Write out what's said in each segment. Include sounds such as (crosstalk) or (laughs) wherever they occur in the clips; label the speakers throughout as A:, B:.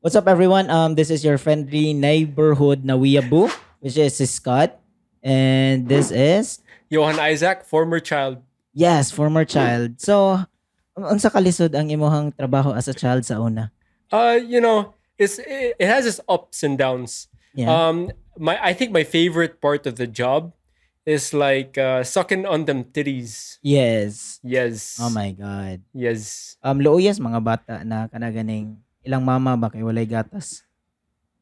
A: What's up, everyone? Um, this is your friendly neighborhood na weeaboo, which is Scott. And this is,
B: Johan Isaac, former child.
A: yes, former child. So, ang sa kalisod ang imuhang trabaho as a child sa una?
B: Uh, you know, it's it, it has its ups and downs.
A: Yeah.
B: Um, my I think my favorite part of the job is like uh, sucking on them titties.
A: yes.
B: Yes.
A: Oh my God.
B: Yes.
A: Um, luuyas mga bata na kanaganing ilang mama ba kay walay gatas.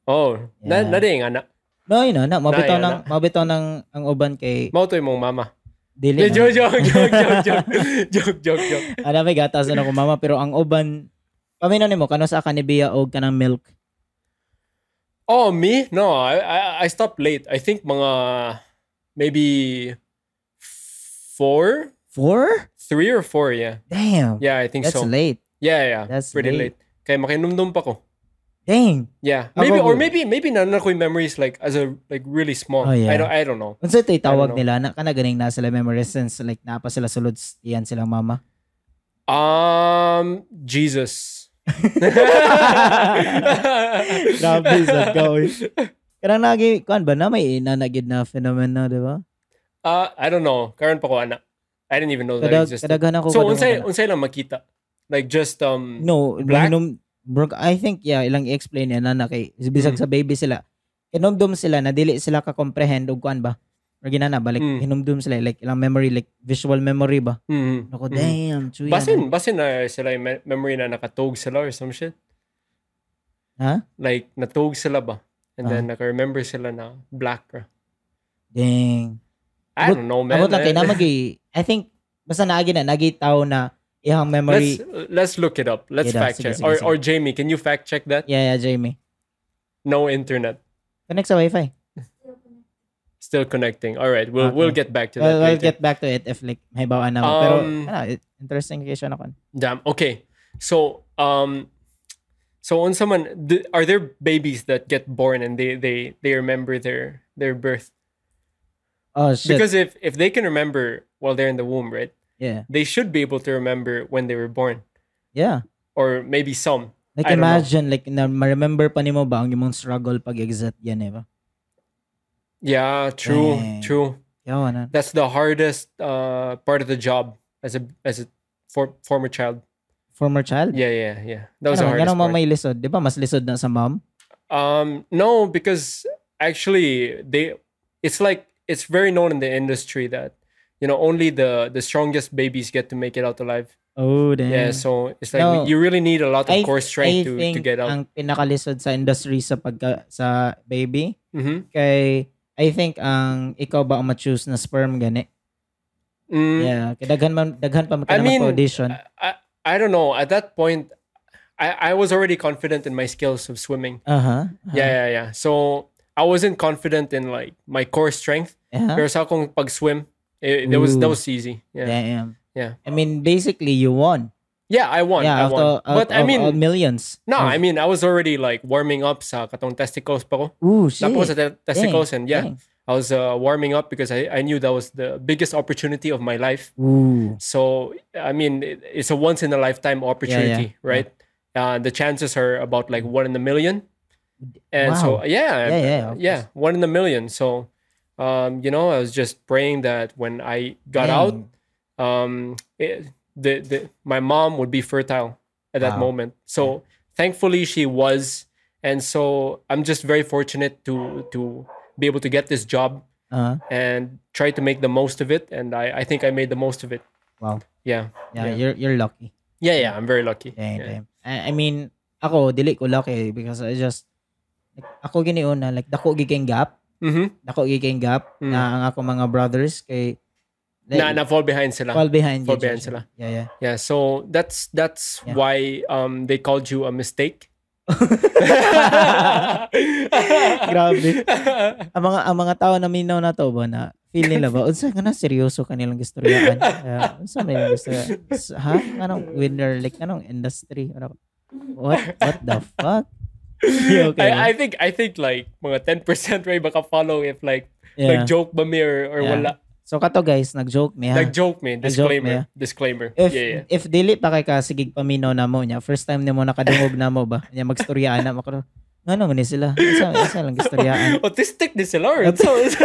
B: Oh, na
A: Yeah.
B: na ding ana.
A: No, you know, na, mabitaw,
B: Naya
A: ng,
B: na.
A: mabitaw ng ang uban kay
B: Mao to imong
A: (laughs)
B: mama.
A: Dili.
B: Yeah,
A: na.
B: joke, joke, joke, joke, joke,
A: (laughs)
B: joke, joke, joke.
A: Alam may gatas na ako mama pero ang uban Pamino nimo kano sa kanibia og kanang milk.
B: Oh, me? No, I, I I stopped late. I think mga maybe four,
A: Four?
B: three or four. Yeah,
A: Damn.
B: yeah, I think
A: That's
B: so.
A: late.
B: Yeah, yeah,
A: That's
B: pretty
A: late.
B: late. Kaya makinumdum pa ko.
A: Dang.
B: Yeah,
A: How
B: maybe
A: about
B: or
A: you?
B: maybe maybe na na ko yung memories like as a like really small.
A: Oh, yeah.
B: I don't I don't know.
A: Unsa tay tawag
B: I don't know.
A: nila na kana ganing na sila memory since like naa pa sila sulod s- iyan silang
B: (laughs)
A: mama.
B: Um,
A: (laughs)
B: Jesus.
A: Grabe sa kaoy. Kanang nagi kuan ba na may nanagid na phenomena, di ba?
B: Uh, I don't know. Karon pa ko ana. I didn't even know that
A: Kadag
B: existed.
A: kadaghan ako
B: So
A: kadaghan
B: unsay
A: ako.
B: unsay lang makita? Like just
A: ano.
B: um
A: No,
B: Black?
A: nahinom- bro, I think yeah, ilang i-explain yan na kay bisag
B: Mm.
A: sa baby sila. Hinumdum sila na dili sila ka comprehend og kuan ba? Or ginana ba like
B: Mm.
A: hinumdum sila like ilang memory like visual memory ba?
B: mhm,
A: Ako
B: mhm.
A: damn, chuya.
B: Basin basin na sila yung me- memory na nakatog sila or some shit.
A: Ha?
B: Like natog sila ba? And
A: Ah.
B: then naka-remember sila na black. ra.
A: Dang.
B: I
A: Abot-
B: don't know, man. Uh,
A: Abot lang kay
B: I-
A: na magi I think basta naagi na nagi tao na ihang memory.
B: (laughs) Let's uh, let's look it up. Let's
A: Get up.
B: fact
A: Sige,
B: check.
A: sige,
B: or
A: sige.
B: or Jamie, can you fact check that?
A: Yeah, yeah, Jamie.
B: No internet,
A: Connect sa wifi.
B: still connecting. All right, we'll we'll
A: Okay.
B: get back to that.
A: Well, we'll
B: later.
A: get back to it if like may bawaan na mo. Pero
B: Um,
A: ano, it- interesting question ako.
B: Damn. Okay. So um, so on someone, th- are there babies that get born and they they they remember their their birth?
A: Oh shit.
B: Because if if they can remember while they're in the womb, right,
A: yeah.
B: they should be able to remember when they were born,
A: Yeah.
B: or maybe some.
A: Like
B: I don't know.
A: imagine, like na ma-remember pa nimo ba ang imong struggle pag exit yan, eh ba?
B: Yeah. True.
A: Dang.
B: True.
A: Yawa na.
B: That's the hardest uh part of the job as a as a for, former child.
A: Former child?
B: Yeah, yeah, yeah. That was the
A: ano,
B: hardest
A: ganun
B: part.
A: mo may lisod. Di ba mas lisod na sa mom?
B: Um, no, because actually they, it's like it's very known in the industry that you know only the the strongest babies get to make it out alive.
A: Oh, damn.
B: Yeah, so it's like
A: No.
B: you really need a lot of
A: I-
B: core
A: I
B: strength to,
A: think
B: to get out.
A: ang pinakalisod sa industry sa pagka, sa baby,
B: mm-hmm.
A: kay I think ang ikaw ba ang ma-choose na sperm gani? Yeah, kay daghan man daghan pa man
B: Mm. I
A: ka na
B: mean, uh,
A: audition.
B: I, I I don't know. At that point, I I was already confident in my skills of swimming.
A: Aha.
B: Yeah, yeah, yeah. So I wasn't confident in like my core strength.
A: Yeah.
B: Pero sa akong pag swim, it, that was that
A: Ooh.
B: was easy. Yeah,
A: Damn.
B: yeah,
A: I mean, basically you won.
B: yeah. I won.
A: yeah,
B: I
A: out
B: won.
A: of- out
B: but
A: of
B: I
A: all
B: mean,
A: millions.
B: No,
A: Oh.
B: I mean, I was already like warming up sa katong testicles pa ko.
A: Ooh, shit.
B: Tapos sa te- testicles
A: Dang,
B: and yeah,
A: dang.
B: I was uh, warming up because I, I knew that was the biggest opportunity of my life.
A: Ooh.
B: So, I mean, it, it's a once in a lifetime opportunity,
A: yeah.
B: right? Uh, the chances are about like one in a million. And so,
A: Wow.
B: yeah,
A: Yeah, yeah, of
B: yeah, one in a million. So, um, you know, I was just praying that when I got
A: Dang.
B: out, um, it, the, the my mom would be fertile at that
A: Wow.
B: moment. So thankfully she was, and so I'm just very fortunate to to be able to get this job
A: Uh-huh.
B: and try to make the most of it. And I, I think I made the most of it.
A: Wow.
B: Yeah,
A: Yeah,
B: Yeah.
A: you're you're lucky.
B: yeah, yeah. I'm very lucky.
A: Damn,
B: Yeah.
A: damn. I, I mean, ako dili ko lucky because I just like, ako giniuna like dako giking gap,
B: Mhm.
A: dako giking gap
B: Mm.
A: na ang ako mga brothers kay like,
B: Na na fall behind sila.
A: fall behind.
B: fall
A: yun
B: behind
A: siya.
B: sila.
A: Yeah,
B: (laughs)
A: yeah.
B: Yeah, so that's that's
A: Yeah.
B: why um they called you
A: (laughs)
B: a mistake. (laughs)
A: Grabe. Ang mga ang mga tao na minaw na to ba na feel nila ba unsa ka na seryoso kanilang gistoryaan. Yeah, unsa may gusto. Ha? Anong winner like anong industry? Ano? What what the fuck? okay.
B: I, I think I think like mga 10% ray baka follow if like
A: Yeah.
B: like joke ba me or, or
A: Yeah.
B: wala.
A: So kato guys, nag-joke niya.
B: Nag-joke me.
A: Nag-joke
B: Disclaimer. Disclaimer.
A: if
B: yeah, yeah.
A: if dili pa kay ka sige paminaw na mo niya. First time nimo nakadungog na mo ba? Nya magstorya na mo ko. Ngano man ni sila? Isa isa lang
B: (laughs)
A: gistoryaan.
B: Autistic ni sila. or-
A: That's-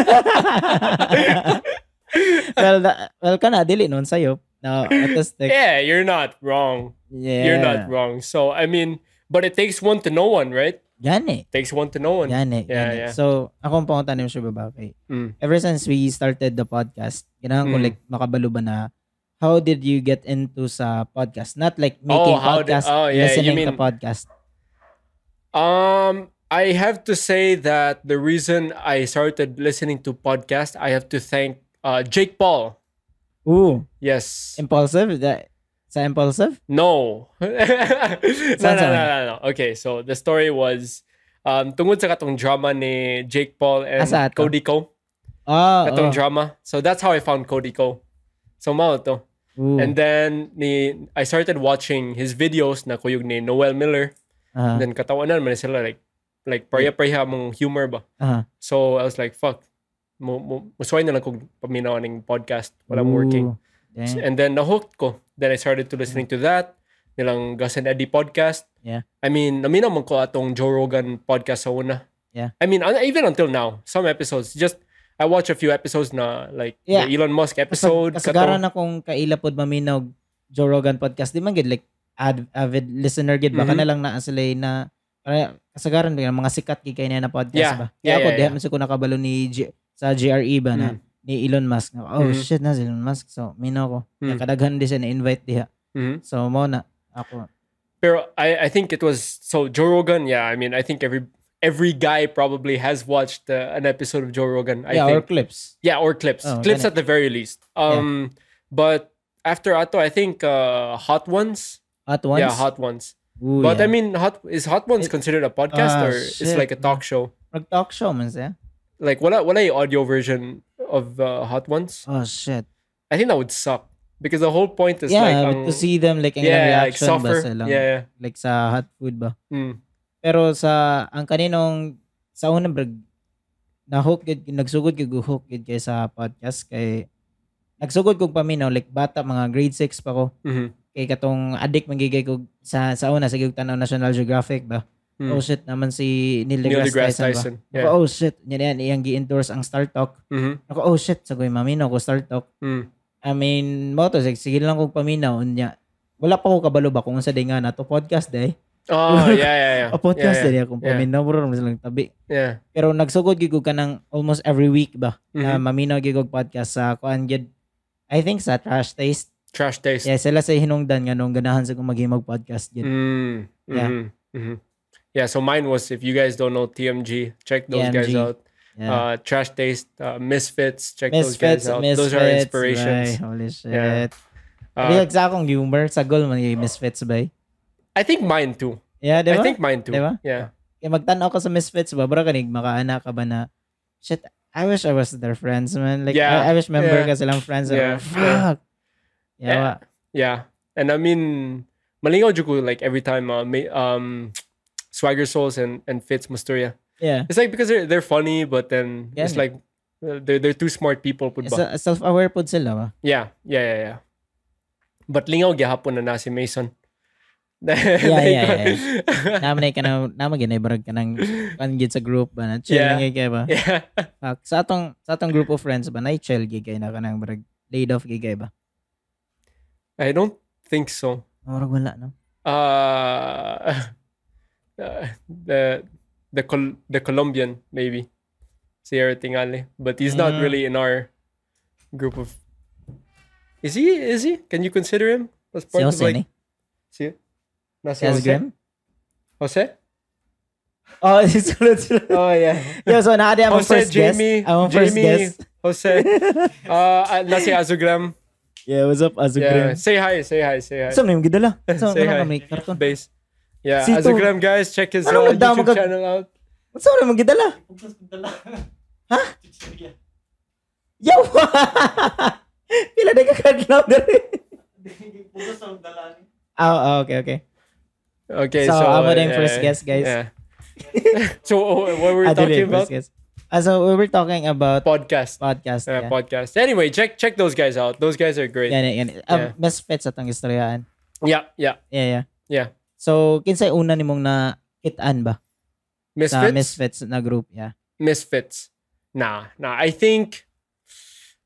A: (laughs) well, da, well kana dili noon sayo. No, autistic.
B: (laughs) yeah, you're not wrong.
A: Yeah.
B: You're not wrong. So, I mean, but it takes one to know one, right?
A: Gani.
B: Takes one to know one.
A: Gani.
B: Yeah,
A: gani.
B: yeah.
A: So, ako ang pangunta niyo siya ba kay.
B: Mm.
A: Ever since we started the podcast, ganahan ko
B: Mm.
A: like makabalo ba na how did you get into sa podcast? Not like making
B: Oh, how did-
A: podcast,
B: oh, yeah, you
A: listening to
B: mean-
A: podcast.
B: Um, I have to say that the reason I started listening to podcast, I have to thank uh, Jake Paul.
A: Ooh,
B: Yes.
A: impulsive. That, sa impulsive?
B: No. (laughs) no, no, no, no, no. Okay, so the story was um, tungkol sa katong drama ni Jake Paul and
A: Ah, sa ato?
B: Cody Ko.
A: Oh,
B: Katong
A: oh.
B: drama. So that's how I found Cody Ko. So mao to.
A: Ooh.
B: And then ni, I started watching his videos na kuyog ni Noel Miller.
A: Aha,
B: Then katawanan man sila like like pareha-pareha mong humor ba.
A: aha.
B: So I was like, fuck. Mo, mo, musuway na lang kong paminaw ng podcast while I'm working.
A: Ooh, damn.
B: And then na-hooked ko. Then I started to listening to that. Nilang Gus and Eddie podcast.
A: Yeah.
B: I mean, naminaw man ko atong Joe Rogan podcast sa una.
A: Yeah.
B: I mean, un- even until now, some episodes, just, I watch a few episodes na like
A: Yeah.
B: the Elon Musk
A: Kasag-
B: episode.
A: kasagaran
B: katong-
A: na kung kaila pod maminog Joe Rogan podcast di man gid like ad, avid listener gid baka
B: Mhm.
A: na lang naa sila na para kasagaran gid mga sikat gid kay niya na podcast
B: Yeah.
A: ba kaya ako
B: Yeah, yeah, Mm.
A: diha
B: yeah.
A: man sa ko nakabalo ni G- sa GRE ba na ni Elon Musk na, oh
B: Mhm.
A: shit na si Elon Musk so mino ko
B: Mm.
A: kadaghan di siya na invite diha
B: Mhm.
A: so mo na ako
B: Pero I, I think it was so Joe Rogan. Yeah, I mean, I think every every guy probably has watched uh, an episode of Joe Rogan. I
A: yeah or
B: think.
A: clips
B: yeah, or clips,
A: Oh,
B: clips
A: ganun.
B: at the very least. Um, but after Ato, I think uh, Hot Ones.
A: at once
B: Yeah, Hot Ones.
A: Ooh,
B: but I
A: yeah.
B: mean, Hot is Hot
A: It-
B: Ones considered a podcast
A: Ah,
B: or it's
A: shit,
B: like a
A: no.
B: talk show?
A: Mag talk show man siya
B: Like what? What a audio version of uh, Hot Ones?
A: oh shit
B: I think that would suck because the whole point is like
A: yeah
B: ang-
A: to see them like ang
B: yeah, like
A: reaction ba
B: suffer.
A: sila
B: Yeah,
A: like sa hot food ba
B: yeah. Mm.
A: Pero sa ang kaninong sa unang brag nahook gid nagsugod gid ko hook gid kay sa podcast kay nagsugod kog paminaw like bata mga grade 6 pa ko
B: Mhm.
A: kay katong adik mangigay ko sa sa una sa gig tanaw National Geographic ba.
B: Mm.
A: Oh shit naman si Neil deGrasse
B: Neil deGrasse
A: Tyson. ba?
B: Tyson.
A: Ako,
B: Yeah.
A: oh shit, yan yan iyang gi-endorse ang Star Talk.
B: Mhm.
A: Ako oh shit, sagoy maminaw ko Star Talk.
B: Mm.
A: I mean, mo to sige, sige lang kog paminaw unya. Wala pa ko kabalo ba kung unsa day nga nato podcast day.
B: Oh
A: (laughs)
B: yeah, yeah, yeah.
A: A podcast
B: yeah, yeah.
A: day akong
B: Yeah.
A: paminaw bro man silang tabi.
B: Yeah.
A: Pero nagsugod gid ko ka ng almost every week ba na
B: Mhm.
A: maminaw gid og podcast sa kuan gid I think sa Trash Taste.
B: Trash taste.
A: Yeah, sila sa hinungdan nga nung ganahan sa kung maghimog podcast gid.
B: Mm,
A: Yeah.
B: mhm, mhm. Yeah. So mine was if you guys don't know TMG, check those guys
A: TMG,
B: out.
A: Yeah.
B: Uh, Trash Taste, uh, Misfits, check
A: misfits,
B: those guys out.
A: misfits.
B: those are inspirations.
A: bay, holy shit.
B: Yeah.
A: Pero
B: Uh,
A: yung sa akong humor, sa goal man yung misfits ba?
B: I think mine too.
A: Yeah, di ba?
B: I think mine too.
A: Di ba?
B: Yeah.
A: Kaya magtanaw ka sa misfits ba? Bro, kanig makaana ka ba na, shit, I wish I was their friends, man. Like,
B: Yeah,
A: I, I wish member
B: yeah.
A: ka silang friends.
B: Yeah,
A: Yeah.
B: yeah.
A: Fuck. Yeah. wa.
B: Yeah. And I mean, malingaw juku like every time uh, ma- um, Swagger Souls and, and Fitz Musturia.
A: yeah.
B: It's like because they're, they're funny, but then
A: Yeah.
B: it's like uh, they're, they're two smart people. pud ba?
A: Sa- Self-aware po sila ba?
B: Yeah, yeah, yeah, yeah. But lingaw gihapon na na si Mason. (laughs)
A: yeah, naman ka na naman ginaibarag ka ng kanggit sa group ba na chill
B: Yeah.
A: yeah. kay ba
B: (laughs) yeah.
A: Fuck. sa atong sa atong group of friends ba na chill gig kay na ka nang barag laid off gig kay ba
B: I don't think so.
A: murag wala no
B: Uh, (laughs) uh, the the Col- the Colombian maybe Sierra Tingale, but he's not
A: Mm.
B: really in our group of. Is he? Is he? Can you consider him as
A: si
B: part
A: Jose
B: of like?
A: ni
B: Si, na
A: si
B: si Jose?
A: Asgrim
B: Jose?
A: oh (laughs) sulod sulod
B: Oh
A: (laughs)
B: yeah.
A: yo so naa di among
B: Jose,
A: first
B: Jamie,
A: guest among first
B: Jamie,
A: guest
B: Jose. Uh, ah, na si Azugram.
A: yeah what's up
B: Yeah.
A: Asgrim
B: Say hi, say hi, say hi.
A: sa name gidala sa
B: Say hi.
A: mga kami karton
B: Base. Yeah,
A: Sito.
B: Azugram guys, check his uh,
A: Ano magdamo
B: YouTube
A: ka-
B: channel out.
A: what's up name gidala ha yo (laughs) pila na ka kadlaw dere Ah, oh, okay, okay.
B: Okay, so,
A: So,
B: uh,
A: ako na yung first guest, guys. (laughs)
B: Yeah. so, oh, what were we
A: Ah, dili,
B: talking about?
A: first guess. Ah, so we were talking about
B: podcast.
A: podcast.
B: Uh,
A: Yeah.
B: podcast. Anyway, check check those guys out. Those guys are great.
A: Yan, yan. Um,
B: Yeah.
A: Best fits atong istoryaan.
B: Yeah, yeah.
A: Yeah, yeah.
B: Yeah.
A: So, kinsay una nimong na kitaan ba? Sa
B: Misfits.
A: Misfits na group, yeah.
B: misfits. Nah, nah. I think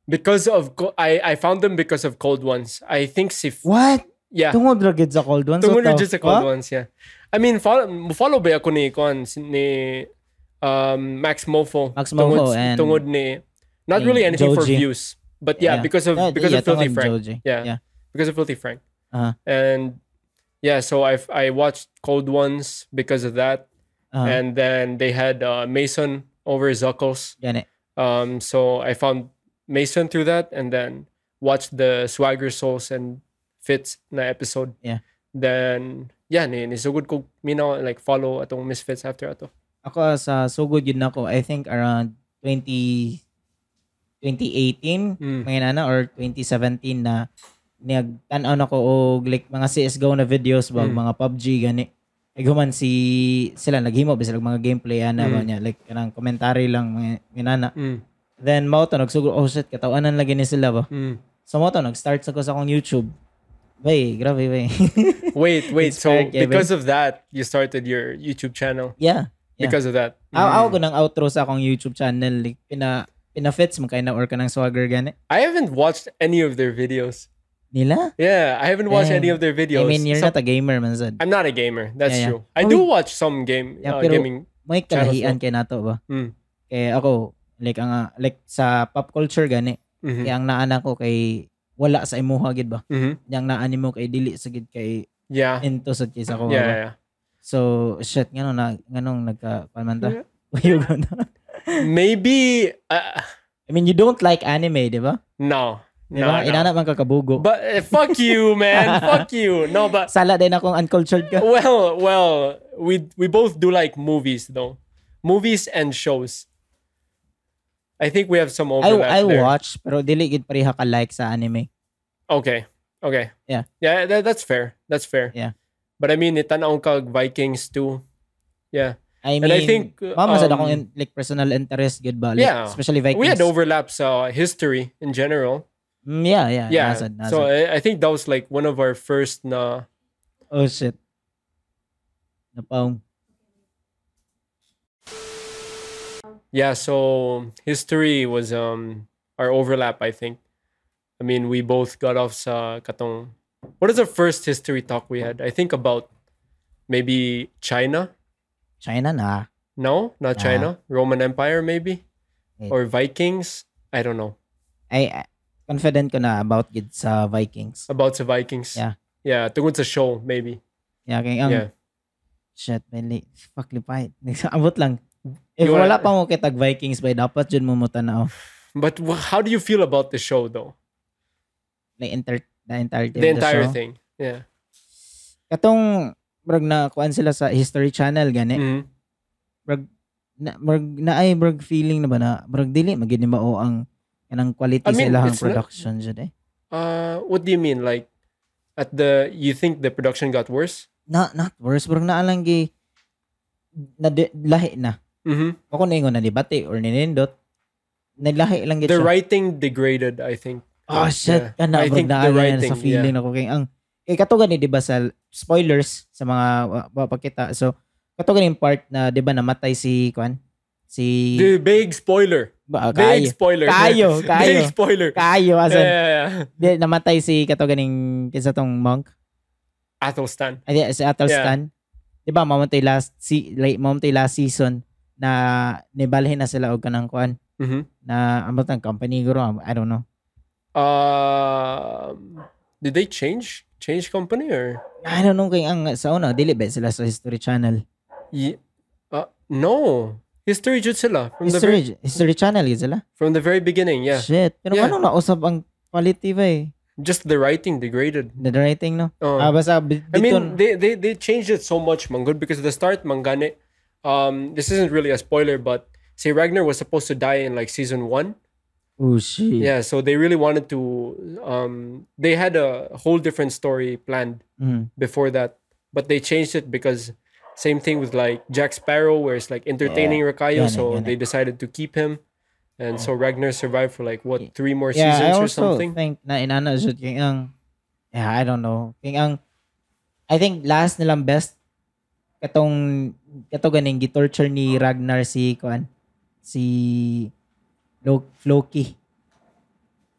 B: because of co- I I found them because of cold ones. I think si f-
A: What?
B: yeah.
A: Tungod ra gid sa cold ones.
B: Tungod
A: what the
B: na just sa cold
A: fuck?
B: ones, yeah. I mean, follow, follow ba ako ni Kwan, si- ni um, Max Mofo?
A: Max Mofo
B: Tungod-
A: and-
B: tungod ni, not
A: ni
B: really anything for
A: Joji.
B: views, but yeah, because of
A: Yeah,
B: because
A: yeah,
B: of Filthy
A: tungod
B: Frank,
A: Joji.
B: Yeah.
A: Yeah.
B: because of Filthy Frank,
A: Uh-huh.
B: and yeah, so I I watched Cold Ones because of that,
A: Uh,
B: and then they had uh, Mason over Zuckles.
A: yan eh.
B: Um, so I found Mason through that, and then watched the Swagger Souls and Fits na episode.
A: Yeah.
B: Then yeah, ni nisugod ko minaw like follow atong Misfits after ato.
A: Ako sa sugod yun ako, I think around 20 2018 (laughs)
B: Mm.
A: mga nana ano, or 2017 na nagtan-aw na ko og like mga CS:GO na videos ba
B: Mm.
A: mga PUBG gani. Ay human si sila naghimo bisag mga gameplay ana ba
B: Mm.
A: niya like kanang commentary lang mga mga nana.
B: Mm.
A: Then mao to nagsugod oh shit katawanan lagi ni sila ba.
B: Mm.
A: So mao to nag-start sa ko sa akong YouTube. Bay, grabe bay. (laughs)
B: Wait, wait. so
A: Inspired, Kevin.
B: because of that, you started your YouTube channel
A: yeah. Yeah.
B: because of that.
A: Aw aw
B: Mm.
A: ko ng outro sa akong YouTube channel like pina pinafits mo kay na or ka ng swagger gani.
B: I haven't watched any of their videos.
A: Nila?
B: Yeah, I haven't watched
A: Damn.
B: any of their
A: I
B: videos.
A: mean, you're
B: Some-
A: not a gamer man sad.
B: I'm not a gamer. That's
A: Yeah, yeah.
B: true. I do watch some game
A: Yeah,
B: uh,
A: pero-
B: gaming.
A: May
B: Channels
A: kalahian kay nato ba?
B: Mm.
A: Kaya ako like ang ah, like sa pop culture gani.
B: Mhm.
A: Kaya ang naana ko kay wala sa imuha gid ba?
B: Mhm.
A: Yang naani mo kay dili sa gid kay
B: Yeah.
A: into sa kisa ko.
B: Yeah, yeah, yeah.
A: So shit ngano na nganong nagka pamanta.
B: Yeah.
A: Wayo ko na.
B: maybe uh,
A: I mean, you don't like anime, di ba?
B: no,
A: Di
B: no,
A: ba?
B: no.
A: Inana man ka kabugo.
B: But uh, fuck you,
A: (laughs)
B: man. fuck you. No, but
A: Sala din akong uncultured ka.
B: well, well, we we both do like movies though, movies and shows. I think we have some
A: I,
B: overlap
A: I
B: there.
A: watch pero dili gid pareha ka like sa anime.
B: Okay, okay.
A: Yeah.
B: yeah. That, that's fair. That's fair.
A: Yeah.
B: But I mean, itanaw kag Vikings too. Yeah,
A: I mean,
B: And I think, uh,
A: mama sad
B: um,
A: akong in- like personal interest gid ba? Like,
B: Yeah.
A: especially Vikings.
B: we had overlaps uh, history in general.
A: Mm, yeah, yeah.
B: Yeah,
A: Nasad, nasad.
B: so I, I think that was like one of our first uh, na.
A: oh shit. Napaong.
B: Yeah, so history was um our overlap, I think. I mean, we both got off sa katong. What is the first history talk we had? I think about maybe China.
A: China na.
B: No, not
A: Ah.
B: China. Roman Empire maybe
A: Eh.
B: or Vikings. I don't know.
A: I, I ah, confident ko na about gid sa Vikings.
B: About the Vikings.
A: Yeah.
B: Yeah, tungod sa show maybe.
A: Yeah, kay ang
B: yeah.
A: shit, man. Fuck lipay. (laughs) Abot lang. If
B: You wanna-
A: wala pa mo kitag Vikings bay dapat jud mo oh. mo tanaw.
B: But wh- how do you feel about the show though?
A: Like enter the entire
B: The entire thing. Yeah.
A: Katong brag na kuan sila sa History Channel gani.
B: Mhm.
A: na, murag, na ay murag feeling na ba na murag dili magid ni mao ang kanang quality
B: I
A: sa
B: mean,
A: ilahang
B: it's not-
A: production jud eh.
B: Uh what do you mean like at the you think the production got worse?
A: Na not worse murag naa lang gi na di- lahi na.
B: Mhm.
A: Ako na ingon na debate or ninindot. Nalahi lang gid
B: the
A: siya.
B: writing degraded i think
A: oh shit,
B: yeah.
A: kana
B: I
A: murag
B: think
A: naa
B: the
A: lang
B: writing
A: sa feeling
B: yeah.
A: ako kay ang kay kato gani di ba sa spoilers sa mga wa- wapakita. So kato gani yung part na di ba namatay si kwan si
B: the big spoiler
A: ba,
B: big
A: Ah, kayo.
B: spoiler
A: Kayo, kayo.
B: (laughs) big spoiler
A: Kayo
B: yeah,
A: asan.
B: yeah, yeah.
A: Di, namatay si kato ganing kinsa tong monk.
B: Athelstan
A: Ay, di, si Athelstan. Di ba, mamatay last, si, like, mamatay last season na nibalhin na sila og kanang kuan
B: Mhm.
A: na amot ang company guro am- I don't know.
B: um did they change change company or
A: I don't know kay ang sa una dili ba sila sa History Channel.
B: Ye- uh, no history jud sila from the very,
A: History, History Channel yun sila.
B: from the very beginning yeah
A: Shit. Pero
B: Yeah.
A: ano na usab ang quality ba eh?
B: just the writing degraded
A: The writing no.
B: Oh.
A: Ah basta bi-
B: I
A: dito,
B: mean, they, they they changed it so much, Mangud, because the start, Mangane, um, this isn't really a spoiler, but say Ragnar was supposed to die in like season one,
A: oh shit.
B: yeah so they really wanted to um they had a whole different story planned
A: Mm.
B: before that but they changed it because Same thing with like Jack Sparrow, where it's like entertaining
A: Yun eh,
B: Rakayo, so
A: yun eh.
B: they decided to keep him, and so Ragnar survived for like what three
A: Oh.
B: more
A: yeah, I
B: seasons or
A: also
B: something.
A: think na inana siya King Ang. Yeah, I don't know. King Ang, I think last nilang best katong kato ganing gitorture ni Ragnar si kuan si Lo- Loki.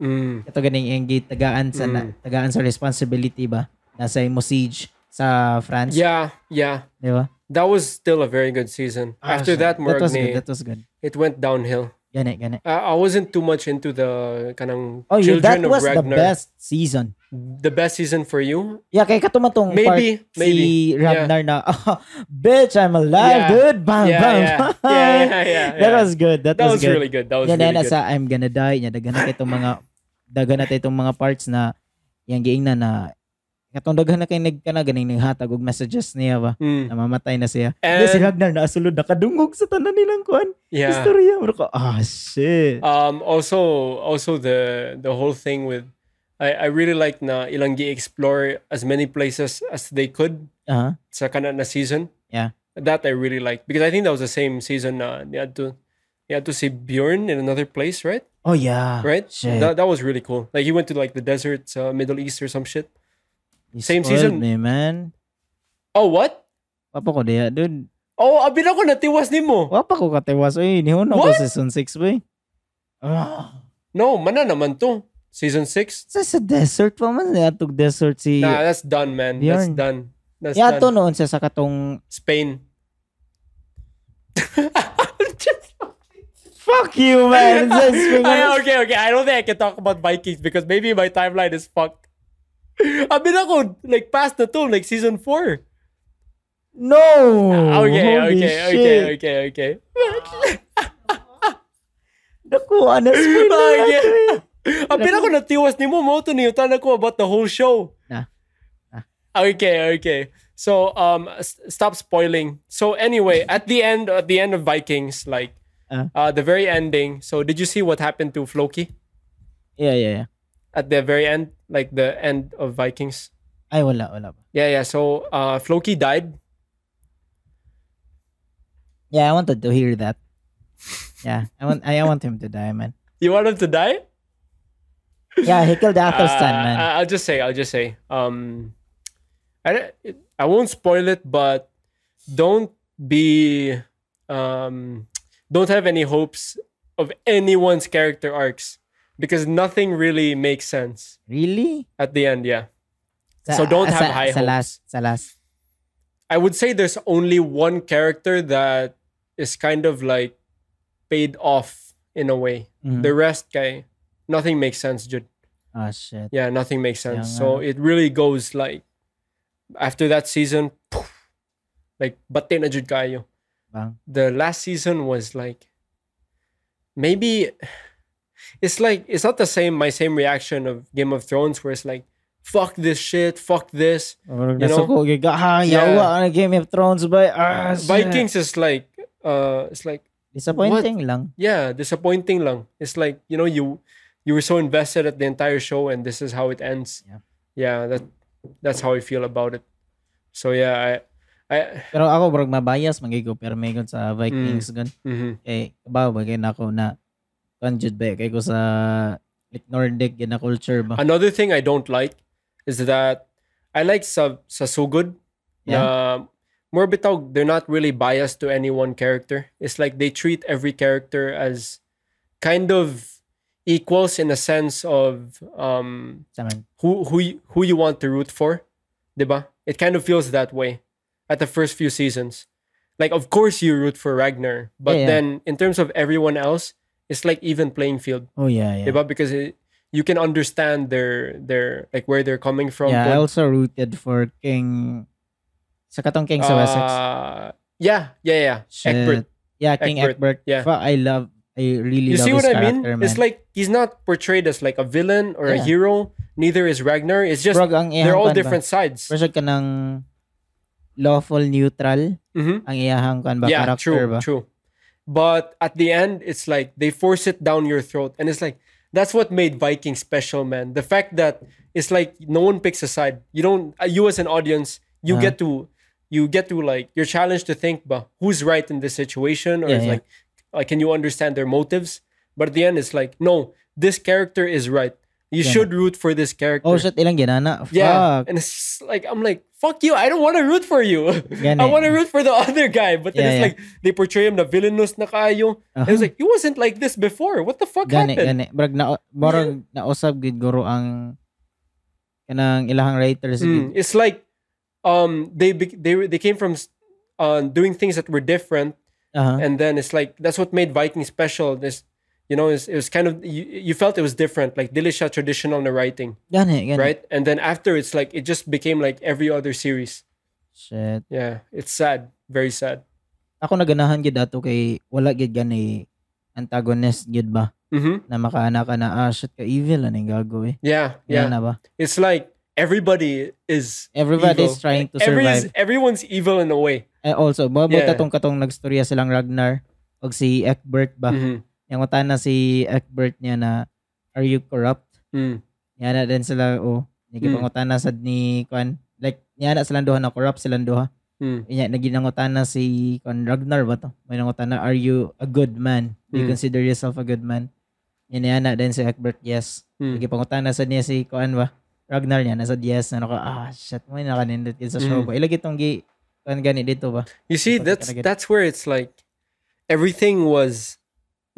B: Mm.
A: Kato ganing iyang gitagaan sa na- tagaan sa responsibility ba nasa imo siege sa France,
B: Yeah, yeah.
A: di ba?
B: That was still a very good season. After
A: Ah,
B: that,
A: that was good.
B: Muragne,
A: That was good.
B: it went downhill.
A: Gani, gani.
B: I, I wasn't too much into the kanang
A: Oh, you,
B: children
A: that
B: of
A: was the
B: Ragnar.
A: best season.
B: The best season for you?
A: Yeah, kay katumatong
B: Maybe,
A: part
B: maybe.
A: si Ragnar na, (laughs) "Ah, bitch, I'm alive,
B: Yeah.
A: dude. Bang,
B: yeah,
A: bang.
B: yeah, yeah, yeah, yeah,
A: (laughs) that
B: yeah.
A: was good. That,
B: Ah, (laughs) that was,
A: good.
B: really good. That was
A: Yan
B: really
A: na
B: good.
A: sa I'm gonna die. Yan, daghan na itong mga, daghan na itong mga parts na, yung giing na na, katong daghan na kay nagkana, ganing naghatag og messages niya ba?
B: Mm.
A: (laughs) Namamatay na siya.
B: And-
A: And, si Ragnar naasulod, nakadungog sa tanan nilang kuan.
B: Yeah.
A: Istorya. Muro ko, ah, shit.
B: Um, also, also the the whole thing with, I, I really like na Ilangi explore as many places as they could
A: Uh-huh.
B: sa kanan na season.
A: Yeah.
B: That I really liked because I think that was the same season uh, na they had to they had to see Bjorn in another place, right?
A: Oh, yeah.
B: Right?
A: Shit.
B: That, that was really cool. Like he went to like the deserts, uh, Middle East or some shit.
A: You
B: same
A: spoiled
B: season.
A: Me, man.
B: Oh what?
A: Papa ko diya, dude.
B: Oh, abin ako natiwas nimo.
A: Wa pa ko katiwas oy, nihon ako
B: What?
A: season 6 boy. Ah,
B: No, mana naman to. Season 6.
A: sa sa desert pa man niya tug desert si
B: Nah, that's done, man.
A: Bjorn.
B: That's done. That's
A: Yato
B: done.
A: noon siya sa katong
B: Spain.
A: Fuck you
B: (laughs)
A: man. Sa Spain.
B: I, okay, okay. I don't think I can talk about Vikings because maybe my timeline is fucked. (laughs) Abin ako, like, past na to, like, season 4.
A: No.
B: Ah, okay,
A: Oh, Holy
B: okay,
A: shit.
B: okay, okay, okay,
A: Naku, ana
B: (laughs)
A: Spain. na
B: Ah,
A: nato, eh.
B: yeah. Abin ako natiwas ni mo, mo to niyutan ako about the whole show.
A: Nah. Nah.
B: Okay, okay. So, um, s- stop spoiling. So, anyway, at the end, at the end of Vikings, like,
A: Ah.
B: uh, the very ending. So, did you see what happened to Floki
A: Yeah, yeah, yeah.
B: at the very end, like the end of Vikings?
A: Ay wala, wala. pa.
B: Yeah, yeah. So uh, Floki died.
A: Yeah, I wanted to hear that. Yeah, I want I, I want him to die, man.
B: You want him to die?
A: Yeah, he killed Athelstan,
B: Uh,
A: man.
B: I- I'll just say. I'll just say. Um, I don't- it- I won't spoil it, but don't be um, don't have any hopes of anyone's character arcs because nothing really makes sense
A: really?
B: at the end. Yeah. So don't have high
A: sa
B: hopes.
A: last, sa last.
B: I would say there's only one character that is kind of like paid off in a way.
A: Mhm.
B: The rest, guy, nothing makes sense, dude.
A: Ah, shit.
B: Yeah, nothing makes
A: Yeah,
B: sense. so it really goes like after that season, poof, like bate na jud kayo.
A: Bang.
B: The last season was like maybe it's like it's not the same my same reaction of Game of Thrones where it's like fuck this shit, fuck this.
A: Murag
B: You know?
A: nasuko gyud ka. Ha,
B: Yeah.
A: yawa ang Game of Thrones ba? Ah, shit.
B: Vikings is like uh it's like
A: Disappointing lang.
B: yeah, disappointing lang. It's like, you know, you you were so invested at the entire show and this is how it ends.
A: Yeah.
B: Yeah, that that's how I feel about it. So yeah, I I
A: Pero ako murag mabias mangigo pero may gud sa Vikings gun.
B: mhm.
A: Kay ba ba kay nako na conjud ba kay ko sa like Nordic yun na culture ba.
B: another thing I don't like is that I like sa sa Sugod. Na more bitaw, they're not really biased to any one character. It's like they treat every character as kind of equals in a sense of um
A: Sa man.
B: who who y- who you want to root for, diba? It kind of feels that way at the first few seasons. Like of course you root for Ragnar, but
A: Yeah, yeah.
B: then in terms of everyone else, it's like even playing field,
A: Oh yeah, yeah.
B: diba? Because it, you can understand their their like where they're coming from.
A: yeah, I
B: what-
A: also rooted for King sa katong King sa Wessex.
B: Uh, yeah, yeah, yeah.
A: Shit.
B: Egbert.
A: Yeah, King
B: Egbert,
A: Egbert.
B: yeah.
A: Fuck, I love I really
B: You
A: love
B: see
A: his
B: what I mean?
A: character, man.
B: It's like he's not portrayed as like a villain or a
A: Yeah.
B: hero. Neither is Ragnar. It's just
A: Brog, ang
B: they're
A: iyang
B: all
A: kwan ba?
B: different sides.
A: Pero siya ka ng lawful neutral
B: Mhm.
A: ang iyahang kan ba
B: yeah,
A: character
B: true,
A: ba?
B: true. But at the end, it's like they force it down your throat, and it's like that's what made Viking special, man. The fact that it's like no one picks a side. You don't. uh, You as an audience, you
A: Uh-huh.
B: get to you get to like you're challenged to think but who's right in this situation or
A: Yeah,
B: it's
A: yeah.
B: like like can you understand their motives but at the end it's like no this character is right you
A: Yeah.
B: should root for this character
A: Oh shit, ilang ginana. Fuck.
B: yeah and it's just like i'm like fuck you i don't want to root for you
A: Yan
B: (laughs)
A: eh.
B: i want to root for the other guy but then
A: Yeah,
B: it's
A: yeah.
B: like they portray him na villainous na kayo and it's
A: Uh-huh.
B: like he wasn't like this before what the fuck
A: gani
B: happened
A: gani brag na borog nausab gid guro ang kanang ilahang writers
B: Mm,
A: gid.
B: it's like um they bec- they were- they came from s- uh, doing things that were different
A: Aha.
B: and then it's like that's what made Viking special. This, you know, it's, it was kind of you, you felt it was different, like Dilisha traditional in the writing,
A: Gani gani.
B: right? And then after it's like it just became like every other series.
A: Shit.
B: Yeah, it's sad, very sad.
A: Ako naganahan gid ato kay wala gid gani antagonist gid ba
B: Mm-hmm.
A: na makaana ka na ah shit ka evil aning gago eh.
B: Yeah, yeah.
A: Yan na ba?
B: It's like everybody is
A: Everybody's
B: evil.
A: trying to
B: Every-
A: survive.
B: everyone's evil in a way.
A: Eh, also, mabuta
B: Yeah.
A: tong katong nagstorya silang Ragnar og si Egbert ba.
B: Mhm.
A: Yang utana si Egbert niya na are you corrupt?
B: Mm.
A: Yana din sila o oh, nagipangutana sad ni Kwan. Like yana silang duha na corrupt silang duha.
B: Mm.
A: Inya naginangutana si Kwan Ragnar ba to? May nangutana are you a good man? Do you
B: Mm.
A: consider yourself a good man? Yan yana din si Egbert yes.
B: Mm.
A: Nagipangutana sad niya si Kwan ba? Ragnar niya nasad yes na naka ah shit may nakanindot yun sa show
B: Mm.
A: ba. Ilagi tong gi Kwan gani dito ba?
B: You see,
A: Ipakita
B: that's
A: na gid.
B: that's where it's like everything was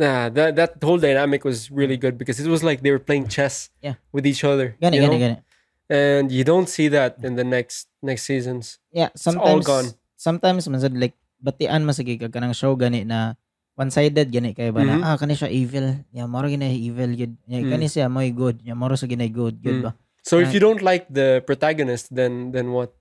B: nah that that whole dynamic was really good because it was like they were playing chess
A: Yeah.
B: with each other.
A: Gani
B: you
A: gani
B: know?
A: gani.
B: And you don't see that in the next next seasons.
A: Yeah,
B: all
A: sometimes
B: gone.
A: sometimes man sad like batian man sige kag kanang show gani na one-sided gani kay ba
B: Mhm.
A: na ah kani siya evil, ya maro gina evil gid. Ya
B: Mm.
A: kani siya moy good, ya maro sa ginay good gid
B: Mm.
A: ba.
B: So
A: Uh,
B: if you don't like the protagonist, then then what?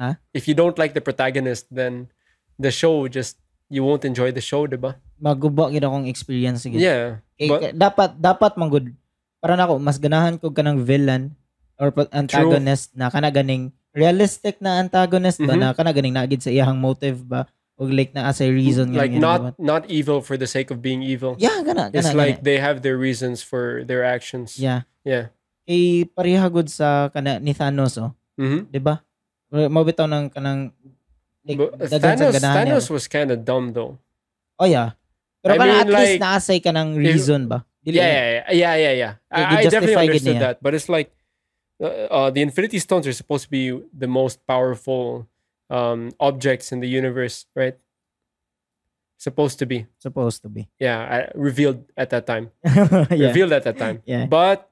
A: Huh?
B: If you don't like the protagonist, then the show just you won't enjoy the show, diba?
A: Maguba gid akong experience gid.
B: Yeah.
A: Kay-
B: but-
A: kay- Eh, dapat dapat man good. Para nako mas ganahan ko kanang villain or pa- antagonist na kana ganing realistic na antagonist ba
B: Mhm.
A: na kana ganing naagid sa iyang motive ba og like na asay reason
B: like
A: ganing
B: not not evil for the sake of being evil.
A: yeah kana kana,
B: it's
A: kana.
B: like they have their reasons for their actions.
A: yeah
B: Yeah.
A: kay pareha good sa kana ni Thanos oh,
B: Mm-hmm.
A: 'di ba? Mabitaw ng kanang like,
B: But uh,
A: daghan sa
B: Thanos,
A: ganahan niya.
B: Thanos was kind of dumb though.
A: Oh yeah. Pero
B: I
A: kana
B: mean,
A: at least
B: like,
A: naasay ka ng reason ba? Dili-
B: Yeah, yeah, yeah, yeah, yeah. yeah.
A: They- they
B: I, I definitely
A: justified it
B: understood
A: niya.
B: that, but it's like uh, uh, the Infinity Stones are supposed to be the most powerful um, objects in the universe, right? Supposed to be,
A: supposed to be. (laughs)
B: yeah, I, revealed at that time.
A: yeah.
B: Revealed at that time,
A: Yeah.
B: but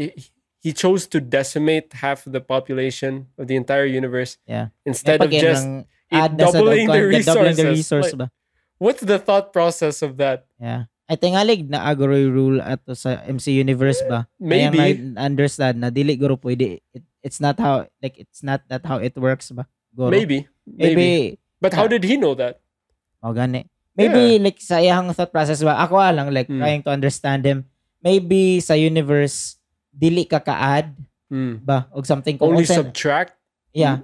B: he, he chose to decimate half of the population of the entire universe.
A: Yeah.
B: Instead of
A: Pagyan
B: just
A: ng
B: it
A: add na sa
B: doubling the
A: dagkon, doubling
B: resources.
A: the resource
B: Like,
A: ba?
B: what's the thought process of that?
A: Yeah. Ay tingalig na agoroy rule ato sa MC Universe ba? Kaya
B: Maybe.
A: nga understand na dili guro pwede it, it's not how like it's not that how it works ba? Guro.
B: Maybe, maybe.
A: Maybe ah.
B: But how did he know that?
A: O gani. Maybe like sa iyang thought process ba, ako ah lang like
B: Mm.
A: trying to understand him. Maybe sa universe dili ka ka-add
B: Hmm.
A: ba og something kung
B: Only
A: unsa-
B: subtract.
A: yeah.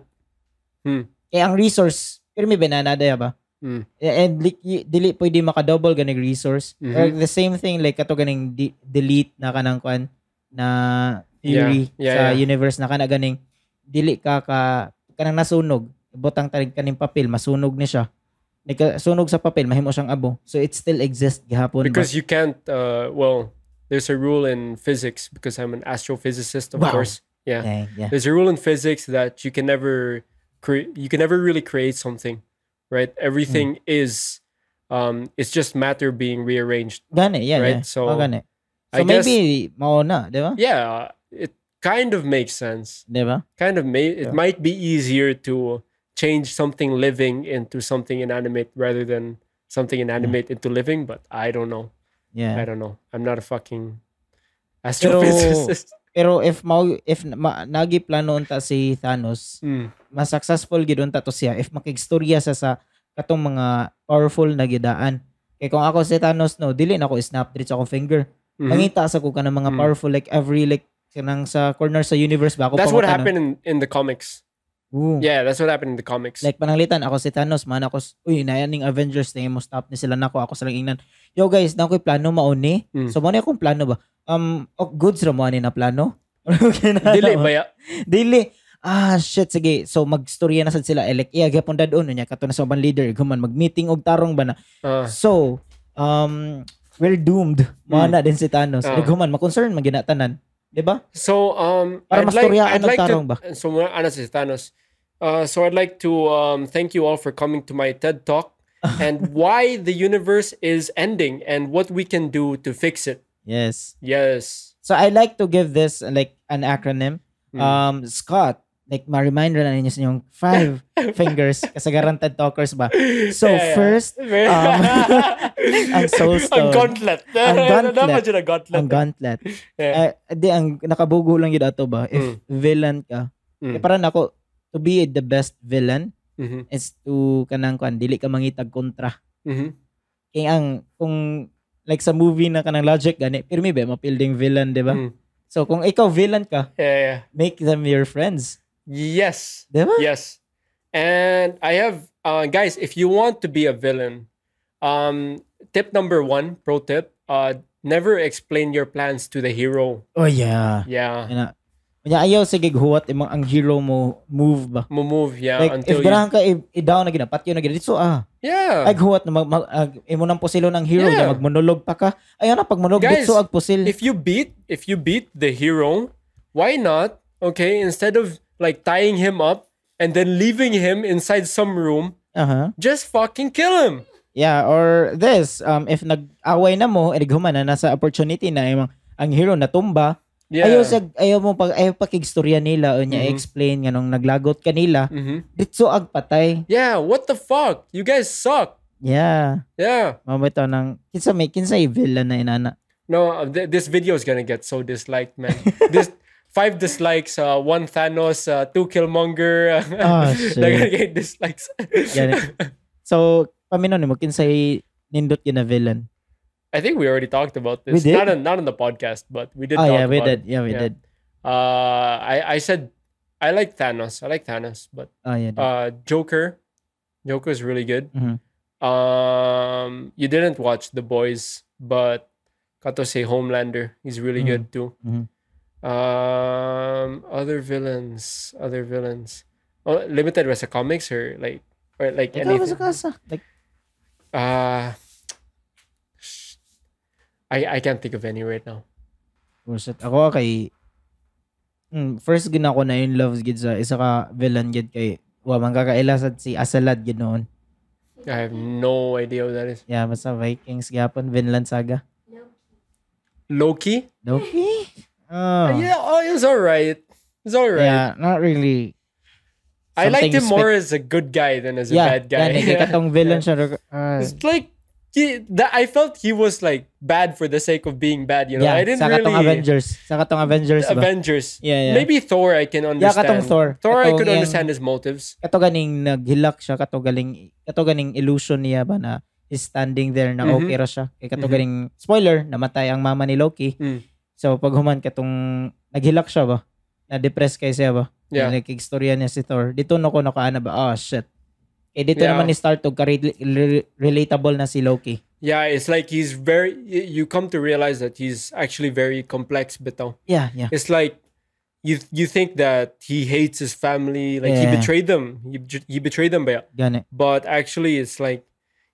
B: Mm.
A: Kaya ang resource pirmi ba na nadaya ba?
B: Mm.
A: Eh, And like, y- dili pwede maka-double ganing resource.
B: Mhm.
A: Or the same thing like kato ganing de- delete na kanang kwan na theory
B: Yeah. Yeah,
A: sa
B: yeah.
A: universe na kana ganing dili ka ka kanang nasunog butang tarig kaning papel masunog ni siya. Nika sunog sa papel mahimo siyang abo. So it still exists gihapon ba?
B: because you can't uh well there's a rule in physics because i'm an astrophysicist of
A: Wow.
B: course
A: yeah,
B: yeah.
A: Eh, yeah.
B: there's a rule in physics that you can never create you can never really create something right everything
A: Mm.
B: is um it's just matter being rearranged
A: Gani, yeah,
B: Right,
A: yeah.
B: so,
A: Oh, gani. So
B: I guess-
A: maybe mao na, di ba?
B: yeah it kind of makes sense
A: Di ba?
B: kind of may
A: Yeah.
B: it might be easier to change something living into something inanimate rather than something inanimate into living but i don't know
A: Mm. Yeah.
B: i don't know i'm not a fucking
A: Pero-
B: astrophysicist (laughs)
A: Pero if mau if ma, nagi plano unta si Thanos,
B: Mm.
A: mas successful gid unta to siya if makigstorya sa sa katong mga powerful na gidaan. Kay kung ako si Thanos no, dili na ako snap diri sa akong finger.
B: Mhm.
A: Mangita sa ko kanang mga
B: Mm.
A: powerful like every like kanang sa corner sa universe ba ako
B: That's what
A: pangutan,
B: happened in, in the
A: no?
B: comics.
A: Ooh.
B: Yeah, that's what happened in the comics.
A: Like pananglitan ako si Thanos man ako s- uy na ning Avengers tingin mo stop ni sila nako ako sa lang ingnan. Yo guys, na ko'y plano mauni.
B: Mm.
A: So mo ni akong (laughs) plano ba? Um oh, goods ra mo ani na plano. (laughs) okay na.
B: Dili ba ya?
A: Dili. ah shit sige so magstorya na sad sila eh, like iya gyapon dadon niya kato na sa ubang leader guman magmeeting og tarong ba na
B: Ah,
A: so um we're doomed mo na din si Thanos
B: Ah.
A: Like, guman ma-concern man gyud na tanan di ba
B: so um
A: para
B: I'd like,
A: mastoryaan
B: I'd
A: og
B: like to
A: tarong ba
B: And so muna ana si Thanos. Uh, so I'd like to um, thank you all for coming to my TED (laughs) Talk and why the universe is ending and what we can do to fix it.
A: yes
B: Yes.
A: so i like to give this like an acronym
B: Mm.
A: um Scott like ma-reminder na ninyo sa inyong
B: (laughs)
A: five fingers kasagaran TED Talkers ba so
B: Yeah, yeah.
A: first
B: (laughs)
A: um, ang soulstone.
B: Ang gauntlet.
A: Ang
B: (laughs)
A: gauntlet.
B: Dapat yun ang gauntlet.
A: ang gauntlet
B: Yeah.
A: eh di ang nakabugo lang yun ato ba if
B: Mm.
A: villain ka eh,
B: Mm.
A: parang ako to be the best villain
B: Mhm,
A: is to kanang kuan dili ka mangitag kontra
B: mhm.
A: kaya ang kung like sa movie na kanang logic gani pero may ba mapilding villain di ba
B: Mm.
A: so kung ikaw villain ka
B: Yeah, yeah.
A: make them your friends
B: Yes.
A: di ba
B: Yes. And I have uh, guys, if you want to be a villain, um, tip number one, pro tip, uh, never explain your plans to the hero.
A: oh yeah
B: Yeah.
A: Yan na. Kanya ayaw sige huwat imong ang hero mo move ba
B: Move, yeah.
A: like if
B: until you,
A: ganahan ka i- i-down na ginapat yun na gina so ah
B: yeah.
A: Ay, huwat na mag, mag, ag- imo nang pusilo ng hero
B: Yeah.
A: na magmonolog pa ka. Ayun na, pag monolog,
B: Guys,
A: so ag pusil.
B: If you beat, if you beat the hero, why not? Okay, instead of like tying him up and then leaving him inside some room,
A: Aha.
B: just fucking kill him.
A: Yeah, or this, um, if nag-away na mo, eh, naghuma na, nasa opportunity na, imong, ang hero natumba,
B: Yeah.
A: ayaw, sa, ayaw mo pag, ayaw pakigstorya nila o niya
B: Mhm.
A: explain nga nung naglagot kanila,
B: Mhm.
A: ditso ag patay.
B: Yeah. What the fuck? You guys suck.
A: Yeah.
B: Yeah.
A: Mamito ng, kinsa may, kinsa yung villain na inana.
B: No, uh, th- this video is gonna get so disliked,
A: (laughs)
B: man. this five dislikes, uh, one Thanos, uh, two Killmonger. (laughs)
A: Ah,
B: They're
A: shit.
B: gonna get dislikes.
A: Yan So, paminaw ni mo, kinsa yung nindot yun na villain.
B: (laughs) I think we already talked about
A: We
B: this.
A: did?
B: Not on, not on the podcast, but we did.
A: Oh,
B: talk
A: yeah, we
B: about
A: did.
B: it.
A: Yeah, we
B: Yeah.
A: did.
B: Uh, I I said I like Thanos. I like Thanos, but
A: Oh, yeah. did.
B: uh, Joker, Joker is really good.
A: Mhm.
B: Um, you didn't watch The Boys, but Kato say Homelander. He's really
A: Mhm.
B: good too.
A: Mhm.
B: Um, other villains, other villains. Oh, limited was a comics or like or like
A: Ikaw ba sa
B: anything.
A: kasa? Like,
B: Uh, I I can't think of any right now.
A: Oh, shit. Ako kay mm, first gid ako na in love gid sa isa ka villain gid kay wa man kakailasad si Asalad gid noon.
B: I have no idea what that is.
A: Yeah, basta Vikings gyapon Vinland Saga.
B: Loki. (laughs)
A: Okay. Oh.
B: Yeah, oh, it's all right. It's all right.
A: Yeah, not really.
B: I liked him
A: Something
B: more as a good guy than as a
A: yeah,
B: bad guy.
A: Yeah,
B: (laughs)
A: kay katong villain siya. Ah,
B: It's like he, that I felt he was like bad for the sake of being bad. You know,
A: yeah,
B: I didn't
A: sa katong
B: really
A: Avengers. Sa katong Avengers ba?
B: Avengers.
A: Yeah, yeah.
B: Maybe Thor I can
A: yeah,
B: understand.
A: katong Thor.
B: Thor I
A: Katong
B: could
A: iyang-
B: understand his motives.
A: Kato ganing naghilak siya, kato galing, kato ganing illusion niya ba na is standing there na
B: Mhm.
A: okay ra siya. Kay kato
B: Mhm.
A: ganing, spoiler, namatay ang mama ni Loki.
B: Mm.
A: So pag human katong naghilak siya ba? Na-depress kay siya ba?
B: Yeah.
A: Nagkikstorya niya si Thor. Dito na ko nakaana ba? Oh, shit. Eh, dito
B: Yeah.
A: naman ni Star to relatable na si Loki.
B: Yeah, it's like he's very y- you come to realize that he's actually very complex beto.
A: Yeah, yeah.
B: It's like you you think that he hates his family, like he
A: Yeah.
B: betrayed them. He, bet- he betrayed them, but
A: Gani.
B: but actually it's like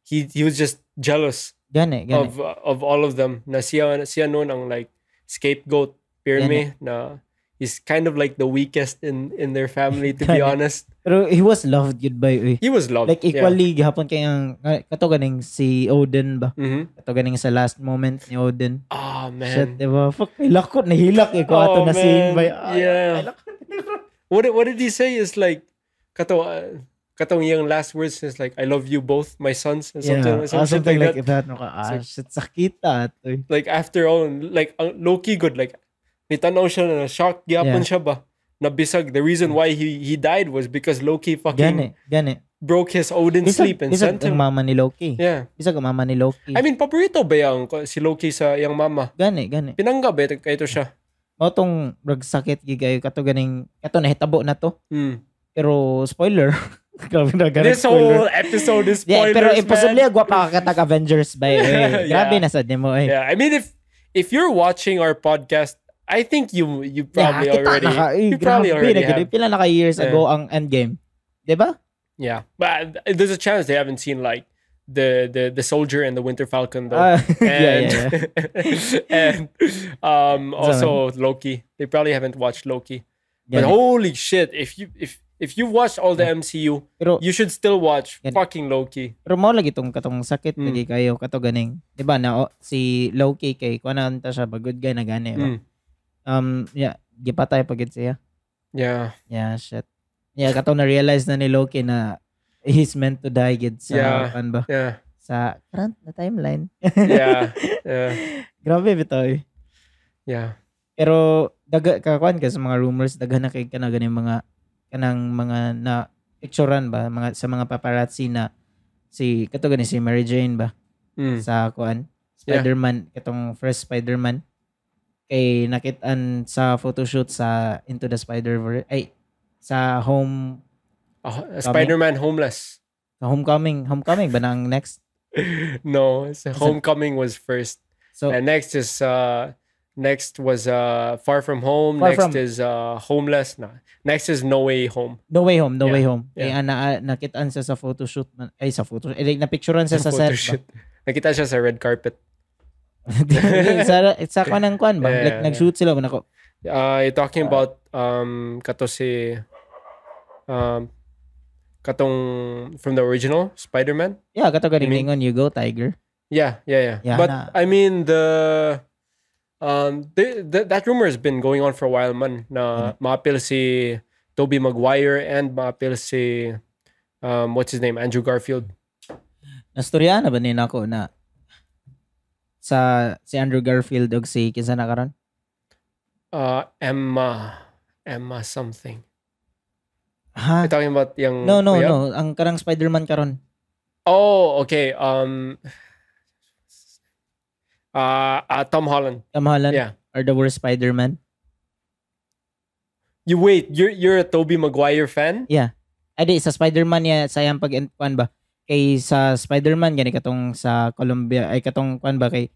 B: he he was just jealous
A: Gani, gani.
B: of uh, of all of them. Na siya, siya noon ang like scapegoat
A: Yan eh.
B: pyramid na he's kind of like the weakest in in their family to be
A: Yan eh.
B: honest.
A: Pero he was loved good by uy.
B: He was loved.
A: Like
B: yeah.
A: equally gihapon kay ang kato ganing si Odin ba?
B: Mhm.
A: Kato ganing sa last moment ni Odin.
B: Ah
A: Shit,
B: man.
A: diba? Fuck, hilak ko. Nahilak eh. Kung ato
B: Oh,
A: na scene
B: man.
A: by...
B: Yeah.
A: hilak ko.
B: What did- what did he say? Is like kato uh, katong iyang last words is like I love you both, my sons, or
A: Yeah.
B: something,
A: Ah,
B: or some shit
A: something
B: like,
A: like that.
B: that.
A: Naka, ah, shit, sakita. Atoy.
B: Like after all, like ang Loki good like nitanaw siya na shock gyapon
A: Yeah.
B: siya ba? Nabisag. The reason why he he died was because Loki fucking
A: Gani, gani.
B: broke his Odin sleep and
A: bisag
B: sent
A: ang
B: him.
A: mama ni Loki.
B: Yeah.
A: Bisag ang mama ni Loki.
B: I mean, paborito ba yung si Loki sa yung mama?
A: gani, gani.
B: Pinangga ba ito, ito siya?
A: Mao tong ragsakit gigayo kato ganing kato nahitabo na to.
B: Mm.
A: Pero spoiler. (laughs) Grabe na ganang
B: This
A: spoiler.
B: whole episode is
A: (laughs) Yeah,
B: spoilers,
A: pero imposible
B: man.
A: agwa pa kakatag Avengers by eh.
B: (laughs) Yeah.
A: Grabe na sad nimo eh.
B: Yeah, I mean, if if you're watching our podcast I think you you probably already
A: na ka. Eh,
B: you probably
A: grabe
B: already
A: na gano'n.
B: have.
A: Pila na ka years
B: Yeah.
A: ago ang Endgame. Diba?
B: Yeah, but uh, there's a chance they haven't seen like the the the soldier and the Winter Falcon though.
A: Ah, (laughs) yeah,
B: and
A: yeah, yeah.
B: and um, also Loki. They probably haven't watched Loki.
A: Ganun.
B: (laughs) But holy shit! If you if if you watch all the MCU,
A: Pero,
B: you should still watch
A: Ganun.
B: fucking Loki.
A: pero mo lagi tong katong sakit
B: Mm.
A: lagi kayo kato ganing. Diba na o, si Loki kay kuanan ta siya ba good guy na gani. ba?
B: Mm.
A: Um yeah, gipatay pagid siya.
B: Yeah,
A: Yeah, shit. Yeah, kato na realize na ni Loki na he's meant to die gid sa
B: Yeah.
A: kan ba
B: yeah,
A: sa current na timeline. (laughs)
B: yeah, yeah,
A: Grabe bitaw. eh.
B: yeah.
A: Pero daga kakuan ka sa mga rumors daghan na kay kana ganing mga kanang mga na picturean ba mga sa mga paparazzi na si kato gani si Mary Jane ba
B: Mm.
A: sa kuan
B: Yeah.
A: Spider-Man katong first Spider-Man kay nakitaan sa photoshoot sa Into the Spider-Verse ay sa home
B: Uh, Spider-Man homeless. (laughs)
A: sa homecoming homecoming ba na ang next
B: no, it's-
A: It's a- Oh.
B: Homecoming was first,
A: so
B: and next is uh, next was uh, Far From Home.
A: Far
B: next
A: From-
B: is uh, homeless. Nah. Next is No Way Home.
A: no way home no
B: Yeah,
A: way home kay
B: yeah.
A: ana nakitaan siya sa photoshoot man, ay sa photo eh, like, napicturean siya
B: (laughs)
A: sa set
B: Photo
A: ba? (laughs)
B: shoot. Nakita siya sa red carpet.
A: sa
B: (laughs)
A: sa kuan ng kuan ba
B: Yeah,
A: like
B: yeah.
A: nag-shoot sila ba nako
B: Uh, you're talking about um kato si um katong from the original Spider-Man?
A: yeah kato ganing
B: mean-
A: lingon you go tiger
B: Yeah, yeah, yeah.
A: Yeah,
B: but
A: na-
B: I mean the um the, the, that rumor has been going on for a while man na
A: Mm-hmm.
B: maapil si Tobey Maguire and maapil si um what's his name Andrew Garfield.
A: Nastorya na ba ni nako na sa si Andrew Garfield og si kinsa na karon
B: Uh Emma Emma something.
A: ha
B: You're talking about yung
A: No, no,
B: yeah?
A: no. Ang karang Spider-Man karon.
B: Oh, okay. Um (sighs) uh, uh Tom Holland.
A: Tom Holland
B: Yeah.
A: or the worst Spider-Man.
B: You wait, you're you're a Toby Maguire fan?
A: Ay, Ah, di, sa Spider-Man niya, sayang pag kuan ba? Kay sa Spider-Man, gani katong sa Colombia, ay katong kuan ba? Kay,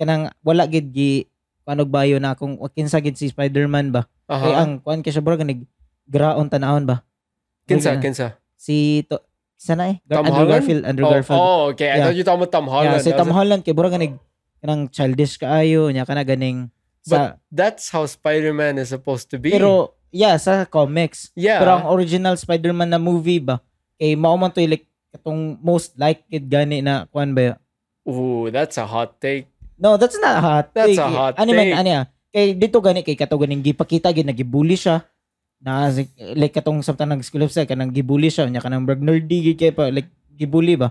A: kanang wala gid gi, kuan og bayo na kung kinsa gid si Spider-Man ba?
B: Uh-huh.
A: Kay ang kuan kay siya bro, ganig graon tanahon ba?
B: kinsa,
A: Ganun.
B: kinsa.
A: Si, to, kinsa na eh? Gar-
B: Tom
A: Andrew
B: Holland?
A: Garfield, Andrew
B: Oh,
A: Garfield.
B: oh, okay. I
A: Yeah.
B: thought you were talking about Tom Holland.
A: yeah, si
B: I was
A: Tom
B: like,
A: Holland, kay bro, ganig, kanang childish kaayo, niya kana ganing, sa,
B: That's how Spider-Man is supposed to be.
A: pero, yeah, sa comics.
B: yeah.
A: Pero ang original Spider-Man na movie ba, kay mao man to'y like, itong most liked gani na, kuan ba yun?
B: Ooh, that's a hot take.
A: No, that's not a hot take.
B: That's a hot
A: ano man,
B: take.
A: ano yan? Kay dito gani, kay kato ganing gipakita, gid nagibully siya. Na, si- like, katong sa tanang school of sex, kanang gibully siya, niya kanang brag nerdy, gid kay pa, like, gibully ba?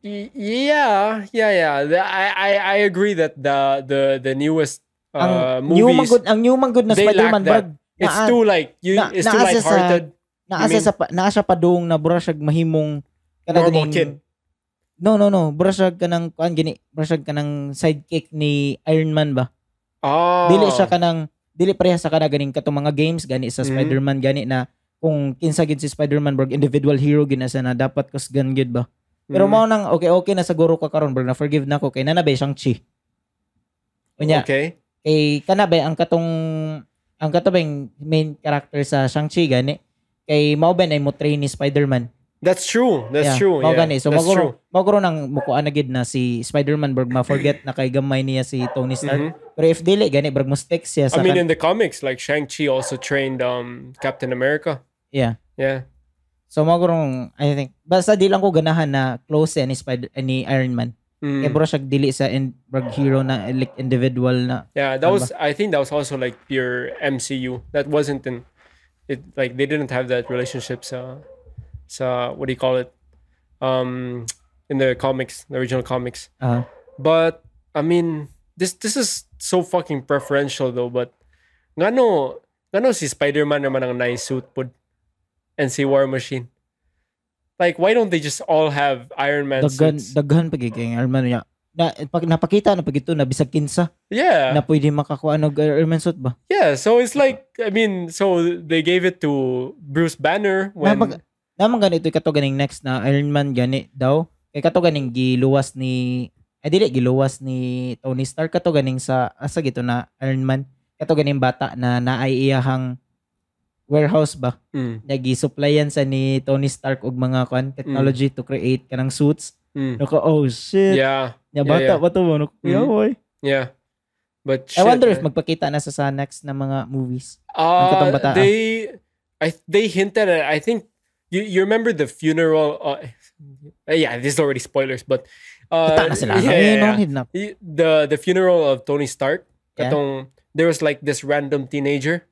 B: Y- yeah, yeah, yeah. The- I, I, I agree that the the the newest
A: Ang
B: uh,
A: new
B: movies
A: manggod, ang new manggod na
B: they lack
A: Spider-Man,
B: that.
A: brag,
B: it's
A: naa-
B: too like you
A: na-
B: it's too
A: naasa sa-
B: lighthearted.
A: naa
B: You mean-
A: siya sa, pa- naa siya padung na bura siya mahimong, kanang
B: Normal
A: ganing-
B: kid.
A: No, no, no. Bura siya kanang, kuan gini, bura siya kanang sidekick ni Iron Man ba?
B: Oh.
A: dili siya kanang dili pareha sa kana ganing katong mga games gani sa
B: Mhm.
A: Spider-Man gani na kung kinsa gid si Spider-Man bro individual hero ginasa na dapat kusgan gid ba pero
B: Mm.
A: mao nang okay okay na siguro ka karon bro na forgive na ko kay nanabay siyang chi unya
B: Mm, Okay.
A: kay kanabay ang katong ang katabing main character sa Shang-Chi gani kay mao ba na mo train ni Spider-Man
B: That's true.
A: Yeah,
B: That's true.
A: mao
B: yeah.
A: gani so
B: That's true.
A: maguro maguro nang mukuan na gid na si Spider-Man bro ma forget na kay gamay niya si Tony Stark
B: Mhm.
A: pero if dili gani bro mo stick siya sa
B: I mean,
A: kan-
B: in the comics, like Shang-Chi also trained um, Captain America.
A: yeah
B: Yeah.
A: So magurong I think basta di lang ko ganahan na close siya ni Spider ni Iron Man. Kaya
B: Mm.
A: bro siya dili sa in, brag hero na like individual na.
B: Yeah, that
A: Tama.
B: was. I think that was also like pure MCU. That wasn't in. It like they didn't have that relationship. So, so what do you call it? Um, in the comics, the original comics.
A: Uh,
B: But I mean, this this is so fucking preferential though. But ngano ngano si Spider Man naman ang nice suit pud, and si War Machine. Like, why don't they just all have Iron Man
A: daghan
B: suits?
A: daghan pagi kay Iron Man niya. Na pag napakita na pag ito na bisag kinsa
B: yeah.
A: na pwede makakuha ng Iron Man suit ba?
B: Yeah, so it's like I mean, so they gave it to Bruce Banner when
A: Napag- Naman ganito kato ganing next na Iron Man gani daw. Kay kato ganing giluwas ni ay dili giluwas ni Tony Stark kato ganing sa asa gito ah, na Iron Man kato ganing bata na naay iyahang warehouse ba
B: Mm.
A: nag-supplyan sa ni Tony Stark og mga kwan technology to create kanang suits
B: Mm.
A: nako oh shit
B: Yeah.
A: nya
B: yeah,
A: bata
B: yeah.
A: pa to oh. mo Nako,
B: Mhm.
A: yeah, boy.
B: Yeah. But
A: I
B: shit,
A: wonder if
B: man.
A: magpakita na sa sa next na mga movies
B: Uh,
A: katong bata, ah.
B: they I they hinted at I think you you remember the funeral uh, yeah, this is already spoilers, but uh
A: Kita na sila Eh,
B: yeah, yeah,
A: no
B: yeah.
A: need na
B: Y- the the funeral of Tony Stark.
A: Yeah.
B: Katong, there was like this random teenager.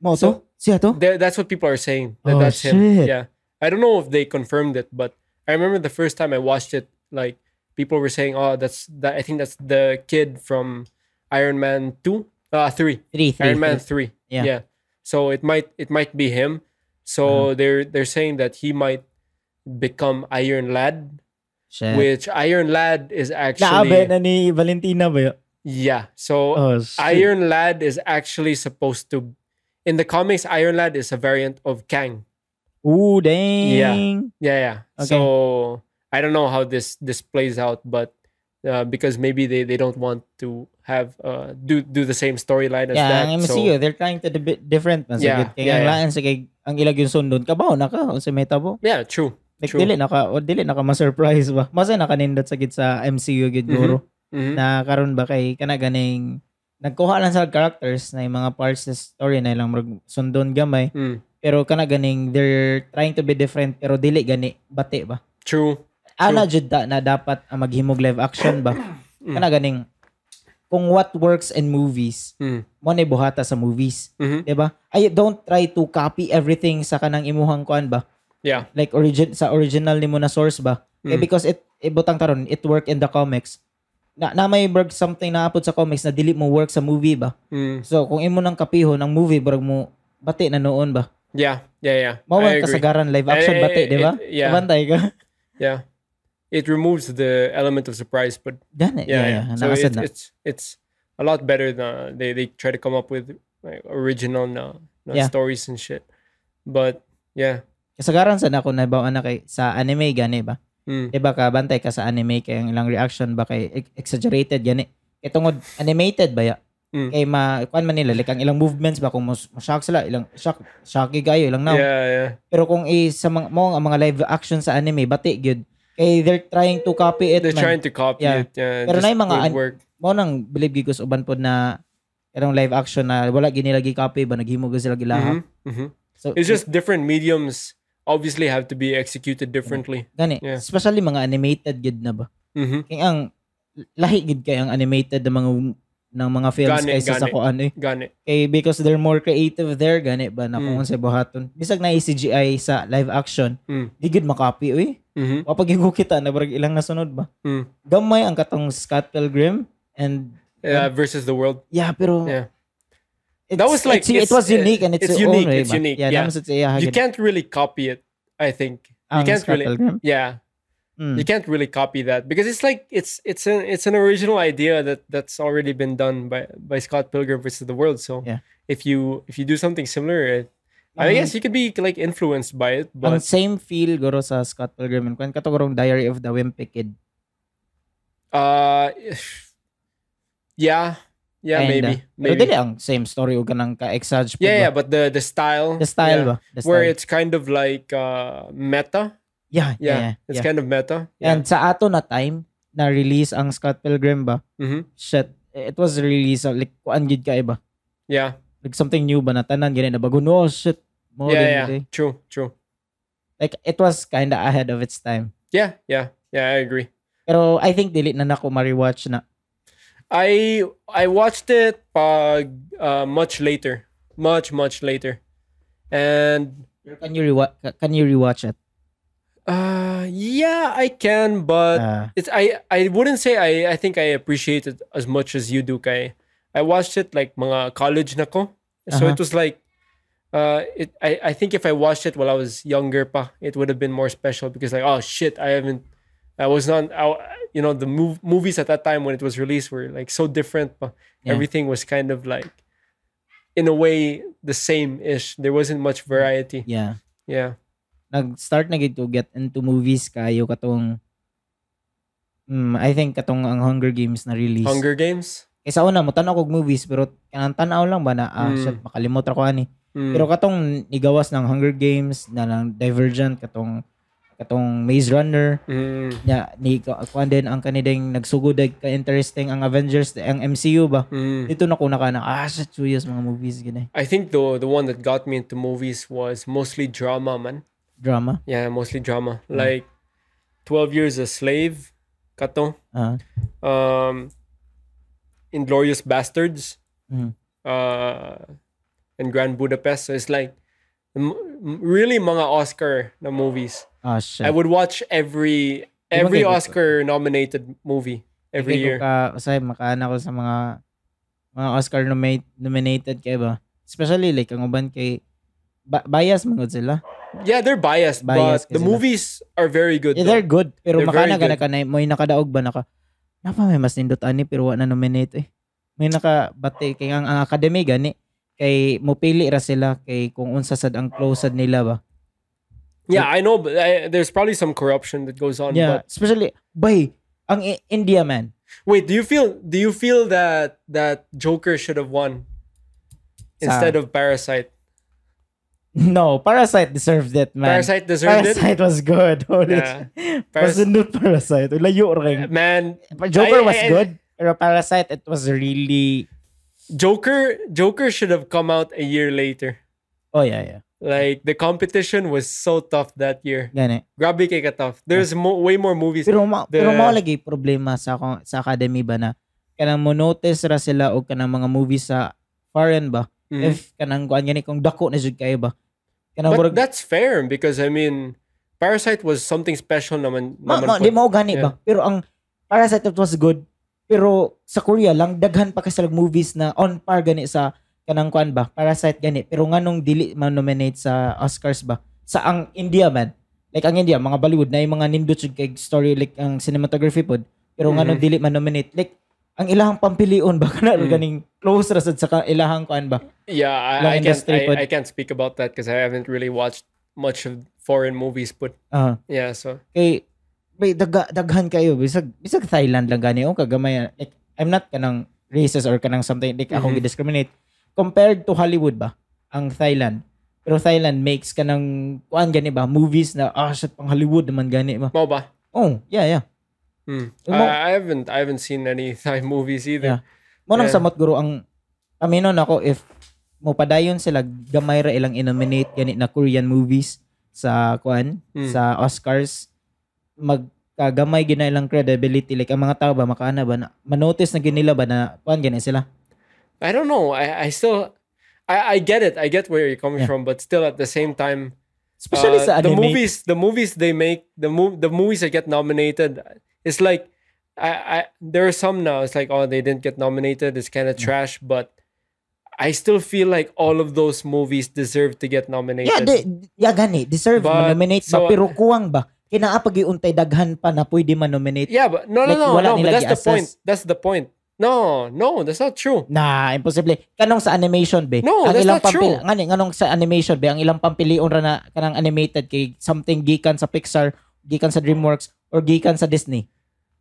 A: mo
B: So-
A: to siya to
B: Th- that's what people are saying. That
A: Oh,
B: that's him.
A: shit.
B: Yeah. I don't know if they confirmed it, but I remember the first time I watched it, like people were saying, "Oh, that's that." I think that's the kid from Iron Man two, uh, three.
A: three, three,
B: Iron Man
A: three.
B: three.
A: Yeah.
B: Yeah. So it might it might be him.
A: Uh-huh.
B: So they're they're saying that he might become Iron Lad,
A: Shit.
B: which Iron Lad is
A: Naabe
B: actually
A: na ni Valentina ba yun?
B: yeah. So
A: Oh, shit.
B: Iron Lad is actually supposed to in the comics Iron Lad is a variant of Kang.
A: Ooh, dang.
B: Yeah, yeah.
A: Okay.
B: So I don't know how this this plays out, but uh, because maybe they, they don't want to have uh, do do the same storyline as
A: yeah,
B: that.
A: ang
B: so-
A: MCU, they're trying to be different man.
B: Yeah,
A: Yeah, Kaya
B: yeah,
A: ang
B: yeah.
A: laan sa kay ang ilag yung sundon ka ba o naka o sa meta mo?
B: yeah, true.
A: Like,
B: True.
A: dili naka o dili naka ma-surprise ba? Masa nakanindot sa gid sa MCU gid
B: Mhm.
A: guro
B: Mhm.
A: na karon ba kay kana ganing nagkuha lang sa characters na yung mga parts sa story na ilang murag sundon gamay
B: Mm.
A: pero kana ganing they're trying to be different pero dili gani bati ba?
B: True.
A: Ana jud da, na dapat ang maghimog live action ba?
B: Mm.
A: Kana ganing kung what works in movies
B: Mm.
A: mo na buhata sa movies.
B: Mhm.
A: 'Di ba? I don't try to copy everything sa kanang imuhang kuan ba?
B: Yeah.
A: Like origin sa original nimo na source ba? Eh,
B: Mm.
A: because it ibutang karon it work in the comics. Na, na may berg something naapod sa comics na dili mo work sa movie ba?
B: Mm.
A: So kung imo nang kapihon ang movie berg mo bati na noon ba?
B: Yeah, yeah, yeah.
A: Mao
B: I
A: man
B: agree.
A: kasagaran live action
B: Eh,
A: bati,
B: eh,
A: 'di ba?
B: it- yeah.
A: Bantay ka. (laughs)
B: Yeah, it removes the element of surprise, but
A: Dyan eh.
B: yeah, yeah. So
A: Nakasad
B: it's,
A: na.
B: it's it's a lot better than they they try to come up with like original na, na
A: Yeah.
B: stories and shit. But yeah,
A: Kasagaran sa nako na bawaan na kay sa anime gani ba?
B: mm,
A: Diba ka, bantay ka sa anime kay ang ilang reaction ba kay ex- exaggerated gani. Kay tungod animated ba ya?
B: Mm.
A: Kay ma kuan man nila like ang ilang movements ba kung mas shock sila ilang shock shocky kayo ilang now.
B: yeah, yeah,
A: Pero kung i sa mga mo ang mga live action sa anime bati gyud. Kay they're trying to copy it
B: they're
A: man.
B: trying to copy
A: Yeah.
B: it. Yeah,
A: Pero
B: just
A: na yung mga
B: don't
A: an-
B: work.
A: Mo nang believe gyud ko sa uban pod na karong live action na wala ginilagi copy ba naghimo gyud sila gilaha.
B: Mhm, mhm.
A: So
B: It's just different mediums. Obviously, have to be executed differently.
A: gani.
B: yeah.
A: Especially mga animated gyud na ba.
B: Mm-hmm.
A: Kay ang lahi gyud kay ang animated ng mga ng mga films
B: Gani,
A: kaysa sa
B: gani.
A: kuan eh.
B: Got it.
A: Kay because they're more creative there gani ba na kung
B: Mm.
A: unsay buhaton. Bisag na E CGI sa live action,
B: Mm.
A: di gud makapi uy.
B: hmm
A: Wa pag igo kita na barag ilang nasunod ba.
B: Mm.
A: Gamay ang katong Scott Pilgrim and
B: Uh, versus the world.
A: yeah pero
B: Yeah.
A: it's-
B: That was like-
A: it's- it
B: it's-
A: was unique and it's,
B: it's
A: your own
B: unique,
A: way
B: it's
A: ba?
B: unique,
A: Yeah,
B: yeah.
A: naman sa iya
B: You
A: hagit
B: can't really copy it. I think you
A: ang
B: can't
A: Scott
B: really.
A: Pilgrim.
B: Yeah,
A: Mm.
B: you can't really copy that because it's like it's it's an it's an original idea that that's already been done by by Scott Pilgrim versus the World. So
A: Yeah. Mm-hmm.
B: if you if you do something similar, I, I
A: Ang-
B: guess you could be like influenced by it.
A: Ang
B: But
A: same feel goro sa Scott Pilgrim and kan katong Diary of the Wimpy Kid.
B: uh, yeah, yeah,
A: Kinda.
B: maybe
A: uh, Pero
B: maybe.
A: dili ang same story ug kanang ka-exage
B: Yeah, yeah, but the the style,
A: The style
B: yeah,
A: ba? The
B: where
A: style.
B: it's kind of like uh meta.
A: yeah, yeah,
B: Yeah,
A: yeah,
B: it's
A: yeah.
B: kind of meta. Yeah.
A: And sa ato na time na release ang Scott Pilgrim ba?
B: hmm
A: Shit, it was released uh, like kuan gid ka iba.
B: Yeah.
A: Like something new ba na tanan gani na bago no shit. More
B: yeah,
A: yeah,
B: yeah. True, true.
A: Like it was kinda ahead of its time.
B: Yeah, yeah, yeah. I agree.
A: Pero I think dili na nako ma-rewatch na.
B: I I watched it pag, uh, much later, much much later, and
A: Pero Can you rewatch can you rewatch it?
B: uh, yeah, I can, but
A: Ah,
B: it's I I wouldn't say I I think I appreciate it as much as you do, kay. I watched it like mga college na ko, so
A: Uh-huh.
B: it was like. Uh, it I, I think if I watched it while I was younger, pa, it would have been more special because like oh shit, I haven't, I was not, I, you know, the mov- movies at that time when it was released were like so different. Pa.
A: Yeah.
B: Everything was kind of like, in a way, the same ish. There wasn't much variety.
A: yeah.
B: Yeah.
A: Nag-start na gid to get into movies kayo katong mm, I think katong ang Hunger Games na release.
B: Hunger Games.
A: Kaya sa una, mutanaw kog movies, pero kanang tanaw lang ba na, ah,
B: Mm.
A: shit, makalimot ako ani.
B: Mm.
A: Pero katong nigawas ng Hunger Games, na lang Divergent, katong katong Maze Runner,
B: Mm.
A: nya ni kuan din ang kanideng nagsugod ay ka interesting ang Avengers ang MCU ba
B: Mm.
A: dito na ko na kana ah shit serious mga movies gani
B: I think the the one that got me into movies was mostly drama, man.
A: drama
B: Yeah, mostly drama.
A: Mm.
B: Like Twelve Years a Slave, Kato,
A: ah
B: um, Inglorious Bastards,
A: Mhm.
B: uh, and Grand Budapest. So it's like m- m- really mga Oscar na movies.
A: ah
B: I
A: shit
B: would watch every every
A: kay-
B: Oscar nominated movie every
A: Kaya
B: year.
A: ko ka usay makaana ko sa mga mga Oscar nomi- nominated kay ba especially like ang uban kay ba- bias man gud sila
B: Yeah, they're biased,
A: uh, Biased
B: but
A: kasi
B: the
A: na-
B: movies are very good.
A: yeah,
B: though.
A: they're good pero
B: They're
A: makaana
B: very
A: ka na ka na- may nakadaog ba naka napa may mas nindot ani pero wa na nominate eh may nakabati kay ang, ang academy gani kay mopili ra sila kay kung unsa sad ang close sad nila ba
B: Yeah, I know, but I, there's probably some corruption that goes on.
A: Yeah,
B: But
A: especially by ang I- India man. (laughs)
B: wait, do you feel do you feel that that Joker should have won
A: Sa-
B: instead of Parasite?
A: No, Parasite deserved it, man.
B: Parasite deserved
A: Parasite was good. (laughs) Holy
B: Yeah.
A: yeah.
B: Paras-
A: Pasundot Parasite. Layo
B: it.
A: rin.
B: Man,
A: Joker
B: I-
A: was
B: I-
A: good. Pero Parasite, it was really...
B: Joker Joker should have come out a year later.
A: Oh, yeah, yeah.
B: Like the competition was so tough that year.
A: Gani.
B: Grabe kay ka tough. There's mo, way more movies.
A: Pero, ma-
B: The-
A: pero mao lagi problema sa ako- sa academy ba na kanang mo notice ra sila o kanang mga movies sa foreign ba?
B: Mm.
A: If kanang kuan gani kung dako na jud kayo ba? Kanang
B: But
A: murag-
B: that's fair because I mean, Parasite was something special naman.
A: Ma,
B: naman
A: ma,
B: po.
A: di mo gani ba? Pero ang para sa it was good. Pero sa Korea lang daghan pa kasi movies na on par gani sa kanang kuan ba? Parasite gani. Pero nganong dili man nominate sa Oscars ba? Sa ang India man. Like ang India, mga Bollywood na yung mga nindot jud kay story like ang cinematography pod. Pero nganong dili man nominate. Like ang ilahang pampilion ba (laughs) kana
B: Mm.
A: ganing close ra sad sa ka- ilahang kuan ba?
B: Yeah,
A: Lang
B: I, I can't.
A: industry,
B: I,
A: but-
B: I can't speak about that because I haven't really watched much of foreign movies. But
A: Ah.
B: yeah, so
A: kay may daga, daghan kayo bisag bisag Thailand lang gani o kagamay like I'm not kanang racist or kanang something like ako
B: Mhm.
A: discriminate compared to Hollywood ba ang Thailand pero Thailand makes kanang kuan gani ba movies na ah shit pang Hollywood naman gani ba
B: mo ba?
A: oh yeah yeah
B: Hmm.
A: Mo-
B: I, I haven't. I haven't seen any (laughs) Thai movies either.
A: mo nang
B: Yeah.
A: samot guro ang aminon ako if mo padayon sila gamay ra ilang nominate gani na Korean movies sa kuan
B: Mm.
A: sa Oscars magkagamay gina ilang credibility like ang mga tao ba makaana ba na manotice na ginila ba na kuan gani sila
B: I don't know. I, I still. I, I get it. I get where you're coming
A: Yeah.
B: from, but still, at the same time,
A: especially
B: uh,
A: sa
B: the
A: anime
B: movies, the movies they make, the mov- the movies that get nominated, it's like, I, I there are some now. It's like, oh, they didn't get nominated. It's kind of trash, but I still feel like all of those movies deserve to get nominated.
A: yeah de, yeah gani deserve
B: But,
A: manominate
B: so-
A: ba pero kuwang ba kinaapag iuntay daghan pa na pwede manominate
B: Yeah, but no, no,
A: Like,
B: no,
A: wala
B: no. But
A: nila
B: that's the point.
A: gi-assess.
B: That's the point. No, no, that's not true.
A: na imposible kanong sa animation be
B: No,
A: ang
B: that's
A: ilang
B: not true.
A: pampil ngani nganong sa animation be ang ilang pampilion ra na kanang animated kay something gikan sa Pixar gikan sa DreamWorks or gikan sa Disney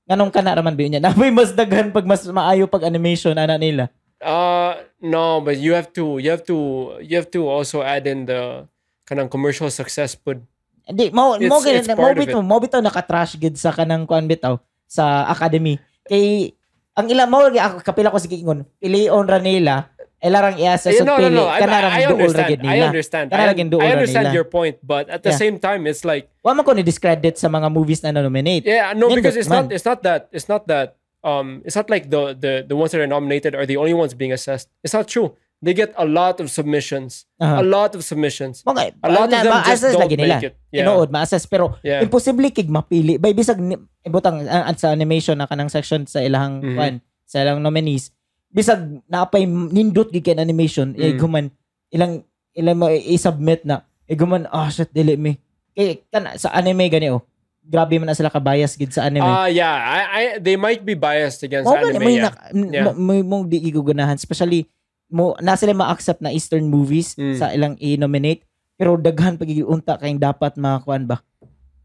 A: nganong kana raman (laughs) be nya na may mas daghan pag mas maayo pag animation ana nila
B: Uh, no, but you have to, you have to, you have to also add in the kind of commercial success. But
A: Hindi, mo
B: It's-
A: mo ganun,
B: it's
A: mo
B: part of
A: bitaw, mo bitaw naka-trash gid sa kanang kuan bitaw sa academy. Kay ang ila mo gi- ako kapila ko sige ingon, pilion ra nila. Ilarang i-assess
B: Yeah,
A: sa
B: Eh, no, no,
A: pili.
B: no. I,
A: Kanarang
B: I, I
A: duol ra gid
B: understand. I
A: nila.
B: understand.
A: Kana
B: I,
A: ra gid duol
B: I
A: ra
B: understand
A: nila.
B: your point, but at the
A: Yeah.
B: same time, it's like,
A: Wa man ko ni discredit sa mga movies na nominate.
B: yeah, no,
A: Nindot
B: because it's
A: man.
B: not, it's not that, it's not that, um, it's not like the the the ones that are nominated are the only ones being assessed. It's not true. They get a lot of submissions,
A: Uh-huh.
B: a lot of submissions.
A: Mga
B: A lot of them just
A: ma-assess
B: don't
A: lagi nila.
B: make it. Yeah.
A: Tinuod, ma-assess. Pero
B: Yeah.
A: imposible kig mapili. By bisag, ni- ibutang ah, at sa animation na kanang section sa ilang
B: Mhm.
A: kuan, sa ilang nominees, bisag napay nindot gig kan animation, eh
B: Mm.
A: guman, ilang, ilang mo i-submit na, eh guman, ah shit, dili mi. Kay, kana, sa anime gani oh, grabe man na sila kabayas gid sa anime.
B: Uh, yeah, I, I, they might be biased against
A: Mo
B: anime.
A: man, may
B: yeah.
A: nak- m-
B: Yeah.
A: mo- may mong di iguganahan especially mo na sila ma-accept na eastern movies
B: Mm.
A: sa ilang i-nominate pero daghan pagigiunta kayong dapat makakuan ba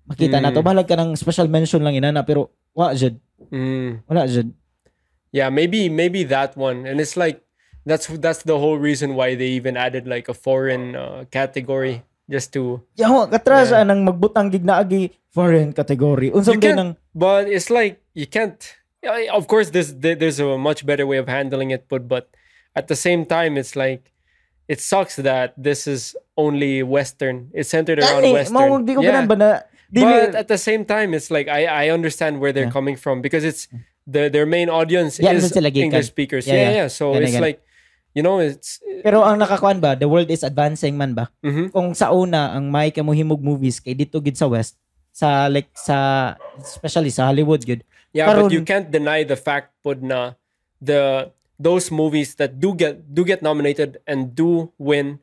A: makita na to
B: Mm.
A: balag ka ng special mention lang inana pero wa jud
B: Mm.
A: wala jud
B: yeah maybe maybe that one and it's like that's that's the whole reason why they even added like a foreign uh, category just to
A: Yawa, katras
B: Yeah.
A: anang magbutang gig na agi foreign category. Unsang
B: You
A: day
B: can't-
A: nang
B: but it's like you can't I- of course there's there- there's a much better way of handling it but but at the same time it's like it sucks that this is only western it's centered around
A: Dali,
B: western
A: eh, mao, di ko
B: Yeah.
A: ba na
B: but
A: dili
B: at the same time it's like i i understand where they're
A: Yeah.
B: coming from because it's the their main audience
A: Yeah,
B: is
A: doon sila gikan.
B: english speakers
A: Yeah,
B: yeah yeah,
A: yeah.
B: so
A: Ganun,
B: it's
A: ganun.
B: like you know it's
A: pero ang nakakuan ba the world is advancing man ba
B: mhm.
A: kung sa una ang may kamo himog movies kay dito gid sa west sa like sa especially sa Hollywood gid
B: yeah but you
A: Karon-
B: can't deny the fact but na the those movies that do get do get nominated and do win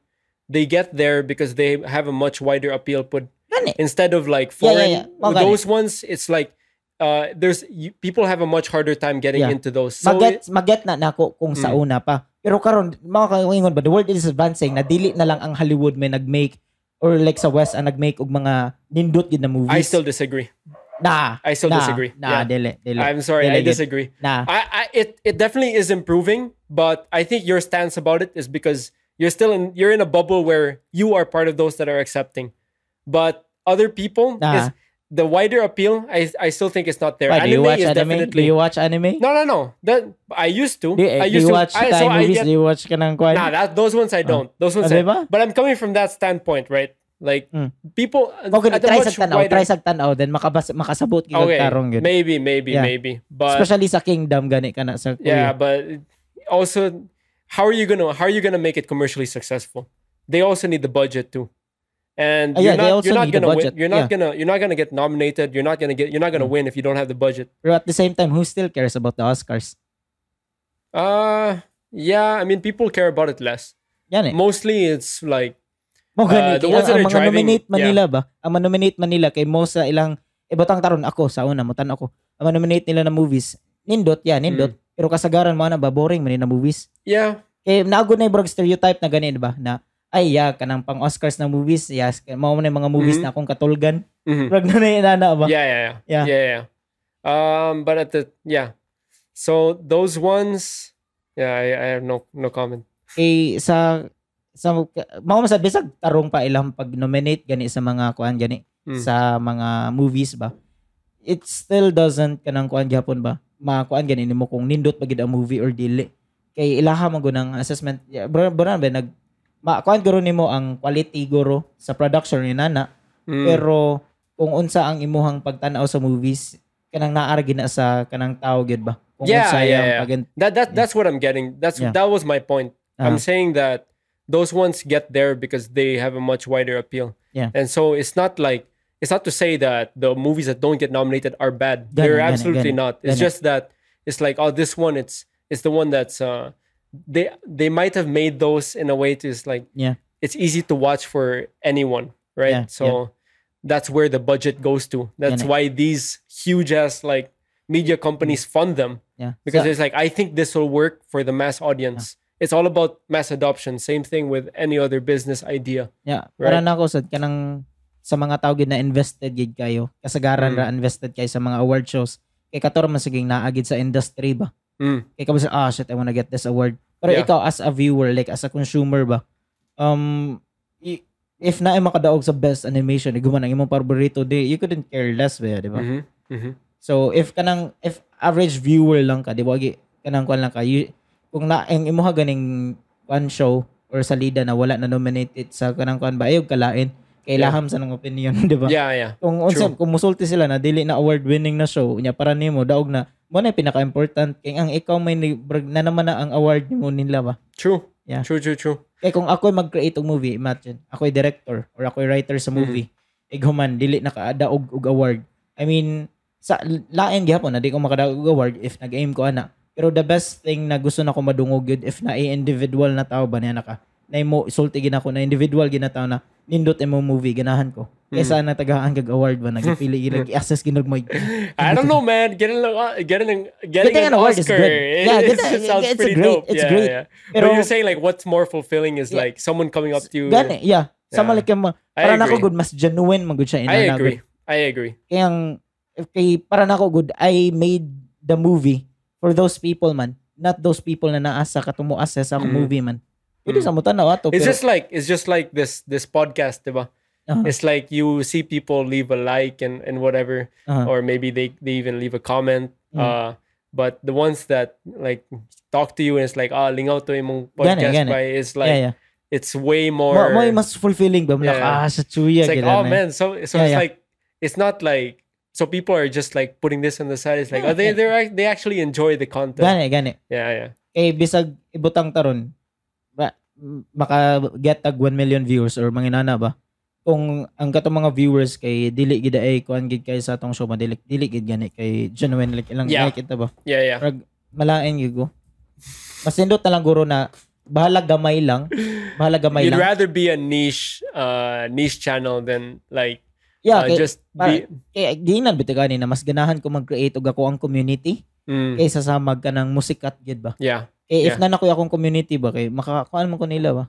B: they get there because they have a much wider appeal put
A: gani
B: instead of like
A: Yeah, yeah,
B: foreign
A: yeah. Oh,
B: with
A: got it.
B: those ones it's like uh there's you, people have a much harder time getting
A: Yeah.
B: into those so Mm.
A: maget
B: it-
A: maget na nako kung sa una pa pero karon mao ka ingon ba the world is advancing na dili na lang ang Hollywood may nagmake or like sa west ang nagmake og mga nindot gid na movies
B: i still disagree
A: na
B: I still
A: na,
B: disagree.
A: na
B: Yeah.
A: dili dili
B: i'm sorry i
A: Delegate.
B: disagree
A: na
B: I, I it it definitely is improving, but I think your stance about it is because you're still in you're in a bubble where you are part of those that are accepting. But other people
A: Ah.
B: is the wider appeal, I I still think it's not there.
A: Why, do you
B: anime
A: watch
B: is
A: anime do
B: definitely
A: you watch anime
B: No no no. That I used to.
A: do, you-
B: I
A: do
B: used
A: you
B: to
A: watch
B: I,
A: Thai
B: so I
A: movies
B: get
A: do you watch kanang kuan
B: nah that, those ones I don't. Those ones
A: Ah,
B: I,
A: diba?
B: but I'm coming from that standpoint, right? Like
A: Mm.
B: people
A: Okay,
B: at a
A: try
B: much
A: sa tanaw,
B: wider-
A: try sa tanaw, then makabas, makasabot gid
B: Okay,
A: karong gid.
B: maybe, maybe,
A: Yeah.
B: maybe. But
A: Especially sa Kingdom gani kana sa Korea.
B: Yeah, but also, how are you gonna how are you gonna make it commercially successful? They also need the budget too,
A: Ah,
B: and
A: yeah,
B: you're
A: they
B: not
A: also
B: you're not
A: need the
B: gonna win.
A: budget, Mm.
B: You're not gonna you're not gonna get nominated. You're not gonna get you're not gonna win if you don't have the budget.
A: Pero at the same time, who still cares about the Oscars?
B: Uh yeah, I mean people care about it less.
A: Yan eh.
B: Mostly it's like
A: Mo gani
B: Uh,
A: kay-
B: the ones
A: ang,
B: that are
A: mga
B: driving-
A: nominate
B: yeah.
A: Manila ba? Ang mga nominate Manila kay mo sa ilang ibatang taron ako sa una mo tan ako. Ang mga nominate nila na movies, nindot yan, nindot. Pero kasagaran mo na ba boring man na movies.
B: mm, yeah,
A: Kay naagod na yung brog stereotype na gani di ba na ay yeah, kanang pang Oscars na movies, yes, kay mao man yung mga movies
B: Mhm.
A: na akong katulgan.
B: mhm.
A: Brog na na inana ba?
B: yeah, yeah,
A: Yeah.
B: yeah, yeah, yeah. Um, but at the yeah, so those ones, yeah, I, I have no no comment.
A: kay Eh, sa sa mao man sad bisag tarong pa ilang pag nominate gani sa mga kuan gani
B: Mm.
A: sa mga movies ba it still doesn't kanang kuan gyapon ba makuan gani nimo kung nindot pagid ang movie or dili kay ilaha man gud ang assessment yeah, bro bro ba nag makuan guro nimo ang quality guro sa production ni nana
B: Mm.
A: pero kung unsa ang imuhang pagtan-aw sa movies kanang naa ra gid na sa kanang tao gyud ba kung
B: Yeah,
A: unsa ang
B: yeah, yeah.
A: pagin-
B: That that that's what I'm getting. That's
A: Yeah.
B: that was my point.
A: Uh-huh.
B: I'm saying that those ones get there because they have a much wider appeal.
A: Yeah.
B: And so it's not like it's not to say that the movies that don't get nominated are bad.
A: Ganun,
B: They're
A: ganun,
B: absolutely
A: ganun,
B: not. It's
A: ganun.
B: just that it's like oh this one it's it's the one that's uh they they might have made those in a way to it's like
A: Yeah.
B: it's easy to watch for anyone, right?
A: Yeah,
B: so that's where the budget goes to. That's
A: Ganun.
B: why these huge ass like media companies fund them
A: yeah
B: because
A: So-
B: it's like I think this will work for the mass audience. It's all about mass adoption. Same thing with any other business idea.
A: Yeah,
B: Right?
A: para na ako sad kanang sa mga tao gid na invested gid kayo. Kasagaran
B: Mm.
A: ra invested kayo sa mga award shows. Kay kator man siging naagid sa industry ba.
B: Mm.
A: Kay kabasa ah shit I wanna get this award. Pero
B: Yeah.
A: ikaw as a viewer like as a consumer ba. Um i- if na ay makadaog sa best animation, iguman ang imong paborito di, you couldn't care less ba, di ba?
B: Mhm, mhm.
A: So if kanang if average viewer lang ka, di ba gi kanang kwan lang ka, you, kung na ang imuha ganing one show or salida na wala na nominated sa kanang kwan ba ayog kalain kay
B: Yeah.
A: laham sa nang opinion, (laughs) di ba?
B: Yeah, yeah.
A: Kung unsa
B: true.
A: kung musulti sila na dili na award winning na show nya para nimo daog na mo na yung pinaka-important kay ang ikaw may ni- brag- na naman na ang award nimo nila ba.
B: True.
A: Yeah.
B: True, true,
A: (laughs)
B: true.
A: Kaya Eh, kung ako'y mag-create og movie, imagine, ako'y director or ako'y writer
B: Mm.
A: sa movie, ighuman, dili nakadaog og award. I mean, sa lain gyapon na di ko makadaog og award if nag-aim ko ana. Pero the best thing na gusto na ko madungog yun if na individual na tao ba niya naka. Na mo sulti gina ko na individual gina tao na nindot imo movie ganahan ko.
B: Mm.
A: Kaysa na tagahan kag award ba nagipili
B: (laughs)
A: gina assess ginog mo.
B: I don't know, man. Getting a, getting a, getting
A: Getting
B: an,
A: an award is
B: Oscar (laughs)
A: good.
B: it-
A: Yeah,
B: it
A: getting-
B: sounds
A: it's a
B: pretty
A: great-
B: dope.
A: it's
B: yeah,
A: great.
B: yeah.
A: Pero-
B: but you're saying like what's more fulfilling is
A: Yeah.
B: like someone coming up to you.
A: Gani, yeah. Sama
B: Yeah.
A: like yung mga-
B: I
A: para nako
B: agree.
A: good mas genuine man gud siya
B: I
A: inana,
B: agree. I agree.
A: kaya ang kay para na ako good I made the movie for those people man, not those people na naa sa katong moasa sa akong
B: Mm.
A: movie man. Pwede sa
B: Mm.
A: mo tanaw ato.
B: It's
A: pero-
B: just like it's just like this this podcast, diba?
A: Uh-huh.
B: It's like you see people leave a like and and whatever,
A: Uh-huh.
B: or maybe they they even leave a comment.
A: Mm.
B: Uh, but the ones that like talk to you and it's like ah lingaw to imong
A: Gana,
B: podcast
A: gana.
B: ba? It's like
A: yeah, yeah.
B: it's way
A: Mo
B: more.
A: mo yung mas fulfilling ba? Like, ah,
B: Yeah.
A: sa chuya
B: it's like
A: gila
B: oh
A: na.
B: man, so so
A: Yeah,
B: it's
A: yeah.
B: like it's not like so people are just like putting this on the side. It's like
A: Yeah,
B: oh
A: yeah.
B: they they are they actually enjoy the content.
A: Gani, gani.
B: Yeah, yeah.
A: Kay bisag ibutang taron. Ba, m- maka get tag 1 million viewers or manginana ba? Kung ang katong mga viewers kay dili gid ay kuan gid kay sa atong show man dili dili gid gani kay genuine like ilang
B: Yeah.
A: like ito ba?
B: Yeah, yeah.
A: Malain gyud ko. Masindot na lang guro na bahala gamay lang. Bahala gamay
B: You'd
A: lang.
B: rather be a niche uh niche channel than like
A: Yeah,
B: uh,
A: kay,
B: just be
A: parang- kay ginan bitika ni na mas ganahan ko mag-create og ako ang community
B: Mm,
A: kaysa sa mag kanang musikat gid ba.
B: yeah.
A: Kay if
B: Yeah.
A: na na akong community ba kay makakuan man ko nila ba.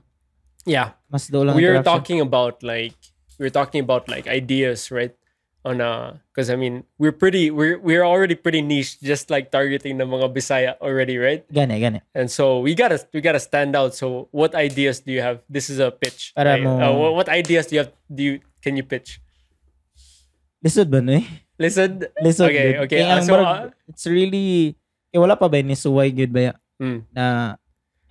B: Yeah.
A: Mas do lang
B: we were
A: interaction.
B: talking about like we were talking about like ideas, right? On uh because I mean we're pretty we're we're already pretty niche, just like targeting the mga Bisaya already, right?
A: Gani, gani.
B: And so we gotta we gotta stand out. So what ideas do you have? This is a pitch.
A: Para
B: right?
A: mo-
B: Uh, what, what ideas do you have? Do you can you pitch?
A: Lisod ba no eh?
B: Listen.
A: (laughs) Lisod.
B: Okay,
A: gud.
B: okay.
A: Kay
B: Ah,
A: ang
B: so,
A: barag-
B: ah-
A: it's really kay wala pa ba ni suway gud ba ya,
B: Mm,
A: na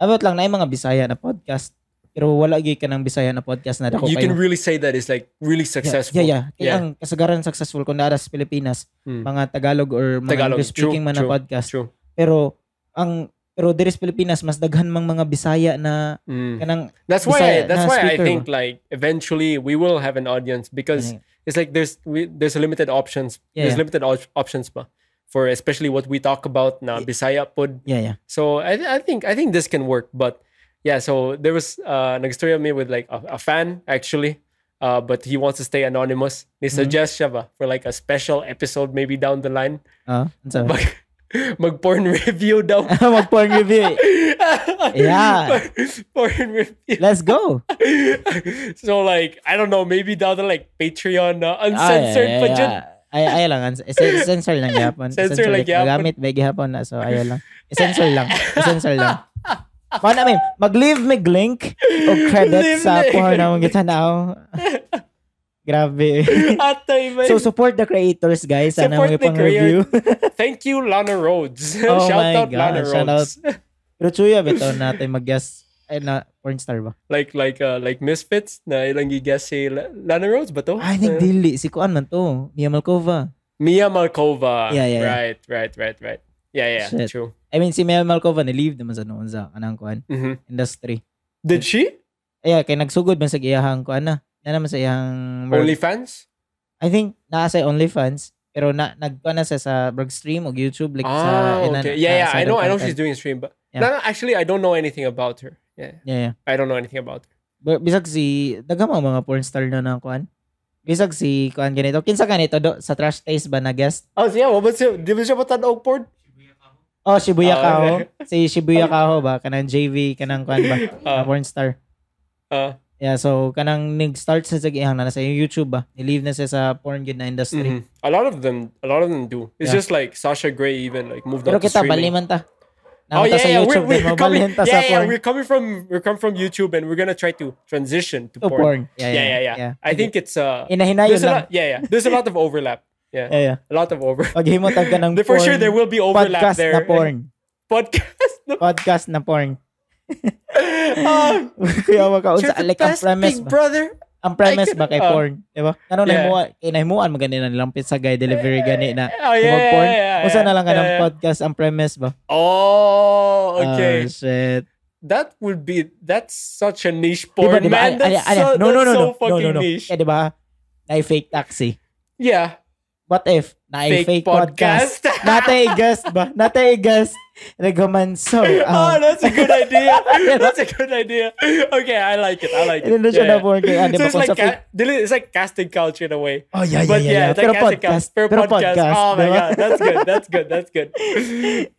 A: about lang na yung mga Bisaya na podcast pero wala gyud ka ng Bisaya na podcast na dako
B: you can
A: kayo.
B: really say that it's like really successful.
A: Yeah, yeah. yeah. Kaya
B: Yeah.
A: ang kasagaran successful kung naara sa Pilipinas,
B: Mm.
A: mga Tagalog or mga
B: Tagalog.
A: English speaking
B: True,
A: man na
B: true,
A: podcast.
B: True.
A: Pero ang pero diri sa Pilipinas mas daghan mang mga Bisaya na
B: Mm.
A: kanang
B: That's why.
A: Bisaya
B: that's
A: na
B: why I
A: speaker
B: think like eventually we will have an audience because it's like there's we, there's limited options.
A: Yeah,
B: there's
A: yeah.
B: limited op- options, ba, for especially what we talk about na Bisaya pod.
A: yeah yeah.
B: So I, I think I think this can work. But yeah, so there was uh, an story of me with like a, a fan actually, uh, but he wants to stay anonymous. They
A: Mm-hmm.
B: suggest siya ba, for like a special episode maybe down the line. (laughs)
A: Ah, ano sabi? (laughs)
B: Mag, mag porn review daw. (laughs)
A: Mag porn review. Yeah.
B: porn review. (laughs)
A: Let's go.
B: so like I don't know, maybe down to like Patreon
A: Ah,
B: uh,
A: yeah,
B: uncensored
A: yeah,
B: but
A: yeah. Ay, ay lang. ans- eh, sen- Sensor lang
B: (laughs)
A: gihapon.
B: Sensor lang
A: like, Magamit ba gihapon na. So, ayaw lang. Sensor
B: (laughs)
A: lang. Sensor lang. Kung na may, mag-leave mig link o
B: Leave
A: credit sa
B: mig
A: kuha na mong
B: link. (laughs)
A: gitanaw. Grabe. (laughs)
B: Atay, man.
A: so, support the creators, guys. Sana mo
B: Support the
A: pang review.
B: Thank you, Lana
A: (laughs)
B: Rhodes.
A: Oh
B: shout
A: my
B: out Lana
A: God, shout
B: Rhodes.
A: (laughs)
B: (laughs)
A: Pero chuya, bitaw natin mag-guess. Ay, na, porn star ba?
B: like like uh, like Misfits na ilang guess si La- Lana Rhodes ba to?
A: Ay, nagdili. Ah, Si Kuan man to. Mia Malkova.
B: Mia Malkova.
A: Yeah, yeah, yeah.
B: Right, right, right, right. Yeah, yeah,
A: Shit.
B: true.
A: I mean, si Mia Malkova, na-leave naman sa noon sa kanang kuan
B: Mhm.
A: industry.
B: Did she?
A: Ay, kay nagsugod man sa iyahang kuan na. Yan naman sa iyahang work.
B: OnlyFans?
A: I think naa sa OnlyFans pero na nagkuan na siya sa Berg stream o YouTube like sa
B: Ah,
A: inan-
B: okay. Yeah,
A: ah,
B: yeah.
A: sa
B: I know, I know she's
A: content.
B: doing stream, but
A: Yeah.
B: no, no, actually, I don't know anything about her. Yeah,
A: Yeah, yeah.
B: I don't know anything about her.
A: But bisag si dagama mga porn star na na kuan. Bisag si kuan ganito. Kinsa kanito do sa Trash Taste ba na guest?
B: Oh, so yeah, what was it? Di ba siya batanaw porn?
A: Oh, Shibuya
B: Ah,
A: Kaho.
B: okay.
A: Si Shibuya Kaho ba kanang JV kanang kuan ba?
B: (laughs) Ah.
A: Na porn star.
B: Uh,
A: Yeah, so kanang nag-start sa sagihang na sa YouTube ba. Ni-leave na siya sa porn gid na industry.
B: mhm. A lot of them, a lot of them do. It's
A: Yeah.
B: just like Sasha Grey even like moved
A: Pero
B: on to
A: kita baliman
B: streaming.
A: ta.
B: Oh
A: Namata
B: yeah,
A: sa
B: yeah, we're,
A: YouTube,
B: we're
A: din,
B: coming.
A: mabalhin ta sa
B: yeah, yeah,
A: porn.
B: we're coming from we're coming from YouTube, and we're gonna try to transition to
A: To
B: porn.
A: porn. Yeah,
B: Yeah, yeah, yeah. I think it's uh,
A: Inahinayon
B: there's a
A: lang.
B: lot, yeah, yeah. There's a lot of overlap. Yeah,
A: Yeah, yeah.
B: a lot of over.
A: Pag himotag
B: (laughs)
A: ka ng
B: There- For
A: porn,
B: sure, there will be overlap
A: podcast
B: there.
A: na porn.
B: Podcast.
A: (laughs)
B: No.
A: Podcast na porn.
B: Um,
A: Kuya wag ka
B: you're
A: unsa
B: the
A: Oh, like ang
B: best
A: premise
B: big
A: ba?
B: brother.
A: Ang premise
B: I
A: ba kay
B: can- oh.
A: porn, di ba? Ano
B: Yeah.
A: na mo inahimuan mo ganina nilang pizza guy delivery gani na.
B: Oh yeah,
A: tungod
B: yeah,
A: porn.
B: yeah, yeah,
A: Unsa na lang
B: yeah,
A: kanang
B: yeah.
A: podcast ang premise ba?
B: Oh, okay.
A: Oh, shit.
B: that would be that's such a niche
A: Di ba,
B: porn,
A: di ba?
B: man.
A: Ay- ay-
B: That's,
A: ay-
B: so,
A: no, no,
B: that's
A: no, no, no,
B: so fucking
A: no, no.
B: niche.
A: Eh, di ba? Na fake taxi.
B: Yeah,
A: What if na
B: fake,
A: fake podcast?
B: podcast. (laughs)
A: Natay guest ba? Natay guest. Ah. Nagkamanso.
B: (laughs) oh,
A: ang-
B: that's a good
A: (laughs)
B: idea. that's a good idea. Okay, I like it. I like it.
A: Hindi na siya
B: Yeah,
A: na porn kay
B: yeah.
A: ano ba
B: So it's
A: kung
B: like
A: sa fake
B: ca- dili- it's like casting couch in a way.
A: Oh, yeah, yeah,
B: But
A: yeah. yeah.
B: yeah, it's like
A: Pero
B: casting
A: podcast.
B: couch. Pero podcast. Oh my
A: diba?
B: god, that's
A: (laughs)
B: good. That's good. That's good.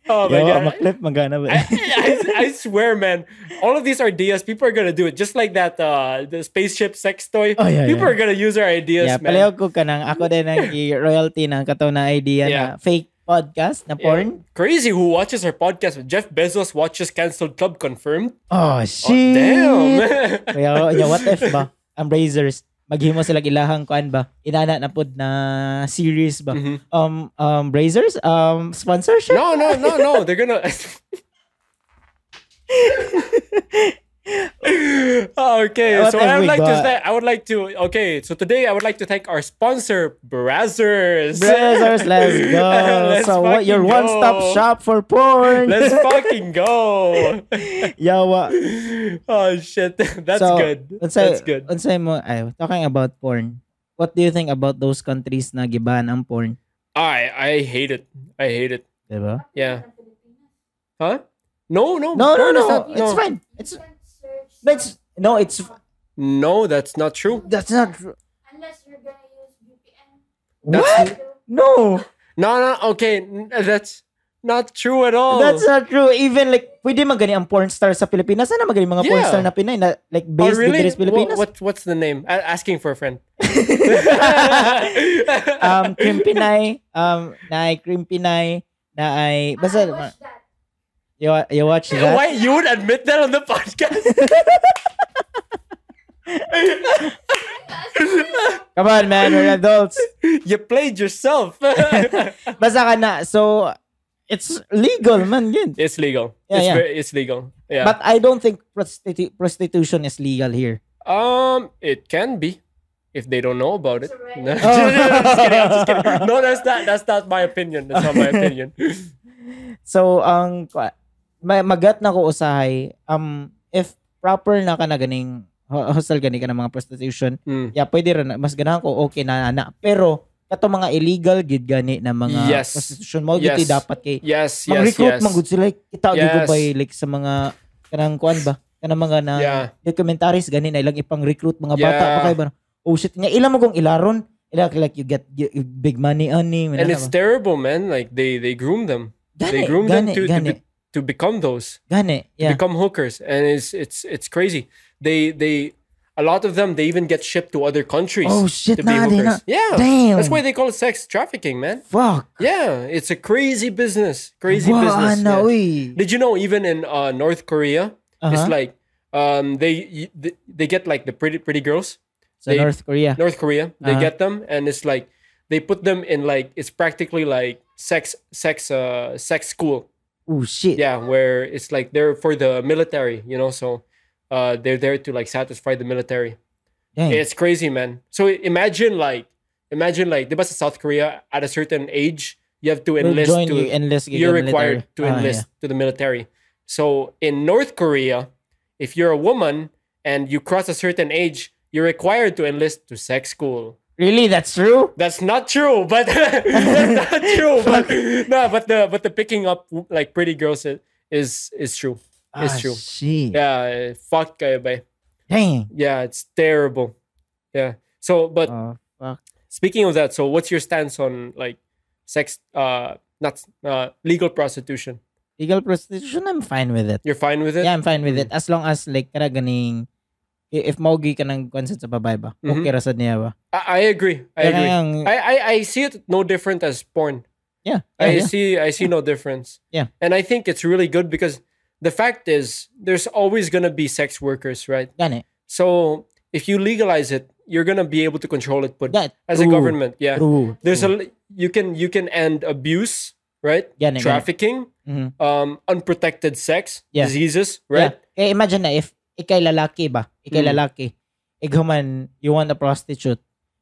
B: Oh my
A: Yo,
B: god.
A: maklip, magana ba?
B: (laughs) I, I- I swear, man. All of these ideas, people are gonna do it. Just like that, uh, the spaceship sex toy.
A: Oh, yeah,
B: people
A: yeah.
B: are gonna use our ideas,
A: yeah,
B: man.
A: palihog ko ka nang, ako din ang royalty ng kataw na idea na fake podcast na porn?
B: Crazy who watches our podcast. But Jeff Bezos watches Cancelled Club confirmed.
A: Oh,
B: Oh,
A: shit.
B: damn.
A: Kaya, kaya what if
B: (laughs)
A: ba? Ang Brazers, maghimo sila ilahang kuan ba? Inana na pod na series ba?
B: Mhm.
A: Um, um, Brazers, um, sponsorship?
B: No, no, no, no. They're gonna. (laughs) okay,
A: What
B: so
A: have
B: I
A: we
B: would like to
A: got?
B: thank. I would like to. Okay, so today I would like to thank our sponsor, Brazzers.
A: Brazers,
B: (laughs)
A: let's go.
B: Let's
A: so what your
B: fucking go.
A: one-stop shop for porn? (laughs)
B: Let's (laughs) fucking go.
A: Yawa.
B: oh shit, (laughs) that's
A: so,
B: good.
A: unsay-
B: that's good.
A: unsay mo, ay, talking about porn, what do you think about those countries na gibahan ang porn?
B: I I hate it. I hate it.
A: Diba?
B: Yeah. Huh? No, no,
A: No, no,
B: porn
A: no.
B: is not-
A: It's fine. It's, but it's, no, it's,
B: No, that's not true.
A: that's not, true.
C: Unless you're gonna use VPN.
A: what? No,
B: No, no. Okay, n- that's not true at all.
A: that's not true. Even like, pwede magani ang porn star sa Pilipinas. Sana magani mga porn
B: Yeah.
A: star na Pinay na like
B: Oh,
A: based oh,
B: really?
A: Pilipinas?
B: What, what- what's the name? A- asking for a friend.
A: (laughs)
B: (laughs)
A: um, Cream Pinay, um, na ay Cream Pinay, na ay, basta,
C: I watched
B: (laughs)
C: that.
A: you, you watch that?
B: Why you would admit that on the
A: (laughs)
B: podcast?
A: Come on, man, we're adults.
B: you played
A: (laughs)
B: yourself.
A: Basta ka na. So, it's legal man yun.
B: it's legal.
A: Yeah,
B: it's
A: yeah.
B: very it's legal. Yeah.
A: But I don't think prostitu- prostitution is legal here.
B: um, it can be if they don't know about it.
C: It's alright.
B: No,
A: Oh.
B: I'm (laughs) just kidding, I'm just kidding. No, that's not that's not my opinion. That's not
A: (laughs)
B: my opinion.
A: So, ang kwa- ma- magat na ko usahay, um, if proper na ka na ganing, ho- hostel gani ka ng mga prostitution,
B: Mm.
A: yeah, pwede rin. na- Mas ganahan ko, okay na, na. Pero, kato mga illegal gid gani na mga
B: Yes.
A: prostitution mo, gid
B: Yes.
A: dapat kay
B: Yes, yes,
A: mag-recruit
B: yes.
A: man gud sila kita yes.
B: Yes.
A: by like sa mga kanang kuan ba kanang mga na
B: Yeah.
A: documentaries gani na ilang ipang recruit mga bata
B: Yeah.
A: pa kay ba oh shit nga ilang mo kong ilaron ila like you get you- you big money ani
B: And it's terrible, man. Like they they groom them they groom them
A: gani,
B: to- to
A: gani,
B: be- to become those.
A: gani yeah
B: become hookers and it's it's it's crazy they they a lot of them they even get shipped to other countries
A: oh shit
B: to be
A: na di na
B: hookers yeah
A: damn
B: that's why they call it sex trafficking man
A: fuck
B: yeah it's a crazy business crazy
A: Wow,
B: business
A: ana,
B: yeah.
A: ano, uy.
B: did you know even in uh, north korea
A: Uh-huh.
B: it's like um they they- they get like the pretty pretty girls
A: sa
B: they-
A: North Korea
B: north korea they
A: Uh-huh.
B: get them and it's like they put them in like it's practically like sex sex uh sex school
A: oh shit
B: yeah where it's like they're for the military you know so uh they're there to like satisfy the military
A: Dang.
B: it's crazy man so i- imagine like imagine like the best of south korea at a certain age you have to
A: We'll
B: enlist
A: join
B: to
A: you, enlist gig
B: you're
A: in military.
B: required to
A: Ah,
B: enlist to the military so in north korea if you're a woman and you cross a certain age you're required to enlist to sex school
A: yeah. really that's true
B: that's not true, (laughs) but that's not
A: (laughs)
B: true. But no, but the but the picking up like pretty girls i- is is true.
A: Ah,
B: It's true.
A: shit
B: Yeah, fuck kayo bay.
A: dang
B: Yeah, it's terrible. Yeah. So, but
A: oh fuck
B: speaking of that, so what's your stance on like sex? Uh, not uh, legal prostitution.
A: legal prostitution I'm fine with it
B: You're fine with it?
A: Yeah, I'm fine with
B: Mm.
A: it. As long as like kara ganing i- if maugi ka ng consent sa babae ba,
B: Mhm.
A: okay ra sad niya ba?
B: I, I agree.
A: Kaya
B: I agree.
A: ang-
B: I, I I see it no different as porn.
A: yeah, yeah,
B: I
A: yeah.
B: see I see no difference.
A: Yeah.
B: And I think it's really good because the fact is there's always gonna be sex workers, right?
A: Gani.
B: So if you legalize it, you're gonna be able to control it, but
A: That,
B: as a
A: true,
B: government, yeah.
A: True.
B: There's a you can you can end abuse, right?
A: Yan, yan.
B: Trafficking,
A: Mhm.
B: um, unprotected sex,
A: Yeah.
B: diseases, right?
A: Yeah. Kaya imagine na if ikay lalaki ba? Ikay
B: Mm.
A: lalaki. Ighuman, you want a prostitute.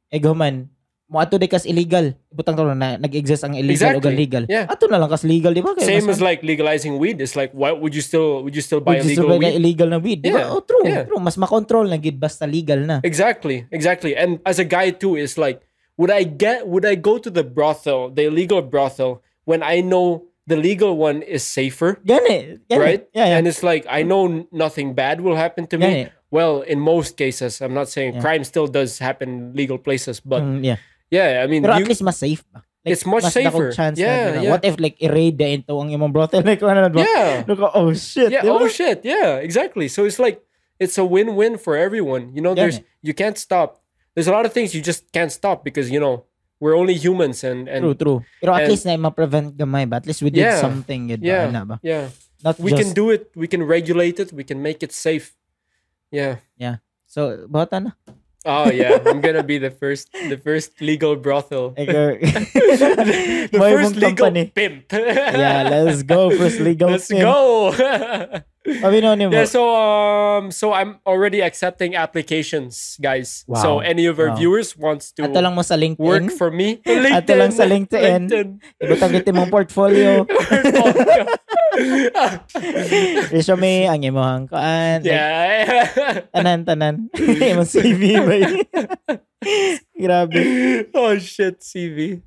A: Ighuman, mo ato di kas illegal. Ibutang tawon na nag-exist ang illegal o
B: Exactly.
A: legal.
B: Yeah.
A: Ato na lang kas legal, di ba? Kaya
B: Same as like legalizing weed. It's like why would you still would you still buy
A: Would you
B: illegal
A: survive
B: weed?
A: na illegal na weed. Di ba?
B: Yeah.
A: Oh, true.
B: Yeah.
A: True. Mas makontrol na gid basta legal na.
B: Exactly, exactly. And as a guy too, it's like, would I get would I go to the brothel, the illegal brothel, when I know the legal one is safer?
A: Gani. Gani.
B: Right?
A: Yeah, yeah.
B: And it's like I know n- nothing bad will happen to
A: Yeah,
B: me.
A: yeah.
B: Well, in most cases, I'm not
A: Yeah.
B: saying crime still does happen in legal places, but
A: Mm, yeah.
B: yeah, I mean,
A: Pero
B: you-
A: at least mas safe ba?
B: It's much
A: mas dako
B: safer.
A: Chance
B: Yeah,
A: na,
B: yeah.
A: What if like i-raid na into ang imong brothel? (laughs) Like, ano na ba?
B: yeah,
A: Look, oh shit.
B: yeah,
A: di ba?
B: oh shit, yeah, exactly. So it's like it's a win-win for everyone. You know,
A: Yeah,
B: there's you can't stop. There's a lot of things you just can't stop because you know we're only humans and and
A: True, true. Pero at
B: and-
A: least na ma-prevent gamay ba? At least we did
B: Yeah.
A: something yun
B: Yeah.
A: ba? Ana ba?
B: yeah,
A: Not
B: we
A: just,
B: can do it. We can regulate it. We can make it safe. Yeah.
A: So, bata
B: (laughs)
A: na.
B: Oh
A: (laughs)
B: yeah, I'm gonna be the first the first legal brothel.
A: Ikaw-
B: (laughs) the
A: May
B: first
A: mong
B: legal
A: company.
B: pimp.
A: yeah, let's go.
B: (laughs)
A: First legal
B: Let's
A: pimp.
B: go.
A: (laughs)
B: (laughs)
A: Sabi nun yun mo.
B: yeah, so um so I'm already accepting applications, guys. So
A: Wow.
B: any of our
A: Wow.
B: viewers wants to
A: Ato lang mo sa LinkedIn.
B: work for me.
A: Ato lang sa LinkedIn. Ibutang iti mong portfolio.
B: LinkedIn.
A: Resume, ang imuhang koan. Like,
B: (laughs) yeah. (laughs)
A: tanan, tanan. (laughs) Imong CV ba yun? (laughs) Grabe.
B: oh shit, CV.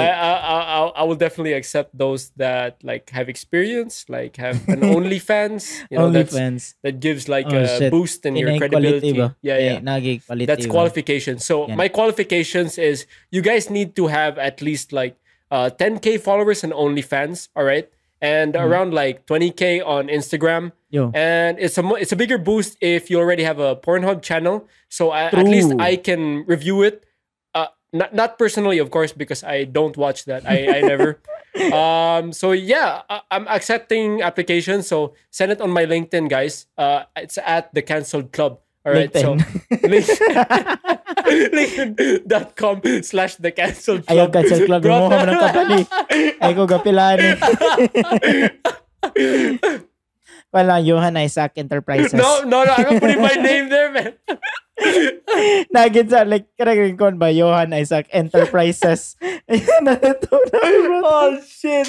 A: Mani,
B: I I I'll- I will definitely accept those that like have experience, like have
A: (laughs)
B: an OnlyFans. You know,
A: only
B: that's,
A: fans.
B: that gives like
A: Oh,
B: a
A: shit.
B: boost in your credibility.
A: Inequality ba?
B: Yeah, yeah.
A: Eh, Nagi quality
B: That's
A: ba?
B: qualifications. So
A: Yan.
B: my qualifications is you guys need to have at least like uh, 10k followers on OnlyFans, all right, and around like 20k on Instagram.
A: Yo.
B: And it's a mo- it's a bigger boost if you already have a Pornhub channel. So I, at least
A: True.
B: I can review it. Uh, not not personally, of course, because I don't watch that. I, I never. Um. So yeah, I, I'm accepting applications. So send it on my LinkedIn, guys. Uh, it's at the Cancelled Club. All right. So
A: (laughs)
B: linkedin.com slash the Cancelled
A: Ayaw
B: Club.
A: cancel club. Gumawa ka mo ng company. Ay ko gapilan. Wala, Johan Isaac Enterprises.
B: no, no, no. I'm not putting my name there, man.
A: Nagin sa, like, karagin kon ba? Johan Isaac Enterprises. Ayan, nalito na.
B: oh shit.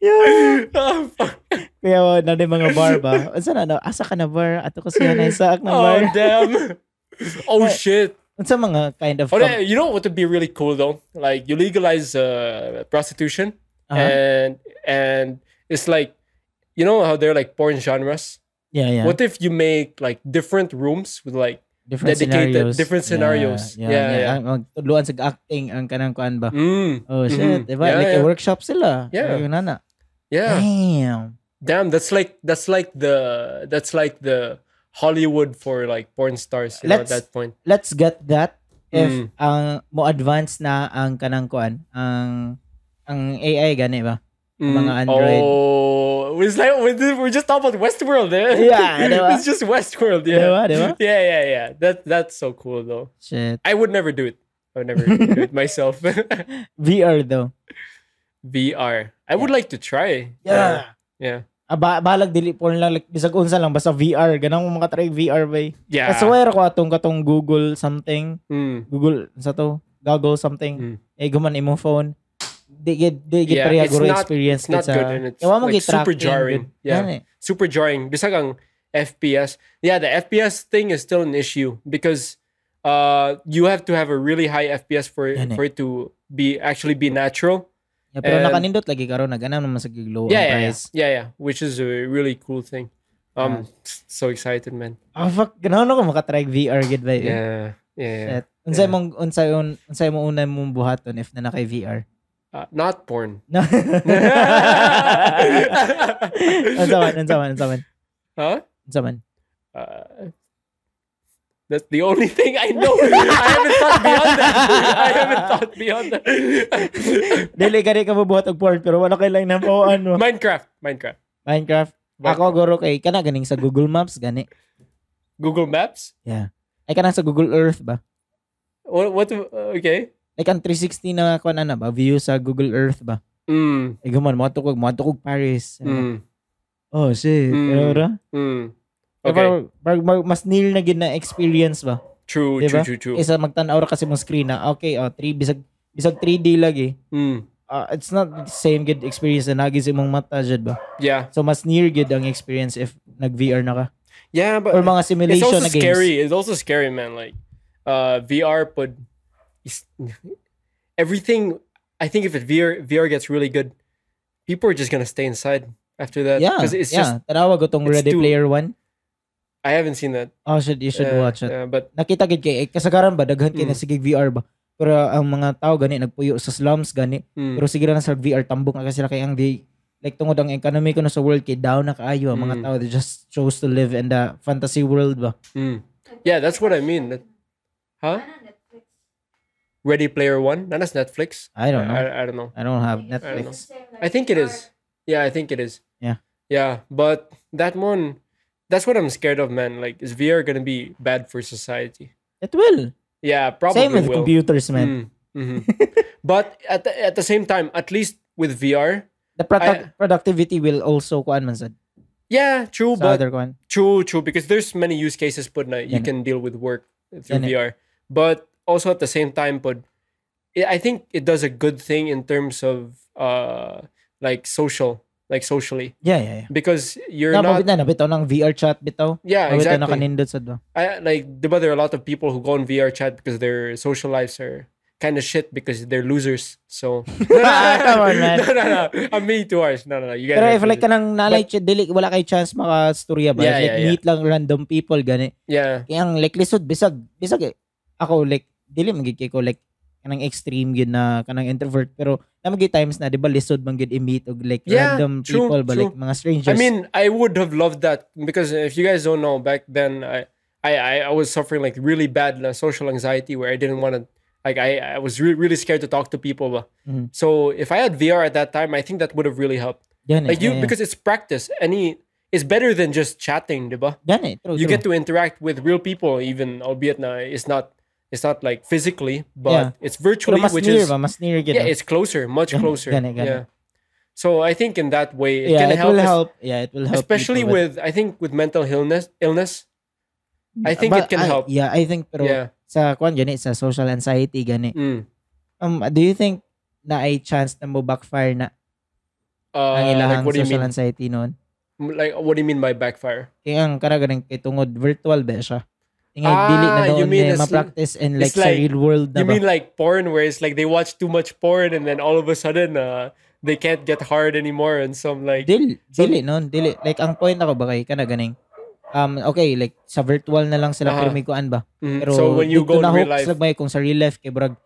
A: Yun.
B: Oh, fuck.
A: Kaya, oh, na yung mga bar ba? Unsa na, no? Asa ka na bar? Ato ko si Johan Isaac na bar.
B: Oh damn.
A: (laughs)
B: Oh shit.
A: Unsa mga kind of...
B: Oh,
A: com-
B: yeah, you know what would be really cool though? Like you legalize uh, prostitution
A: Uh-huh.
B: and and it's like you know how they're like porn genres?
A: Yeah, yeah.
B: What if you make like different rooms with like
A: different
B: dedicated-
A: scenarios.
B: different scenarios.
A: Yeah,
B: Yeah,
A: yeah.
B: yeah.
A: Ang- ang- Tuluan sa acting ang kanang kuan ba?
B: mm,
A: Oh, shit.
B: Mhm.
A: Diba?
B: Yeah,
A: like,
B: yeah.
A: a workshop sila.
B: Yeah.
A: Ayun na na.
B: yeah.
A: Damn.
B: Damn, that's like that's like the that's like the Hollywood for like porn stars you know, at
A: Let's-
B: that point.
A: let's get that if
B: Mm.
A: ang mo advance na ang kanang kuan ang ang AI gani ba mga Android.
B: Mm. Oh, it's like we did- we're just talking about Westworld. Eh?
A: Yeah, I
B: (laughs)
A: know.
B: it's just Westworld.
A: yeah.
B: Yeah,
A: diba diba
B: (laughs) yeah, yeah, yeah. That that's so cool though.
A: shit
B: I would never do it. I would never do
A: (laughs)
B: it myself. (laughs)
A: VR though
B: VR. I would like to try. Uh,
A: yeah
B: yeah,
A: Aba, Ah, balag dili po lang like, bisag unsa lang basta VR ganang mo makatry VR bay
B: yeah.
A: kasi wala eh. ko atong katong Google something
B: Mm.
A: Google sa to Google something
B: Mm.
A: eh guman imong phone di gid di gid
B: Yeah,
A: pareha
B: it's
A: guro
B: not-
A: experience
B: it's not
A: kitsa-
B: good and it's,
A: Ewan mo
B: like,
A: gid
B: super
A: tracking,
B: jarring.
A: gid-
B: Yeah.
A: Gani.
B: super jarring. Bisag ang FPS. Yeah, the FPS thing is still an issue because uh you have to have a really high FPS for
A: Yan eh.
B: for it to be actually be natural.
A: Yeah, pero
B: And-
A: nakanindot lagi karon nagana naman sa giglow
B: Yeah,
A: ang
B: yeah, yeah,
A: price
B: yeah, yeah, which is a really cool thing. Um, so excited, man.
A: Ah, fuck. Ganoon ako makatry VR gid ba? eh.
B: Yeah, yeah.
A: Shit. Unsay
B: Yeah.
A: mong unsay un, unsay mo una mong buhaton if na nakay VR?
B: Uh, not porn. (laughs)
A: No. unsa man,
B: huh?
A: unsa man, unsa man. Unsa man.
B: Uh, that's the only thing I know. I haven't thought beyond that. I haven't thought beyond that.
A: Dili gani ka mabuhat og porn pero wala kay lang napuan mo. ano.
B: Minecraft, Minecraft,
A: Minecraft. Ako
B: Minecraft.
A: guro kay kana ganing sa Google Maps gani.
B: Google Maps.
A: Ay kana sa Google Earth ba?
B: What? What? do- uh, okay.
A: Like ang 360 na kuan na ba view sa Google Earth ba?
B: Mm,
A: Ay guman mo tukog, mo tukog Paris.
B: mm,
A: Oh shit.
B: Mm.
A: Pero ra.
B: mm.
A: Okay.
B: Okay.
A: mas nil na gid na experience ba?
B: True.
A: Diba?
B: True. True. True.
A: Kaysa magtan-aw ra kasi mong screen na okay, oh, 3 bisag bisag 3D lagi.
B: Mm.
A: uh, it's not the same good experience na nagis imong mata jud ba.
B: Yeah.
A: So mas near good ang experience if nag VR na ka
B: Yeah, but
A: or mga
B: it's
A: simulation
B: also
A: na games.
B: scary. It's also scary, man. Like uh VR but is- everything I think if it VR VR gets really good, people are just gonna stay inside after that.
A: Yeah,
B: Because it's just
A: yeah. Tanawa ko tong
B: it's
A: Ready
B: too-
A: Player One.
B: I haven't seen that.
A: Oh, should you should
B: Uh,
A: watch it.
B: uh, but
A: Nakita gid kay eh, kasagaran ba daghan kay
B: Mm.
A: na sige VR ba. Pero ang mga tao gani nagpuyo sa slums gani.
B: mm,
A: Pero sige na sa VR tambok na kasi sila kay ang di like tungod ang economy ko na sa world kay down na kaayo ang mga
B: Mm.
A: tao they just chose to live in the fantasy world ba.
B: mm. yeah, that's what I mean. That- huh?
C: Ano, Netflix?
B: Ready Player One. Nana's Netflix.
A: I don't know.
B: I, I don't know.
A: I don't have
C: I don't know.
A: Netflix.
B: I think it is. Yeah, I think it is.
A: Yeah.
B: Yeah, but that one, that's what I'm scared of, man. Like, is VR gonna be bad for society?
A: It will.
B: Yeah, probably.
A: Same with
B: will.
A: computers, man.
B: Mm,
A: (laughs)
B: mhm. but at the, at the same time, at least with VR,
A: The product, productivity will also kuan man sad.
B: yeah, true,
A: Sa
B: but
A: other kuan.
B: true, true, because there's many use cases, but na you
A: Yan.
B: can deal with work through
A: Yan eh.
B: VR. But also at the same time, but I I think it does a good thing in terms of uh like social, like socially,
A: Yeah, yeah, yeah.
B: because you're
A: Na
B: not.
A: mabit na nabitaw ng VR chat bitaw.
B: Yeah,
A: Mabit na
B: exactly.
A: kanindot sad ba.
B: I like diba there are a lot of people who go on VR chat because their social lives are kind of shit because they're losers.
A: (laughs)
B: So (laughs)
A: Come on, man.
B: No, no, no. I'm being too harsh. No, no, no. You guys
A: Pero
B: are
A: if like
B: losers.
A: kanang nalay ch- dili wala kay chance makastorya ba.
B: Yeah,
A: like
B: yeah, yeah.
A: meet lang random people gani.
B: yeah,
A: Kaya ang like lisod bisag bisag eh. Ako like dili man gid kay ko like kanang extreme gid na kanang introvert pero na gid times na di ba lisod man gid i-meet og like
B: Yeah,
A: random
B: true,
A: people ba
B: true.
A: like mga strangers.
B: I mean, I would have loved that because if you guys don't know, back then I I I, I was suffering like really bad like, social anxiety where I didn't want to like I I was re- really scared to talk to people. but-
A: Mhm.
B: So if I had VR at that time, I think that would have really helped.
A: Yan eh,
B: Like
A: yeah,
B: you
A: yeah.
B: because it's practice. Any it's better than just chatting, diba?
A: Yan eh, true,
B: you
A: true.
B: get to interact with real people even albeit na it's not it's not like physically but
A: Yeah.
B: it's
A: Pero
B: virtually
A: mas
B: which
A: near
B: is
A: ba? Mas near gid. no?
B: yeah it's closer much
A: Gani-
B: closer
A: gani- gani.
B: yeah so i think in that way it
A: yeah, it
B: can help,
A: will
B: es-
A: help. Yeah, it will help.
B: especially
A: people,
B: with i think with mental illness illness
A: but-
B: I think
A: but
B: it can
A: I-
B: help.
A: Yeah, I think pero
B: yeah
A: sa kwan gani sa social anxiety gani.
B: mm.
A: Um, do you think na ay chance na mo backfire na ang
B: uh,
A: ilahang
B: like what do you
A: social
B: mean
A: anxiety noon?
B: like what do you mean by backfire
A: Kaya ang kara ganang kay tungod virtual ba siya. Ingay
B: Ah,
A: dili na
B: you
A: doon
B: mean
A: na
B: it's-
A: ma-practice and like
B: it's
A: sa
B: like-
A: real world na
B: you
A: ba?
B: mean like porn where it's like they watch too much porn and then all of a sudden uh, they can't get hard anymore and some like
A: Dili,
B: So-
A: dili noon, dili. Like ang point ako ba kay kana ganing um okay like sa virtual na lang sila
B: Aha.
A: pero may kuan ba
B: Mhm.
A: pero
B: Ah. so when you
A: dito
B: go in
A: na
B: real
A: hooks
B: life
A: lang ba eh, kung sa real life kay brag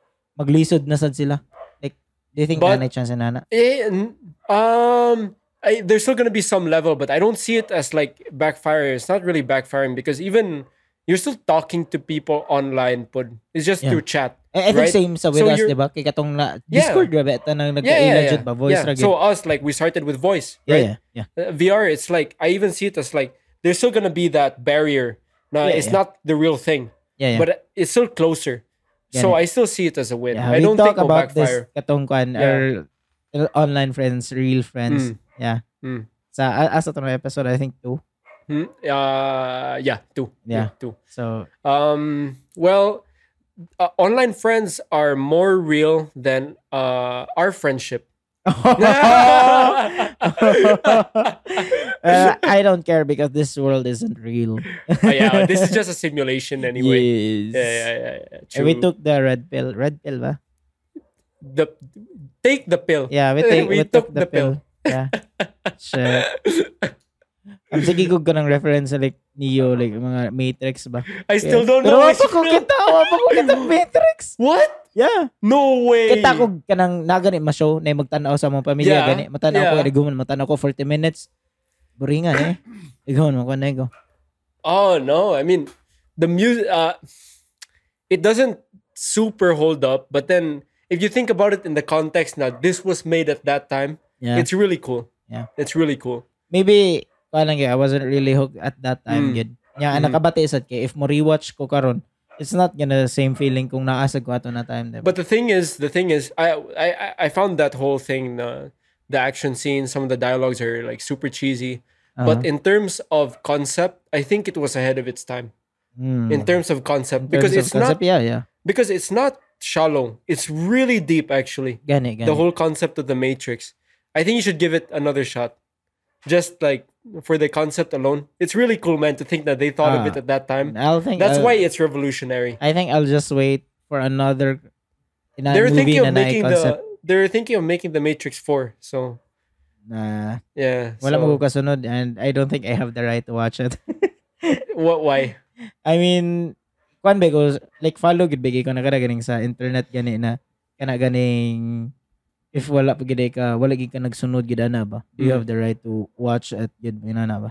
A: maglisod na sad sila like do you think
B: But-
A: na chance na na
B: Eh, n- um, I, there's still gonna be some level, but I don't see it as like backfire. It's not really backfiring because even you're still talking to people online, but it's just
A: Yeah.
B: through chat.
A: Eh, I, I think
B: Right?
A: same sa with
B: So
A: us,
B: you're-
A: di ba? Kay katong na,
B: Yeah.
A: Discord, di ba? Ito nang
B: Yeah, yeah,
A: nagka-legit
B: yeah.
A: ba? Voice
B: Yeah.
A: ra
B: So
A: gyud.
B: us, like, we started with voice,
A: yeah,
B: right?
A: yeah, yeah.
B: Uh, VR, it's like I even see it as like there's still gonna be that barrier. Now
A: Yeah,
B: it's
A: yeah.
B: not the real thing,
A: Yeah, yeah.
B: but it's still closer.
A: Yeah,
B: so
A: yeah.
B: I still see it as a win.
A: yeah.
B: I
A: we
B: don't
A: talk
B: think it'll
A: about
B: backfire.
A: this katong kwan,
B: Yeah.
A: our- our online friends, real friends.
B: Mm.
A: Yeah.
B: Mm.
A: Sa, a- as atong episode, I think two.
B: Hmm? Uh, yeah, two.
A: Yeah.
B: two.
A: So,
B: Um, well, uh, online friends are more real than uh, our friendship.
A: (laughs)
B: (laughs)
A: Uh, I don't care because this world isn't real.
B: Oh,
A: (laughs)
B: yeah, this is just a simulation anyway.
A: Yes.
B: Yeah, yeah, yeah. yeah,
A: And we
B: true.
A: took the red pill. Red pill ba?
B: the take the pill.
A: Yeah,
B: (laughs)
A: we, take, we, took, the, pill. Yeah. Sure. Ang sige ko ganang reference like Neo, like mga Matrix ba?
B: I still don't
A: Pero
B: know.
A: Pero ko kita, wapa ko kita Matrix.
B: What?
A: Yeah.
B: No way.
A: Kita ko ganang na ganit ma-show na magtanaw sa mga pamilya
B: Yeah,
A: gani. Matanaw ko,
B: yeah.
A: iguman, matanaw ko 40 minutes. Buringan
B: (clears throat)
A: eh. Iguman, mo ko na ko.
B: Oh no! I mean, the music. Uh, it doesn't super hold up, but then if you think about it in the context, now this was made at that time.
A: Yeah.
B: It's really cool.
A: Yeah.
B: It's really cool.
A: Maybe, kaya lang yun, I wasn't really hooked at that time
B: Mm.
A: gid. Yeah,
B: Mm.
A: nakabati sad kay if mo rewatch ko karon, it's not gonna same feeling kung naasag ko ato na time. diba?
B: But the thing is, the thing is, I I I- I found that whole thing, uh, the action scenes, some of the dialogues are like super cheesy. But
A: Uh-huh.
B: in terms of concept, I think it was ahead of its time.
A: Mm.
B: In terms of
A: In
B: concept, because
A: terms of
B: it's
A: concept,
B: not
A: yeah, yeah.
B: because it's not shallow. It's really deep, actually.
A: Gani, gani.
B: The whole concept of the Matrix. I think you should give it another shot, just like for the concept alone. It's really cool, man, to think that they thought of
A: Ah.
B: it at that time.
A: I'll think uh,
B: That's
A: I'll-
B: why it's revolutionary.
A: I think I'll just wait for another na
B: They're
A: movie
B: thinking of
A: na na
B: making
A: concept
B: the. They're thinking of making the Matrix Four. So
A: na
B: Yeah.
A: wala
B: so,
A: magkukasunod and I don't think I have the right to watch it. (laughs)
B: what? Why?
A: I mean, kwan ba ko, like follow gid bigay ko na kada ganing sa internet gani na kana ganing if wala pa gid ka wala gid ka nagsunod gid ana ba you
B: Mm.
A: have the right to watch it gid ina na ba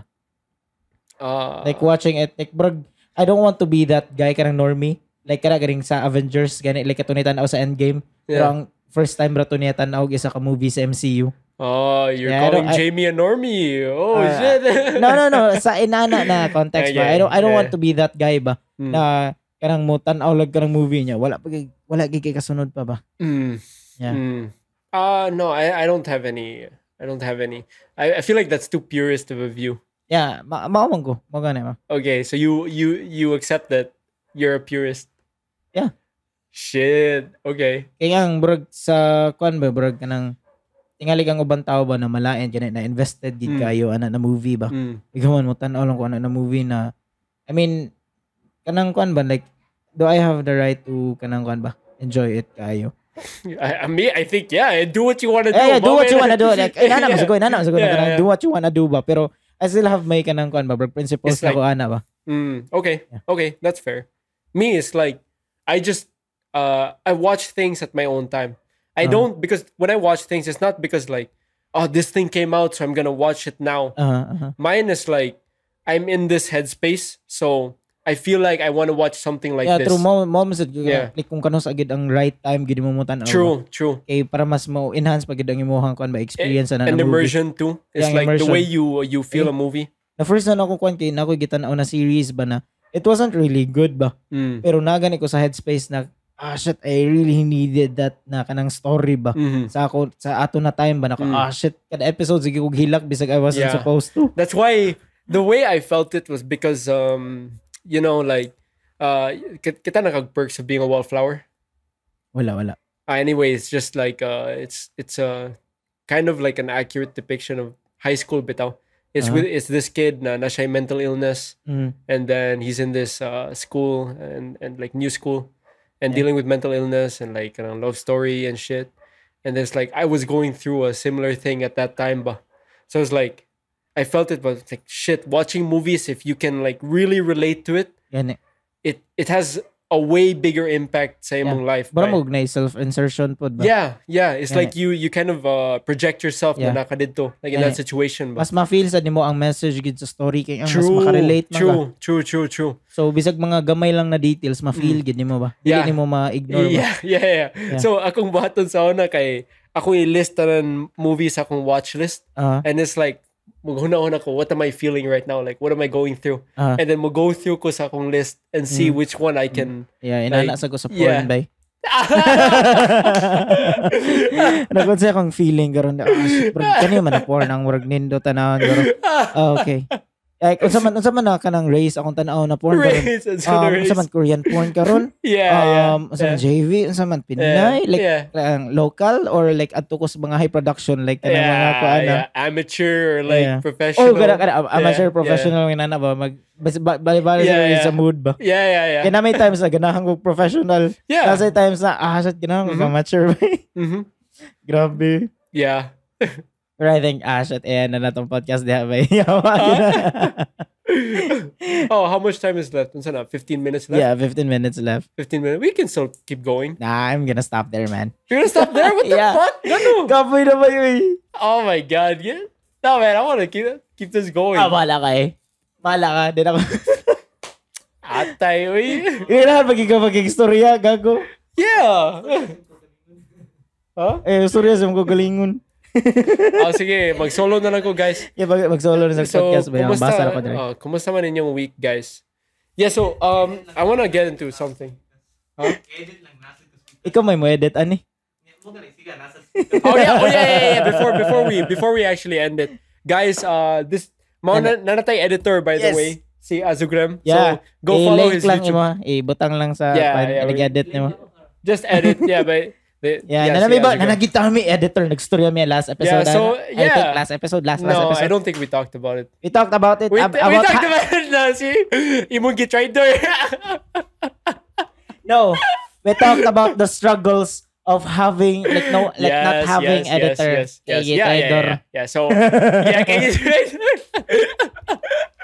B: Uh, Ah,
A: like watching it like brag I don't want to be that guy kanang normie like kada garing sa Avengers gani like kato niya tanaw sa Endgame pero
B: Yeah.
A: ang first time ra to niya tanaw isa ka movie sa MCU
B: Oh, you're
A: Yeah, I
B: calling
A: don't- I-
B: Jamie a normie. Oh
A: Uh,
B: shit. (laughs)
A: no no no sa inana na context
B: Yeah,
A: ba
B: yeah,
A: I don't I don't
B: yeah.
A: want to be that guy ba
B: Mm.
A: na kanang mo tanaw lag kanang movie niya wala pag wala gig kay kasunod pa ba
B: Mm.
A: Yeah.
B: Mm. Uh no, I, I don't have any. I don't have any. I, I feel like that's too purist of a view.
A: yeah ma maawang ko mo gani ma
B: Okay, so you you you accept that you're a purist.
A: Yeah.
B: Shit. Okay.
A: kaya ang burag sa kwan ba burag kanang tingali kang ubang tao ba na malain gani na invested gid
B: Mm.
A: kayo ana na movie ba
B: Mm.
A: Igawan mo tanaw lang ko ano na movie na I mean kanang kwan ba like do I have the right to kanang kwan ba enjoy it kayo
B: I, I mean, I think yeah. Do what you want to do.
A: eh do what you wanna do
B: moment. (laughs)
A: like eh, nana
B: Yeah.
A: masugoy nana masugoy
B: Yeah,
A: kanang
B: yeah.
A: do what you wanna do ba pero I still have my kanang kwan ba brag principles
B: It's
A: na
B: like-
A: ko ana ba
B: Mm, okay.
A: Yeah.
B: Okay, that's fair. Me it's like I just uh I watch things at my own time. I
A: Uh-huh.
B: don't because when I watch things it's not because like oh this thing came out so I'm going to watch it now.
A: uh uh
B: Mine is like I'm in this headspace so I feel like I want to watch something like
A: yeah
B: this.
A: true mo mo masud ko
B: Yeah.
A: like kung kano sa gid ang right time gid mo mo tanaw
B: true, true.
A: kay para mas mo enhance pag gid ang imong kwan ba experience na
B: And
A: na movie
B: Eh, immersion too. It's
A: Yeah,
B: like the
A: immersion.
B: way
A: Eh?
B: you you feel a movie.
A: na first na ako kwan kay na ko gitanaw na series ba na it wasn't really good ba
B: Mm.
A: pero nagani ko sa headspace na ah shit I really needed that na kanang story ba
B: Mhm.
A: sa ako sa ato na time ba na ko,
B: Mm.
A: ah shit kada episode sige kog hilak bisag I wasn't
B: Yeah.
A: supposed to
B: That's why the way I felt it was because um you know like uh ki- kita nakag perks of being a wallflower.
A: wala wala
B: Uh, anyway, it's just like uh it's it's a kind of like an accurate depiction of high school bitaw. It's
A: Uh-huh.
B: with it's this kid na na siya'y mental illness
A: mm.
B: and then he's in this uh school and and like new school and
A: Yeah.
B: dealing with mental illness and like a love story and shit. And there's like I was going through a similar thing at that time, but so it's like I felt it, but it's like shit, watching movies if you can like really relate to it,
A: gani
B: it it has a way bigger impact sa imong life.
A: bara
B: right?
A: mo na self insertion pod ba
B: Yeah, yeah. It's
A: Yeah.
B: like you you kind of uh project yourself
A: Yeah.
B: na nakadito, like in
A: Yeah.
B: that situation. But
A: mas ma-feel sa nimo ang message gid sa story kay ang mas
B: true,
A: makarelate man ba.
B: true, true, true, true.
A: so bisag mga gamay lang na details ma-feel gid nimo ba dili
B: Mm. Yeah.
A: nimo ma-ignore ba
B: Yeah, yeah, yeah,
A: Yeah.
B: So akong buhaton sa una kay ako i-list na ng movies sa akong watch list
A: Ah,
B: and it's like maghuna-huna ko what am I feeling right now? Like what am I going through?
A: Ah.
B: And then mo go through ko sa akong list and see
A: Mm.
B: which one I can
A: yeah inana sa
B: Like,
A: ko sa
B: yeah.
A: porn
B: (laughs)
A: bay Nakon sa akong feeling karon na ah, shit, bro, kani man na porn ang murag nindo tanawon karon. Ah, okay. Like unsa man unsa man na kanang race akong tanaw na porn karon.
B: race and so the
A: Um,
B: race.
A: unsa man Korean porn karon?
B: yeah,
A: Um, unsa man
B: yeah.
A: JV, unsa man
B: yeah,
A: Pinay, like
B: yeah.
A: ang local or like adto ko sa mga high production like kanang mga
B: yeah,
A: kuana.
B: yeah, amateur or like
A: Yeah.
B: professional.
A: Oh, kada kada amateur
B: yeah.
A: professional nga nana ba mag bas- ba- bali-bali
B: Yeah,
A: sa-
B: yeah.
A: sa mood ba.
B: Yeah, yeah, yeah.
A: Kaya na may times na ganahan ko professional.
B: yeah.
A: Kasi times na ah, shit, ganahan ko
B: Mhm.
A: amateur. (laughs)
B: Mhm.
A: Grabe.
B: Yeah. (laughs)
A: Or I think Ash at ayan na natong podcast diha ba. (laughs) Yawa.
B: oh, how much time is left? Unsa na? 15 minutes left?
A: yeah, 15 minutes left.
B: 15 minutes. We can still keep going.
A: Nah, I'm gonna stop there, man.
B: You're gonna stop there? What the
A: Yeah.
B: fuck? No, no.
A: Kapoy na ba yun?
B: Oh my god. Yeah. No man, I wanna keep keep this going.
A: Ah, bahala ka eh. Bahala ka. Din ako. (laughs)
B: Atay, uy.
A: Yun na, pag ikaw mag-istorya, gago.
B: Yeah. (laughs) huh?
A: Eh, istorya sa mga
B: (laughs)
A: galingon.
B: Oh, sige. Mag-solo na lang ko, guys.
A: Yeah, mag- mag-solo na sa podcast ba yun? Basa na ko dre.
B: oh, kumusta man inyong week, guys? Yeah, so, um, I wanna get into
A: (laughs)
B: something.
D: Edit lang nasa sa speaker.
A: Ikaw may mo edit, ani?
D: Huwag ka na, sige, nasa speaker.
B: oh yeah, oh yeah, yeah, yeah. Before before we before we actually end it, guys. Uh, this mao na nanatay editor by the
A: Yes.
B: way, si Azugram.
A: Yeah.
B: So go follow
A: I-link Eh,
B: his
A: lang
B: YouTube.
A: mo. I-butang lang sa
B: Yeah,
A: pan-
B: yeah, we-
A: nag-edit nimo.
B: Just edit, yeah, but
A: (laughs)
B: the,
A: Yeah,
B: si
A: nanami ba?
B: Azugram.
A: Nanagita kami editor. Nag-storya mi last episode.
B: Yeah,
A: ano?
B: so,
A: I
B: yeah.
A: think last episode, last, last
B: No, I
A: episode.
B: don't think we talked about it.
A: We talked about it.
B: We,
A: ab-
B: we
A: about
B: talked
A: ha-
B: about it na (laughs) si imong gitrader.
A: No, we talked about the struggles of having like no like not having editor.
B: Yes, yes, yes.
A: Kay
B: Yeah, yeah,
A: Traidor.
B: yeah, yeah.
A: (laughs)
B: So yeah, kay Traidor.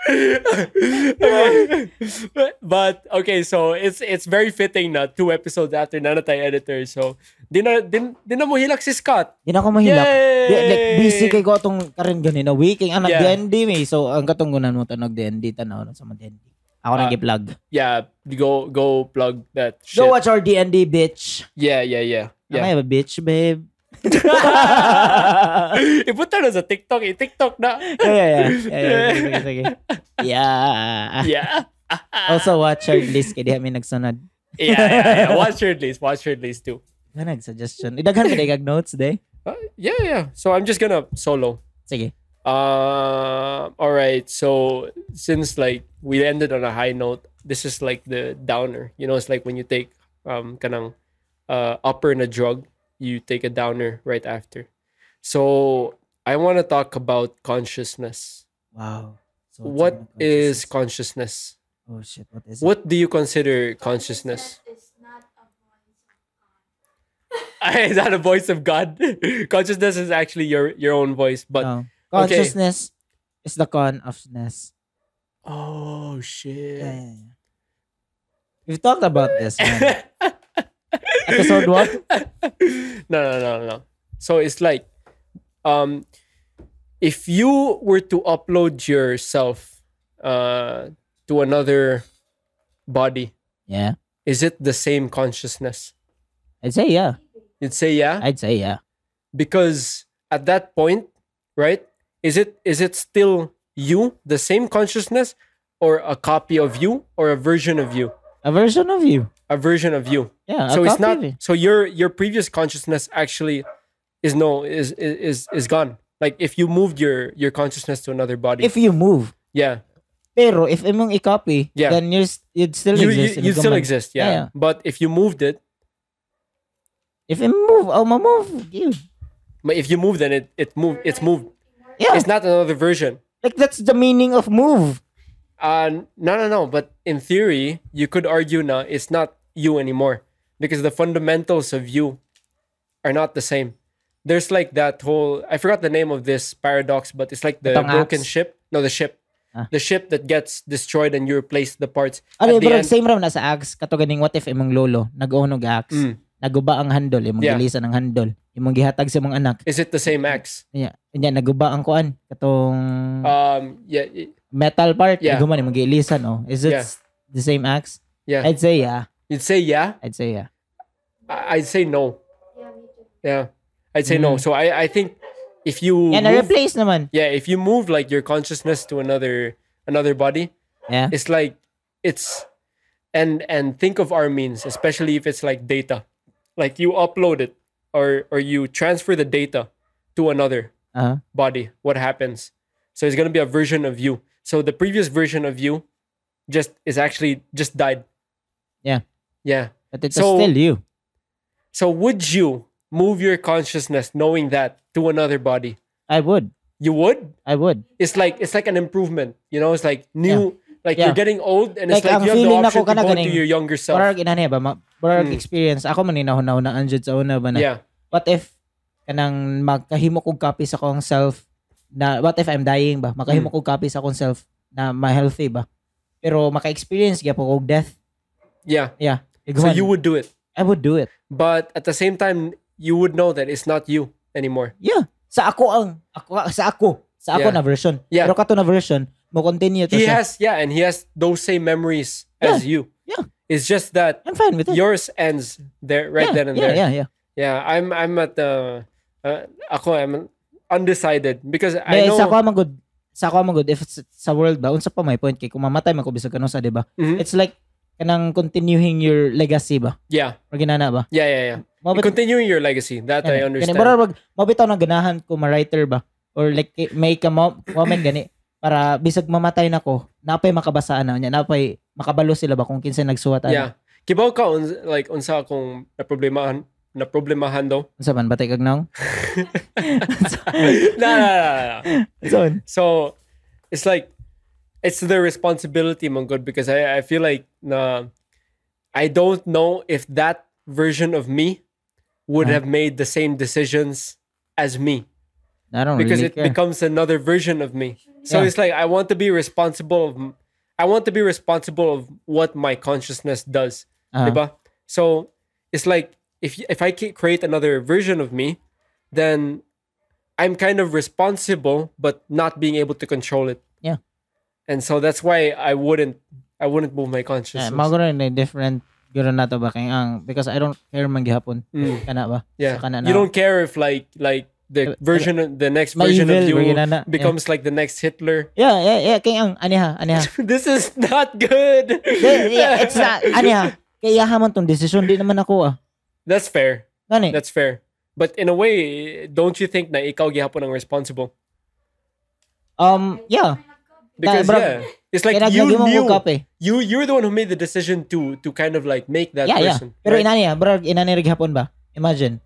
B: (laughs) but okay, so it's it's very fitting na two episodes after nanatay editor. So di na din di na mo hilak si Scott.
A: Yun ako mahilak.
B: Yay!
A: Di, like busy kay ko atong karon ganina week ang anak
B: Yeah.
A: DND may so ang katunggunan mo to nag DND tanaw na sa mga DND. Ako
B: Ah,
A: nang i-plug.
B: yeah, go go plug that shit.
A: Go watch our D&D, bitch.
B: Yeah, yeah, yeah.
A: Yeah.
B: Yeah.
A: Okay, bitch, babe.
B: (laughs) Ipot na sa TikTok, eh. TikTok na.
A: yeah,
B: (laughs)
A: yeah, yeah. yeah, sige, sige, sige. Yeah.
B: Yeah.
A: Also, watch our list kaya di kami nagsunod.
B: yeah, yeah, yeah. Watch your list. Watch your list too.
A: Nga nag-suggestion. Idaghan ka kag notes, de.
B: Uh, yeah, yeah. So I'm just gonna solo.
A: Sige.
B: Uh, all right. So since like we ended on a high note, this is like the downer. You know, it's like when you take um kanang uh upper in a drug, you take a downer right after. So I want to talk about consciousness.
A: Wow. So,
B: What is consciousness?
A: Oh, shit. What is it?
B: What do you consider consciousness? (laughs)
C: Consciousness is not a voice of God.
B: is that a voice of God? (laughs) consciousness is actually your your own voice, but
A: No.
B: okay.
A: Oh. Consciousness is the con of ness.
B: oh shit. (laughs)
A: Yeah, yeah, yeah. We've talked about this, (laughs) man. Episode what?
B: (laughs) no, no, no, no. So it's like, um, if you were to upload yourself uh, to another body,
A: Yeah.
B: is it the same consciousness?
A: I'd say yeah.
B: You'd say yeah,
A: I'd say yeah.
B: because at that point, right? Is it is it still you, the same consciousness, or a copy of you, or a version of you,
A: A version of you.
B: a version of you?
A: Yeah.
B: so
A: a
B: it's
A: copy
B: not
A: of you.
B: so your your previous consciousness actually is no is is is- is gone like if you moved your your consciousness to another body
A: If you move.
B: yeah
A: Pero if imong i-copy,
B: Yeah.
A: then you're, s- you'd still
B: you,
A: exist.
B: you,
A: in
B: you still
A: Gumbag.
B: exist yeah.
A: Yeah, yeah.
B: but if you moved it
A: If you move, oh, ma-move. You.
B: but if you move then it it moved it's moved
A: Yeah.
B: it's not another version
A: Like, that's the meaning of move.
B: uh no no no but in theory you could argue now it's not you anymore because the fundamentals of you are not the same there's like that whole i forgot the name of this paradox but it's like the
A: Itong
B: broken
A: axe?
B: ship no the ship
A: Ah.
B: the ship that gets destroyed and you replace the parts
A: Ano,
B: At the
A: pero
B: end-
A: same ram na sa axe. Kato ganing what if imong lolo, nag-unog axe.
B: Mm.
A: Naguba ang handle, imong
B: Yeah.
A: gilisan ang handle. Imong gihatag sa imong anak.
B: is it the same axe
A: Yeah. Nya, naguba ang kuan. Katong
B: um yeah y-
A: metal part.
B: yeah.
A: Naguman, imong giilisan, oh. Is it
B: Yeah.
A: s- the same axe?
B: yeah
A: I'd say yeah.
B: you'd say yeah
A: I'd say yeah.
B: I- i'd say no
C: Yeah, me too.
B: yeah i'd say
A: Mm.
B: no so i i think if you
A: Yeah,
B: move-
A: na-replace naman.
B: yeah if you move like your consciousness to another another body
A: Yeah.
B: it's like it's and and think of our means especially if it's like data like you upload it or or you transfer the data to another
A: Uh-huh.
B: body what happens so it's going to be a version of you so the previous version of you just is actually just died
A: Yeah.
B: yeah
A: But it's
B: So-
A: still you.
B: so would you move your consciousness knowing that to another body
A: I would.
B: you would
A: I would.
B: it's like it's like an improvement you know it's like new like
A: Yeah.
B: you're getting old and it's
A: Like,
B: like,
A: ang
B: you have the
A: feeling na
B: option
A: ko
B: to
A: kana
B: go to
A: ganing-
B: your younger self
A: Parang inani ba? ma- Parang
B: Mm.
A: experience. Ako man inahuna-una anjud sa una ba na.
B: yeah
A: what if kanang magkahimo kog copy sa kong self na what if I'm dying ba
B: Hmm.
A: makahimo kog copy sa kong self na ma-healthy ba pero maka-experience gyapon kog death
B: yeah so
A: Iguan,
B: you would do it
A: I would do it
B: but at the same time you would know that it's not you anymore
A: yeah sa ako ang ako sa ako sa ako
B: Yeah.
A: na version
B: Yeah.
A: pero kato na version mo continue to
B: he
A: siya
B: has yeah and he has those same memories as you
A: Yeah.
B: it's just that
A: I'm fine with it
B: yours ends there right
A: yeah,
B: then and
A: yeah,
B: there
A: yeah yeah
B: Yeah, i'm i'm at the uh, ako i'm undecided because i
A: Dahil Eh,
B: know
A: sa ako man good sa ako man good if it's- sa world ba unsa pa may point kay kung mamatay man ko bisag kanu sa di ba
B: Mhm.
A: it's like kanang continuing your legacy ba
B: yeah
A: or ginana ba
B: yeah yeah yeah
A: Mabit-
B: continuing your legacy that i understand
A: Kani, mura wag, mabitaw ng ganahan ko ma-writer ba? Or like, eh, may ka mo- comment gani, para bisag mamatay na ko, napay makabasaan na niya, napay makabalo sila ba kung kinsa nagsuwat ano?
B: Yeah. Kibaw ka on, like unsa akong naproblemahan naproblemahan daw.
A: Unsa man batay kag (laughs) nang?
B: (laughs) na, na, na, na.
A: Son.
B: So it's like it's their responsibility mong good because I I feel like na I don't know if that version of me would
A: Uh-huh.
B: have made the same decisions as me
A: I don't
B: because
A: really
B: it
A: care.
B: becomes another version of me.
A: Oh,
B: So
A: Yeah.
B: it's like I want to be responsible of m- I want to be responsible of what my consciousness does.
A: Ah,
B: Diba? So it's like if if I ca- create another version of me, then I'm kind of responsible but not being able to control it.
A: Yeah.
B: And so that's why I wouldn't I wouldn't move my consciousness.
A: Yeah, mga guro na eh, different guro na to ba kay ang because I don't care man gihapon.
B: Mm.
A: Kana ba?
B: Yeah.
A: Sa kana na.
B: You don't care if like like the
A: Kala-
B: version of, the next
A: Ma-
B: version of
A: evil,
B: you
A: bro, yun na-
B: becomes like the next Hitler.
A: Yeah, yeah, yeah. Kay ang aniha, aniha.
B: (laughs) this is not good.
A: Di- yeah, it's
B: (laughs)
A: not aniha. Kaya haman tong desisyon di naman ako ah.
B: That's fair.
A: Gani.
B: That's fair. But in a way, don't you think na ikaw gihapon ang responsible?
A: Um, yeah.
B: Because
A: bro.
B: yeah, it's like
A: Kaya
B: you
A: naglagi mo
B: knew
A: ko kape.
B: you you're the one who made the decision to to kind of like make that
A: Yeah, yeah.
B: person.
A: Pero
B: right?
A: inani ah, bro, inani rin gihapon ba? Imagine.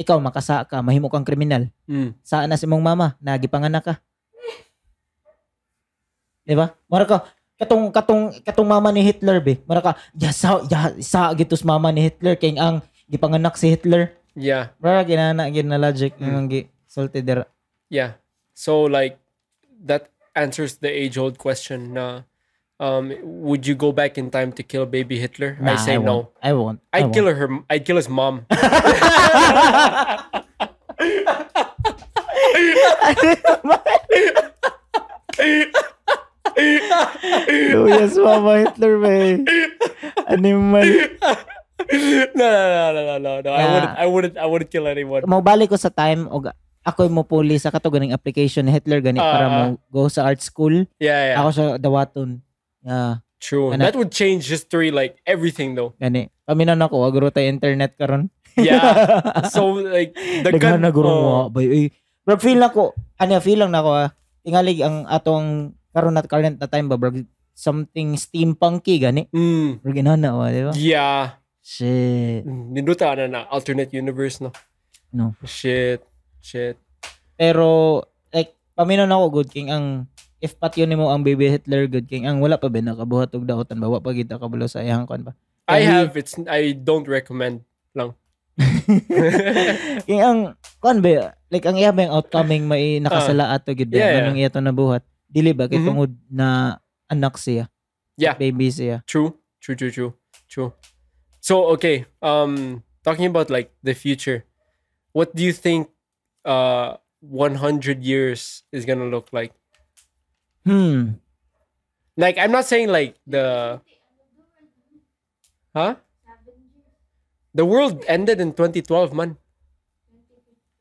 A: Ikaw makasa ka, mahimo kang kriminal.
B: Mm.
A: Saan na si mong mama? Nagipanganak ka. Di ba? Mara ka, katong katong katong mama ni Hitler be. Mara ka, ya sa ya sa gitus mama ni Hitler kay ang gipanganak si Hitler.
B: Yeah.
A: Bro, ginana gid na logic mm.
B: Mm.
A: gi salty dira.
B: Yeah. So like that answers the age old question. Uh, um, would you go back in time to kill baby Hitler? I
A: Nah,
B: say
A: won't.
B: no.
A: I won't. I
B: I'd
A: won't.
B: kill her. I'd kill his mom. (laughs)
A: Luyas mama Hitler be.
B: (laughs)
A: Animal.
B: no, no, no, no, no, no, no. I
A: Yeah.
B: wouldn't. I wouldn't. I wouldn't kill anyone.
A: Mau balik ko sa time og ako mo puli sa kato ganing application ni Hitler gani para
B: Ah,
A: mo go sa art school.
B: Yeah, yeah.
A: Ako sa Ah, dawaton. Yeah,
B: True.
A: And I-
B: That would change history, like everything,
A: (laughs)
B: though.
A: gani. Paminan ako agro tay internet karon.
B: Yeah. so like the
A: Daghan
B: gun.
A: na guro
B: oh,
A: mo bay. Uy, bro, feel na ko. Ano, feel lang na ko ah. Tingalig ang atong karon at current na time ba, bro. Something steampunky gani.
B: mm,
A: Bro, ginana wa, di ba?
B: yeah.
A: Shit.
B: Ninuta na na alternate universe no.
A: No.
B: Shit. Shit.
A: Pero like paminon ako good king ang if patyo nimo ang baby Hitler good king ang wala pa ba nakabuhat og daotan ba wa pa gid nakabulo sa iyang kon ba. Can
B: I
A: we-
B: have. It's. I don't recommend.
A: king ang kon ba like ang iya ba yung outcoming may nakasala ato gid ba
B: Ah. yeah, yeah.
A: anong iya to nabuhat dili ba kay
B: Mhm.
A: tungod na anak siya.
B: Yeah.
A: Baby siya.
B: True. True. True. True. True. So okay. Um, talking about like the future, what do you think? Uh, one hundred years is gonna look like.
A: Hmm.
B: Like I'm not saying like the. Huh? The world ended in 2012, man.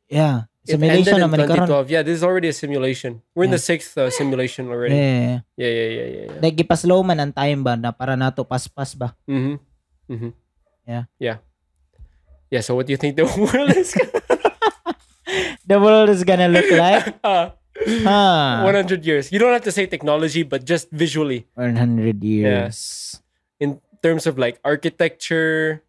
A: Yeah.
B: It ended
A: Simulation
B: in
A: naman ni karon.
B: 2012. Yeah, this is already a simulation. We're in the sixth uh, simulation
A: Yeah,
B: already.
A: Yeah. yeah.
B: Yeah, yeah, yeah, yeah. yeah.
A: Like gipaslow man ang time ba na para nato paspas ba.
B: Mm-hmm. Mm-hmm.
A: Yeah.
B: Yeah. Yeah. So, what do you think the (laughs) world is?
A: (laughs) The world is gonna look
B: (laughs)
A: like
B: uh,
A: ha
B: 100 years. You don't have to say technology, but just visually
A: 100 years.
B: in terms of like architecture,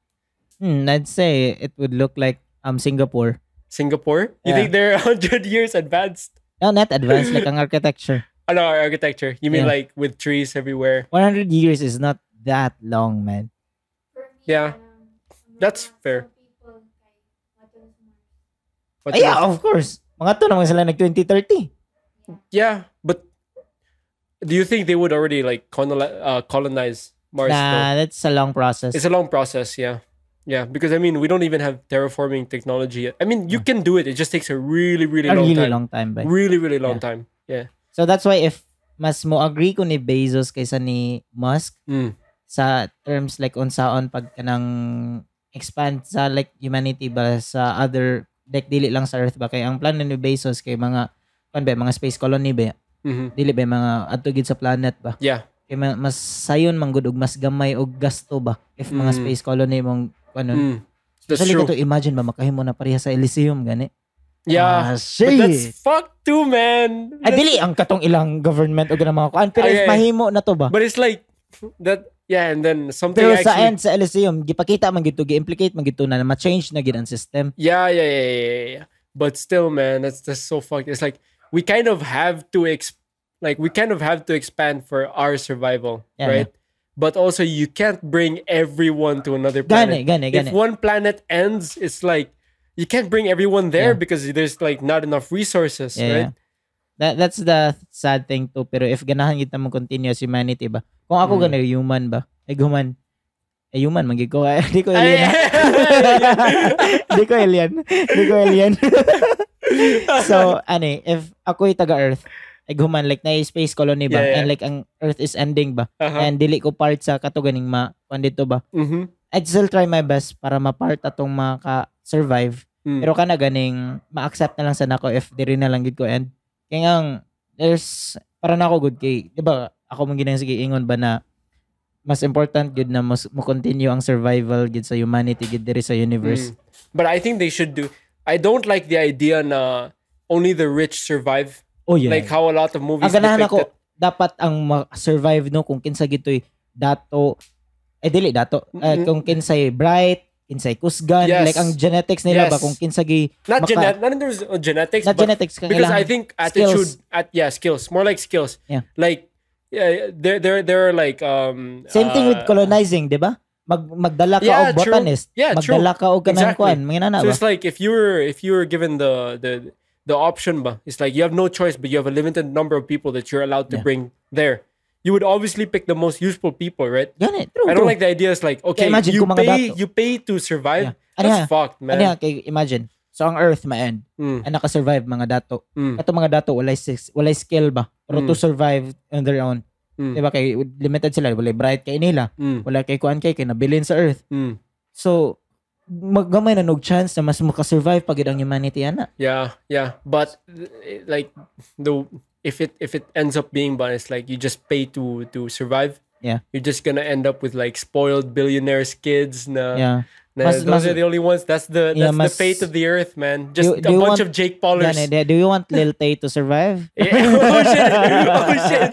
A: Hmm, I'd say it would look like um Singapore.
B: Singapore. You
A: Yeah.
B: think they're (laughs) 100 years advanced?
A: No, not advanced like ang
B: (laughs)
A: architecture.
B: Oh, no, architecture. You mean
A: Yeah.
B: like with trees everywhere?
A: 100 years is not that long, man.
B: Yeah. That's fair. But
A: Ay, yeah, of course. Mga to naman sila nag 2030.
B: yeah, but do you think they would already like colonize, uh, colonize Mars? though?
A: Nah, that's a long process.
B: It's a long process, yeah. Yeah, because I mean, we don't even have terraforming technology yet. I mean, you can do it. It just takes a really, really
A: a
B: long
A: really
B: time.
A: long time, ba?
B: Really, really long
A: Yeah.
B: time. Yeah.
A: So that's why if mas mo agree ko ni Bezos kaysa ni Musk
B: Mm.
A: sa terms like unsaon pag kanang expand sa like humanity ba sa other like dili lang sa earth ba kay ang plan ni Bezos kay mga kan ba mga space colony ba
B: hmm
A: dili ba mga adto gid sa planet ba
B: Yeah.
A: kay ma- mas sayon man gud og mas gamay og gasto ba if mga
B: Mm.
A: space colony mong ano
B: Mm. That's
A: Actually,
B: true.
A: kato, imagine ba makahimo na pareha sa Elysium gani
B: Yeah.
A: ah,
B: but that's
A: shit
B: fucked too, man.
A: ay
B: That's-
A: dili ang katong ilang government og na mga kuan pero
B: Ay,
A: if
B: ay, ay.
A: mahimo na to ba
B: But it's like that. Yeah, and then something
A: pero
B: actually.
A: sa end sa Elysium gipakita man gito gi-implicate man gito na na ma-change na gid ang system
B: Yeah, yeah, yeah, yeah, yeah, yeah. But still, man, that's that's so fucked. It's like we kind of have to exp- like we kind of have to expand for our survival,
A: Yeah,
B: right? But also, you can't bring everyone to another
A: gani
B: planet.
A: gani gani
B: if one planet ends, it's like you can't bring everyone there
A: Yeah.
B: because there's like not enough resources,
A: Yeah,
B: right?
A: yeah. That, that's the sad thing too pero if ganahan kita mo continuous humanity ba kung ako
B: Mm.
A: gani human ba ay human ay human man gid ko (laughs) di ko
B: Ay,
A: alien ha?
B: (laughs)
A: Di ko (laughs) alien. Di ko alien. so, ano eh, if ako'y taga-Earth, Like human like na space colony ba
B: Yeah, Uh-huh. yeah.
A: and like ang earth is ending ba
B: Aha.
A: and dili ko part sa kato ganing ma kung dito ba.
B: Mhm.
A: I'd still try my best para ma-part atong maka-survive.
B: Mm.
A: Pero kana ganing ma-accept na lang sa nako if diri na lang gid ko and kaya nga ang- there's para na ako good kay di ba ako mong ginang sige ingon ba na mas important gid na mas mo continue ang survival gid sa humanity gid diri sa universe.
B: Mm. But I think they should do. I don't like the idea na only the rich survive,
A: Oh yeah.
B: like how a lot of movies.
A: ang ganahan
B: depict
A: ako
B: it.
A: dapat ang ma-survive no kung kinsa gitoy dato eh dili dato eh,
B: Mm-mm.
A: kung kinsay bright kinsay kusgan
B: Yes.
A: like ang genetics nila ba
B: Yes.
A: kung kinsa gi maka-
B: Not genet, not in terms of genetics,
A: na
B: but
A: genetics ka
B: because I
A: kailangan
B: think attitude,
A: skills.
B: at yeah, skills, more like skills.
A: Yeah.
B: Like, yeah, there, there, there are like um.
A: same thing with
B: uh,
A: colonizing di ba Mag, magdala ka
B: Yeah,
A: og
B: true.
A: botanist
B: Yeah, true.
A: magdala ka og kanang
B: Exactly.
A: kuan mga ba
B: So it's like if you were if you were given the the the option, ba, it's like you have no choice, but you have a limited number of people that you're allowed to
A: Yeah.
B: bring there. You would obviously pick the most useful people, right?
A: Ganit, eh, true,
B: I don't
A: true.
B: like the idea. It's like okay,
A: imagine
B: you
A: kung mga
B: pay
A: dato.
B: you pay to survive.
A: Yeah. Ano
B: That's
A: nga?
B: fucked, man.
A: ano yan, kay imagine so ang earth ma-end
B: Mm,
A: ang naka-survive mga dato
B: mm,
A: kato mga dato walay sis- walay skill ba pero
B: Mm.
A: to survive on their own
B: Mm.
A: di ba kay limited sila walay bright kay nila
B: mm,
A: wala kay kuan kay kay nabilin sa earth
B: mm.
A: So, maggamay na og chance na mas makasurvive pagid ang humanity ana.
B: Yeah, yeah. But eh, like the if it if it ends up being, but it's like you just pay to to survive.
A: Yeah.
B: You're just gonna end up with like spoiled billionaires kids. Na,
A: Yeah.
B: na-
A: Mas-
B: those
A: mas-
B: are the only ones. That's the
A: Yeah,
B: that's
A: mas-
B: the fate of the earth, man. Just
A: Do-
B: a
A: do you
B: bunch
A: want-
B: of Jake Paulers. (laughs)
A: Yan, eh, do you want Lil Tay to survive?
B: Yeah. (laughs) oh
A: (laughs)
B: shit! Oh shit!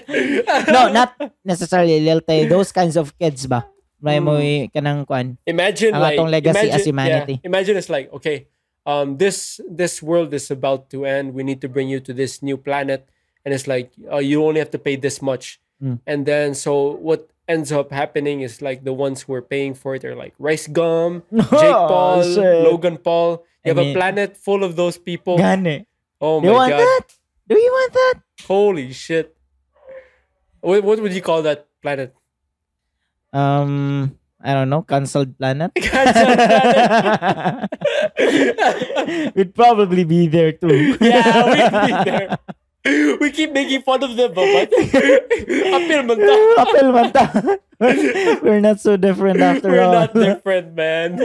A: no,
B: (laughs)
A: not necessarily Lil Tay. Those kinds of kids ba? May
B: Hmm.
A: mo kanang kuan.
B: imagine
A: Ang
B: like
A: atong legacy
B: imagine,
A: as humanity.
B: yeah, imagine it's like okay, um, this this world is about to end. We need to bring you to this new planet, and it's like uh, you only have to pay this much,
A: Mm.
B: and then so what ends up happening is like the ones who are paying for it are like Rice
A: (laughs)
B: Gum, Jake
A: Oh,
B: Paul,
A: shit.
B: Logan Paul.
A: I
B: You have
A: mean-
B: a planet full of those people.
A: Gani.
B: Oh
A: Do you
B: my
A: want
B: god!
A: that? Do you want that?
B: Holy shit! What, what would you call that planet? (laughs)
A: Um, I don't know, canceled planet. (laughs) We'd probably be there too.
B: Yeah, we (laughs)
A: (laughs)
B: keep there. We keep making fun of them, but appeal man ta.
A: Apel man ta. We're not so different after
B: We're
A: all.
B: not different,
A: (laughs)
B: man.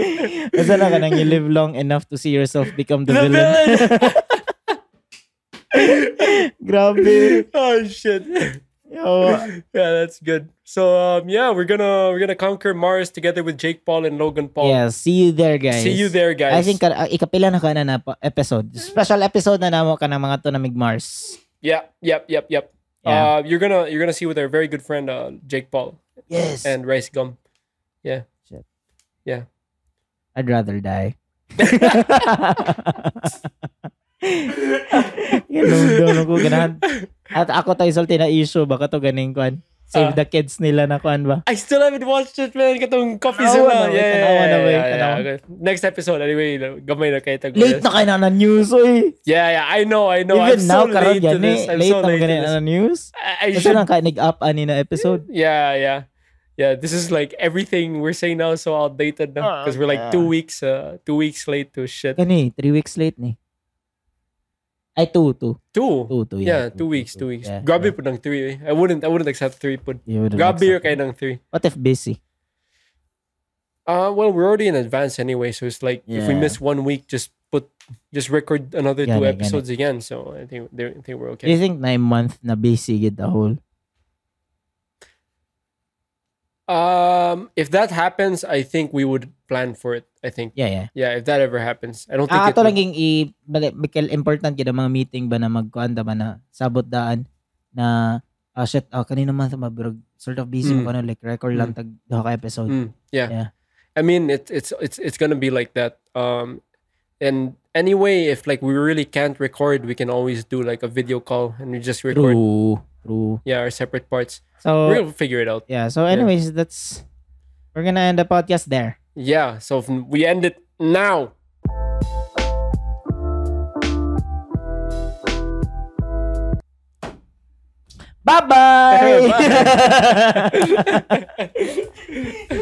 A: Basta na ka nang you live long enough to see yourself become the,
B: The
A: villain.
B: villain.
A: (laughs) Grabe.
B: (laughs) oh shit.
A: Yo.
B: Yeah, that's good. So um, yeah, we're gonna we're gonna conquer Mars together with Jake Paul and Logan Paul.
A: Yeah, see you there guys.
B: See you there, guys. Mm.
A: I think ka- ah, ikapila na ka na na pa- episode. Special episode na namo ka na mga to na Mars.
B: Yeah. Yep. Yep. Yep.
A: Yeah.
B: Uh, you're gonna you're gonna see with our very good friend uh, Jake Paul
A: Yes.
B: and Rice Gum. Yeah.
A: I'd rather
B: (laughs)
A: die. Ganun daw ako ganahan. At ako tayo salty na issue baka to ganing kwan. Save the
B: Ah.
A: kids nila na kwan ba?
B: I still haven't watched it, man. Katong coffee
A: Tanawan na,
B: zilla.
A: wait,
B: Yeah, yeah,
A: tanawan na,
B: yeah,
A: wait,
B: yeah, yeah,
A: tanawan.
B: Okay. Next episode, anyway, gamay na kayo tag
A: Late na kayo na na news oy.
B: Yeah, yeah, I know, I know.
A: Even
B: I'm
A: now
B: so
A: karon
B: late to
A: gani
B: this. I'm
A: late
B: so
A: na
B: late to
A: gani na
B: this.
A: na news.
B: I, I
A: Kasi
B: should.
A: lang ka nag-up ani na episode.
B: Yeah, yeah, yeah. This is like everything we're saying now is so outdated now because we're like two weeks, uh, two weeks late to shit.
A: Kani, three weeks late ni. Ay, two, two.
B: Two.
A: Two, two.
B: Yeah, two weeks, two weeks. Grabe po ng three. eh. I wouldn't, I wouldn't accept three po. Grabe yung kayo ng three.
A: What if busy?
B: Uh, well, we're already in advance anyway, so it's like if we
A: Yeah.
B: miss one week, just put, just record another
A: Yan
B: two
A: eh, yan eh.
B: episodes again. So I think, they, I think we're
A: Do you
B: okay.
A: think nine month na busy gid the whole?
B: Um, if that happens, I think we would plan for it. I think.
A: Yeah, yeah.
B: Yeah, if that ever happens, I don't think.
A: Ah,
B: it
A: ato
B: would-
A: lang yung i bali- bikel important gid ang mga meeting ba na magkuanda ba na sabot daan na ah shit, ah kanina man sa mabirog sort of busy
B: Mm.
A: mo kano like record lang tag duha ka episode.
B: Mm, yeah.
A: Yeah.
B: I mean, it's it's it's it's gonna be like that. Um, and anyway, if like we really can't record, we can always do like a video call and we just record.
A: True. Uh, True.
B: Yeah, our separate parts.
A: So
B: We'll figure it out.
A: yeah, so anyways, that's we're gonna end the podcast there.
B: Yeah. So if we end it
A: (laughs)
B: now. (laughs)
A: (laughs)
B: (laughs)
A: Bye-bye.
B: (laughs)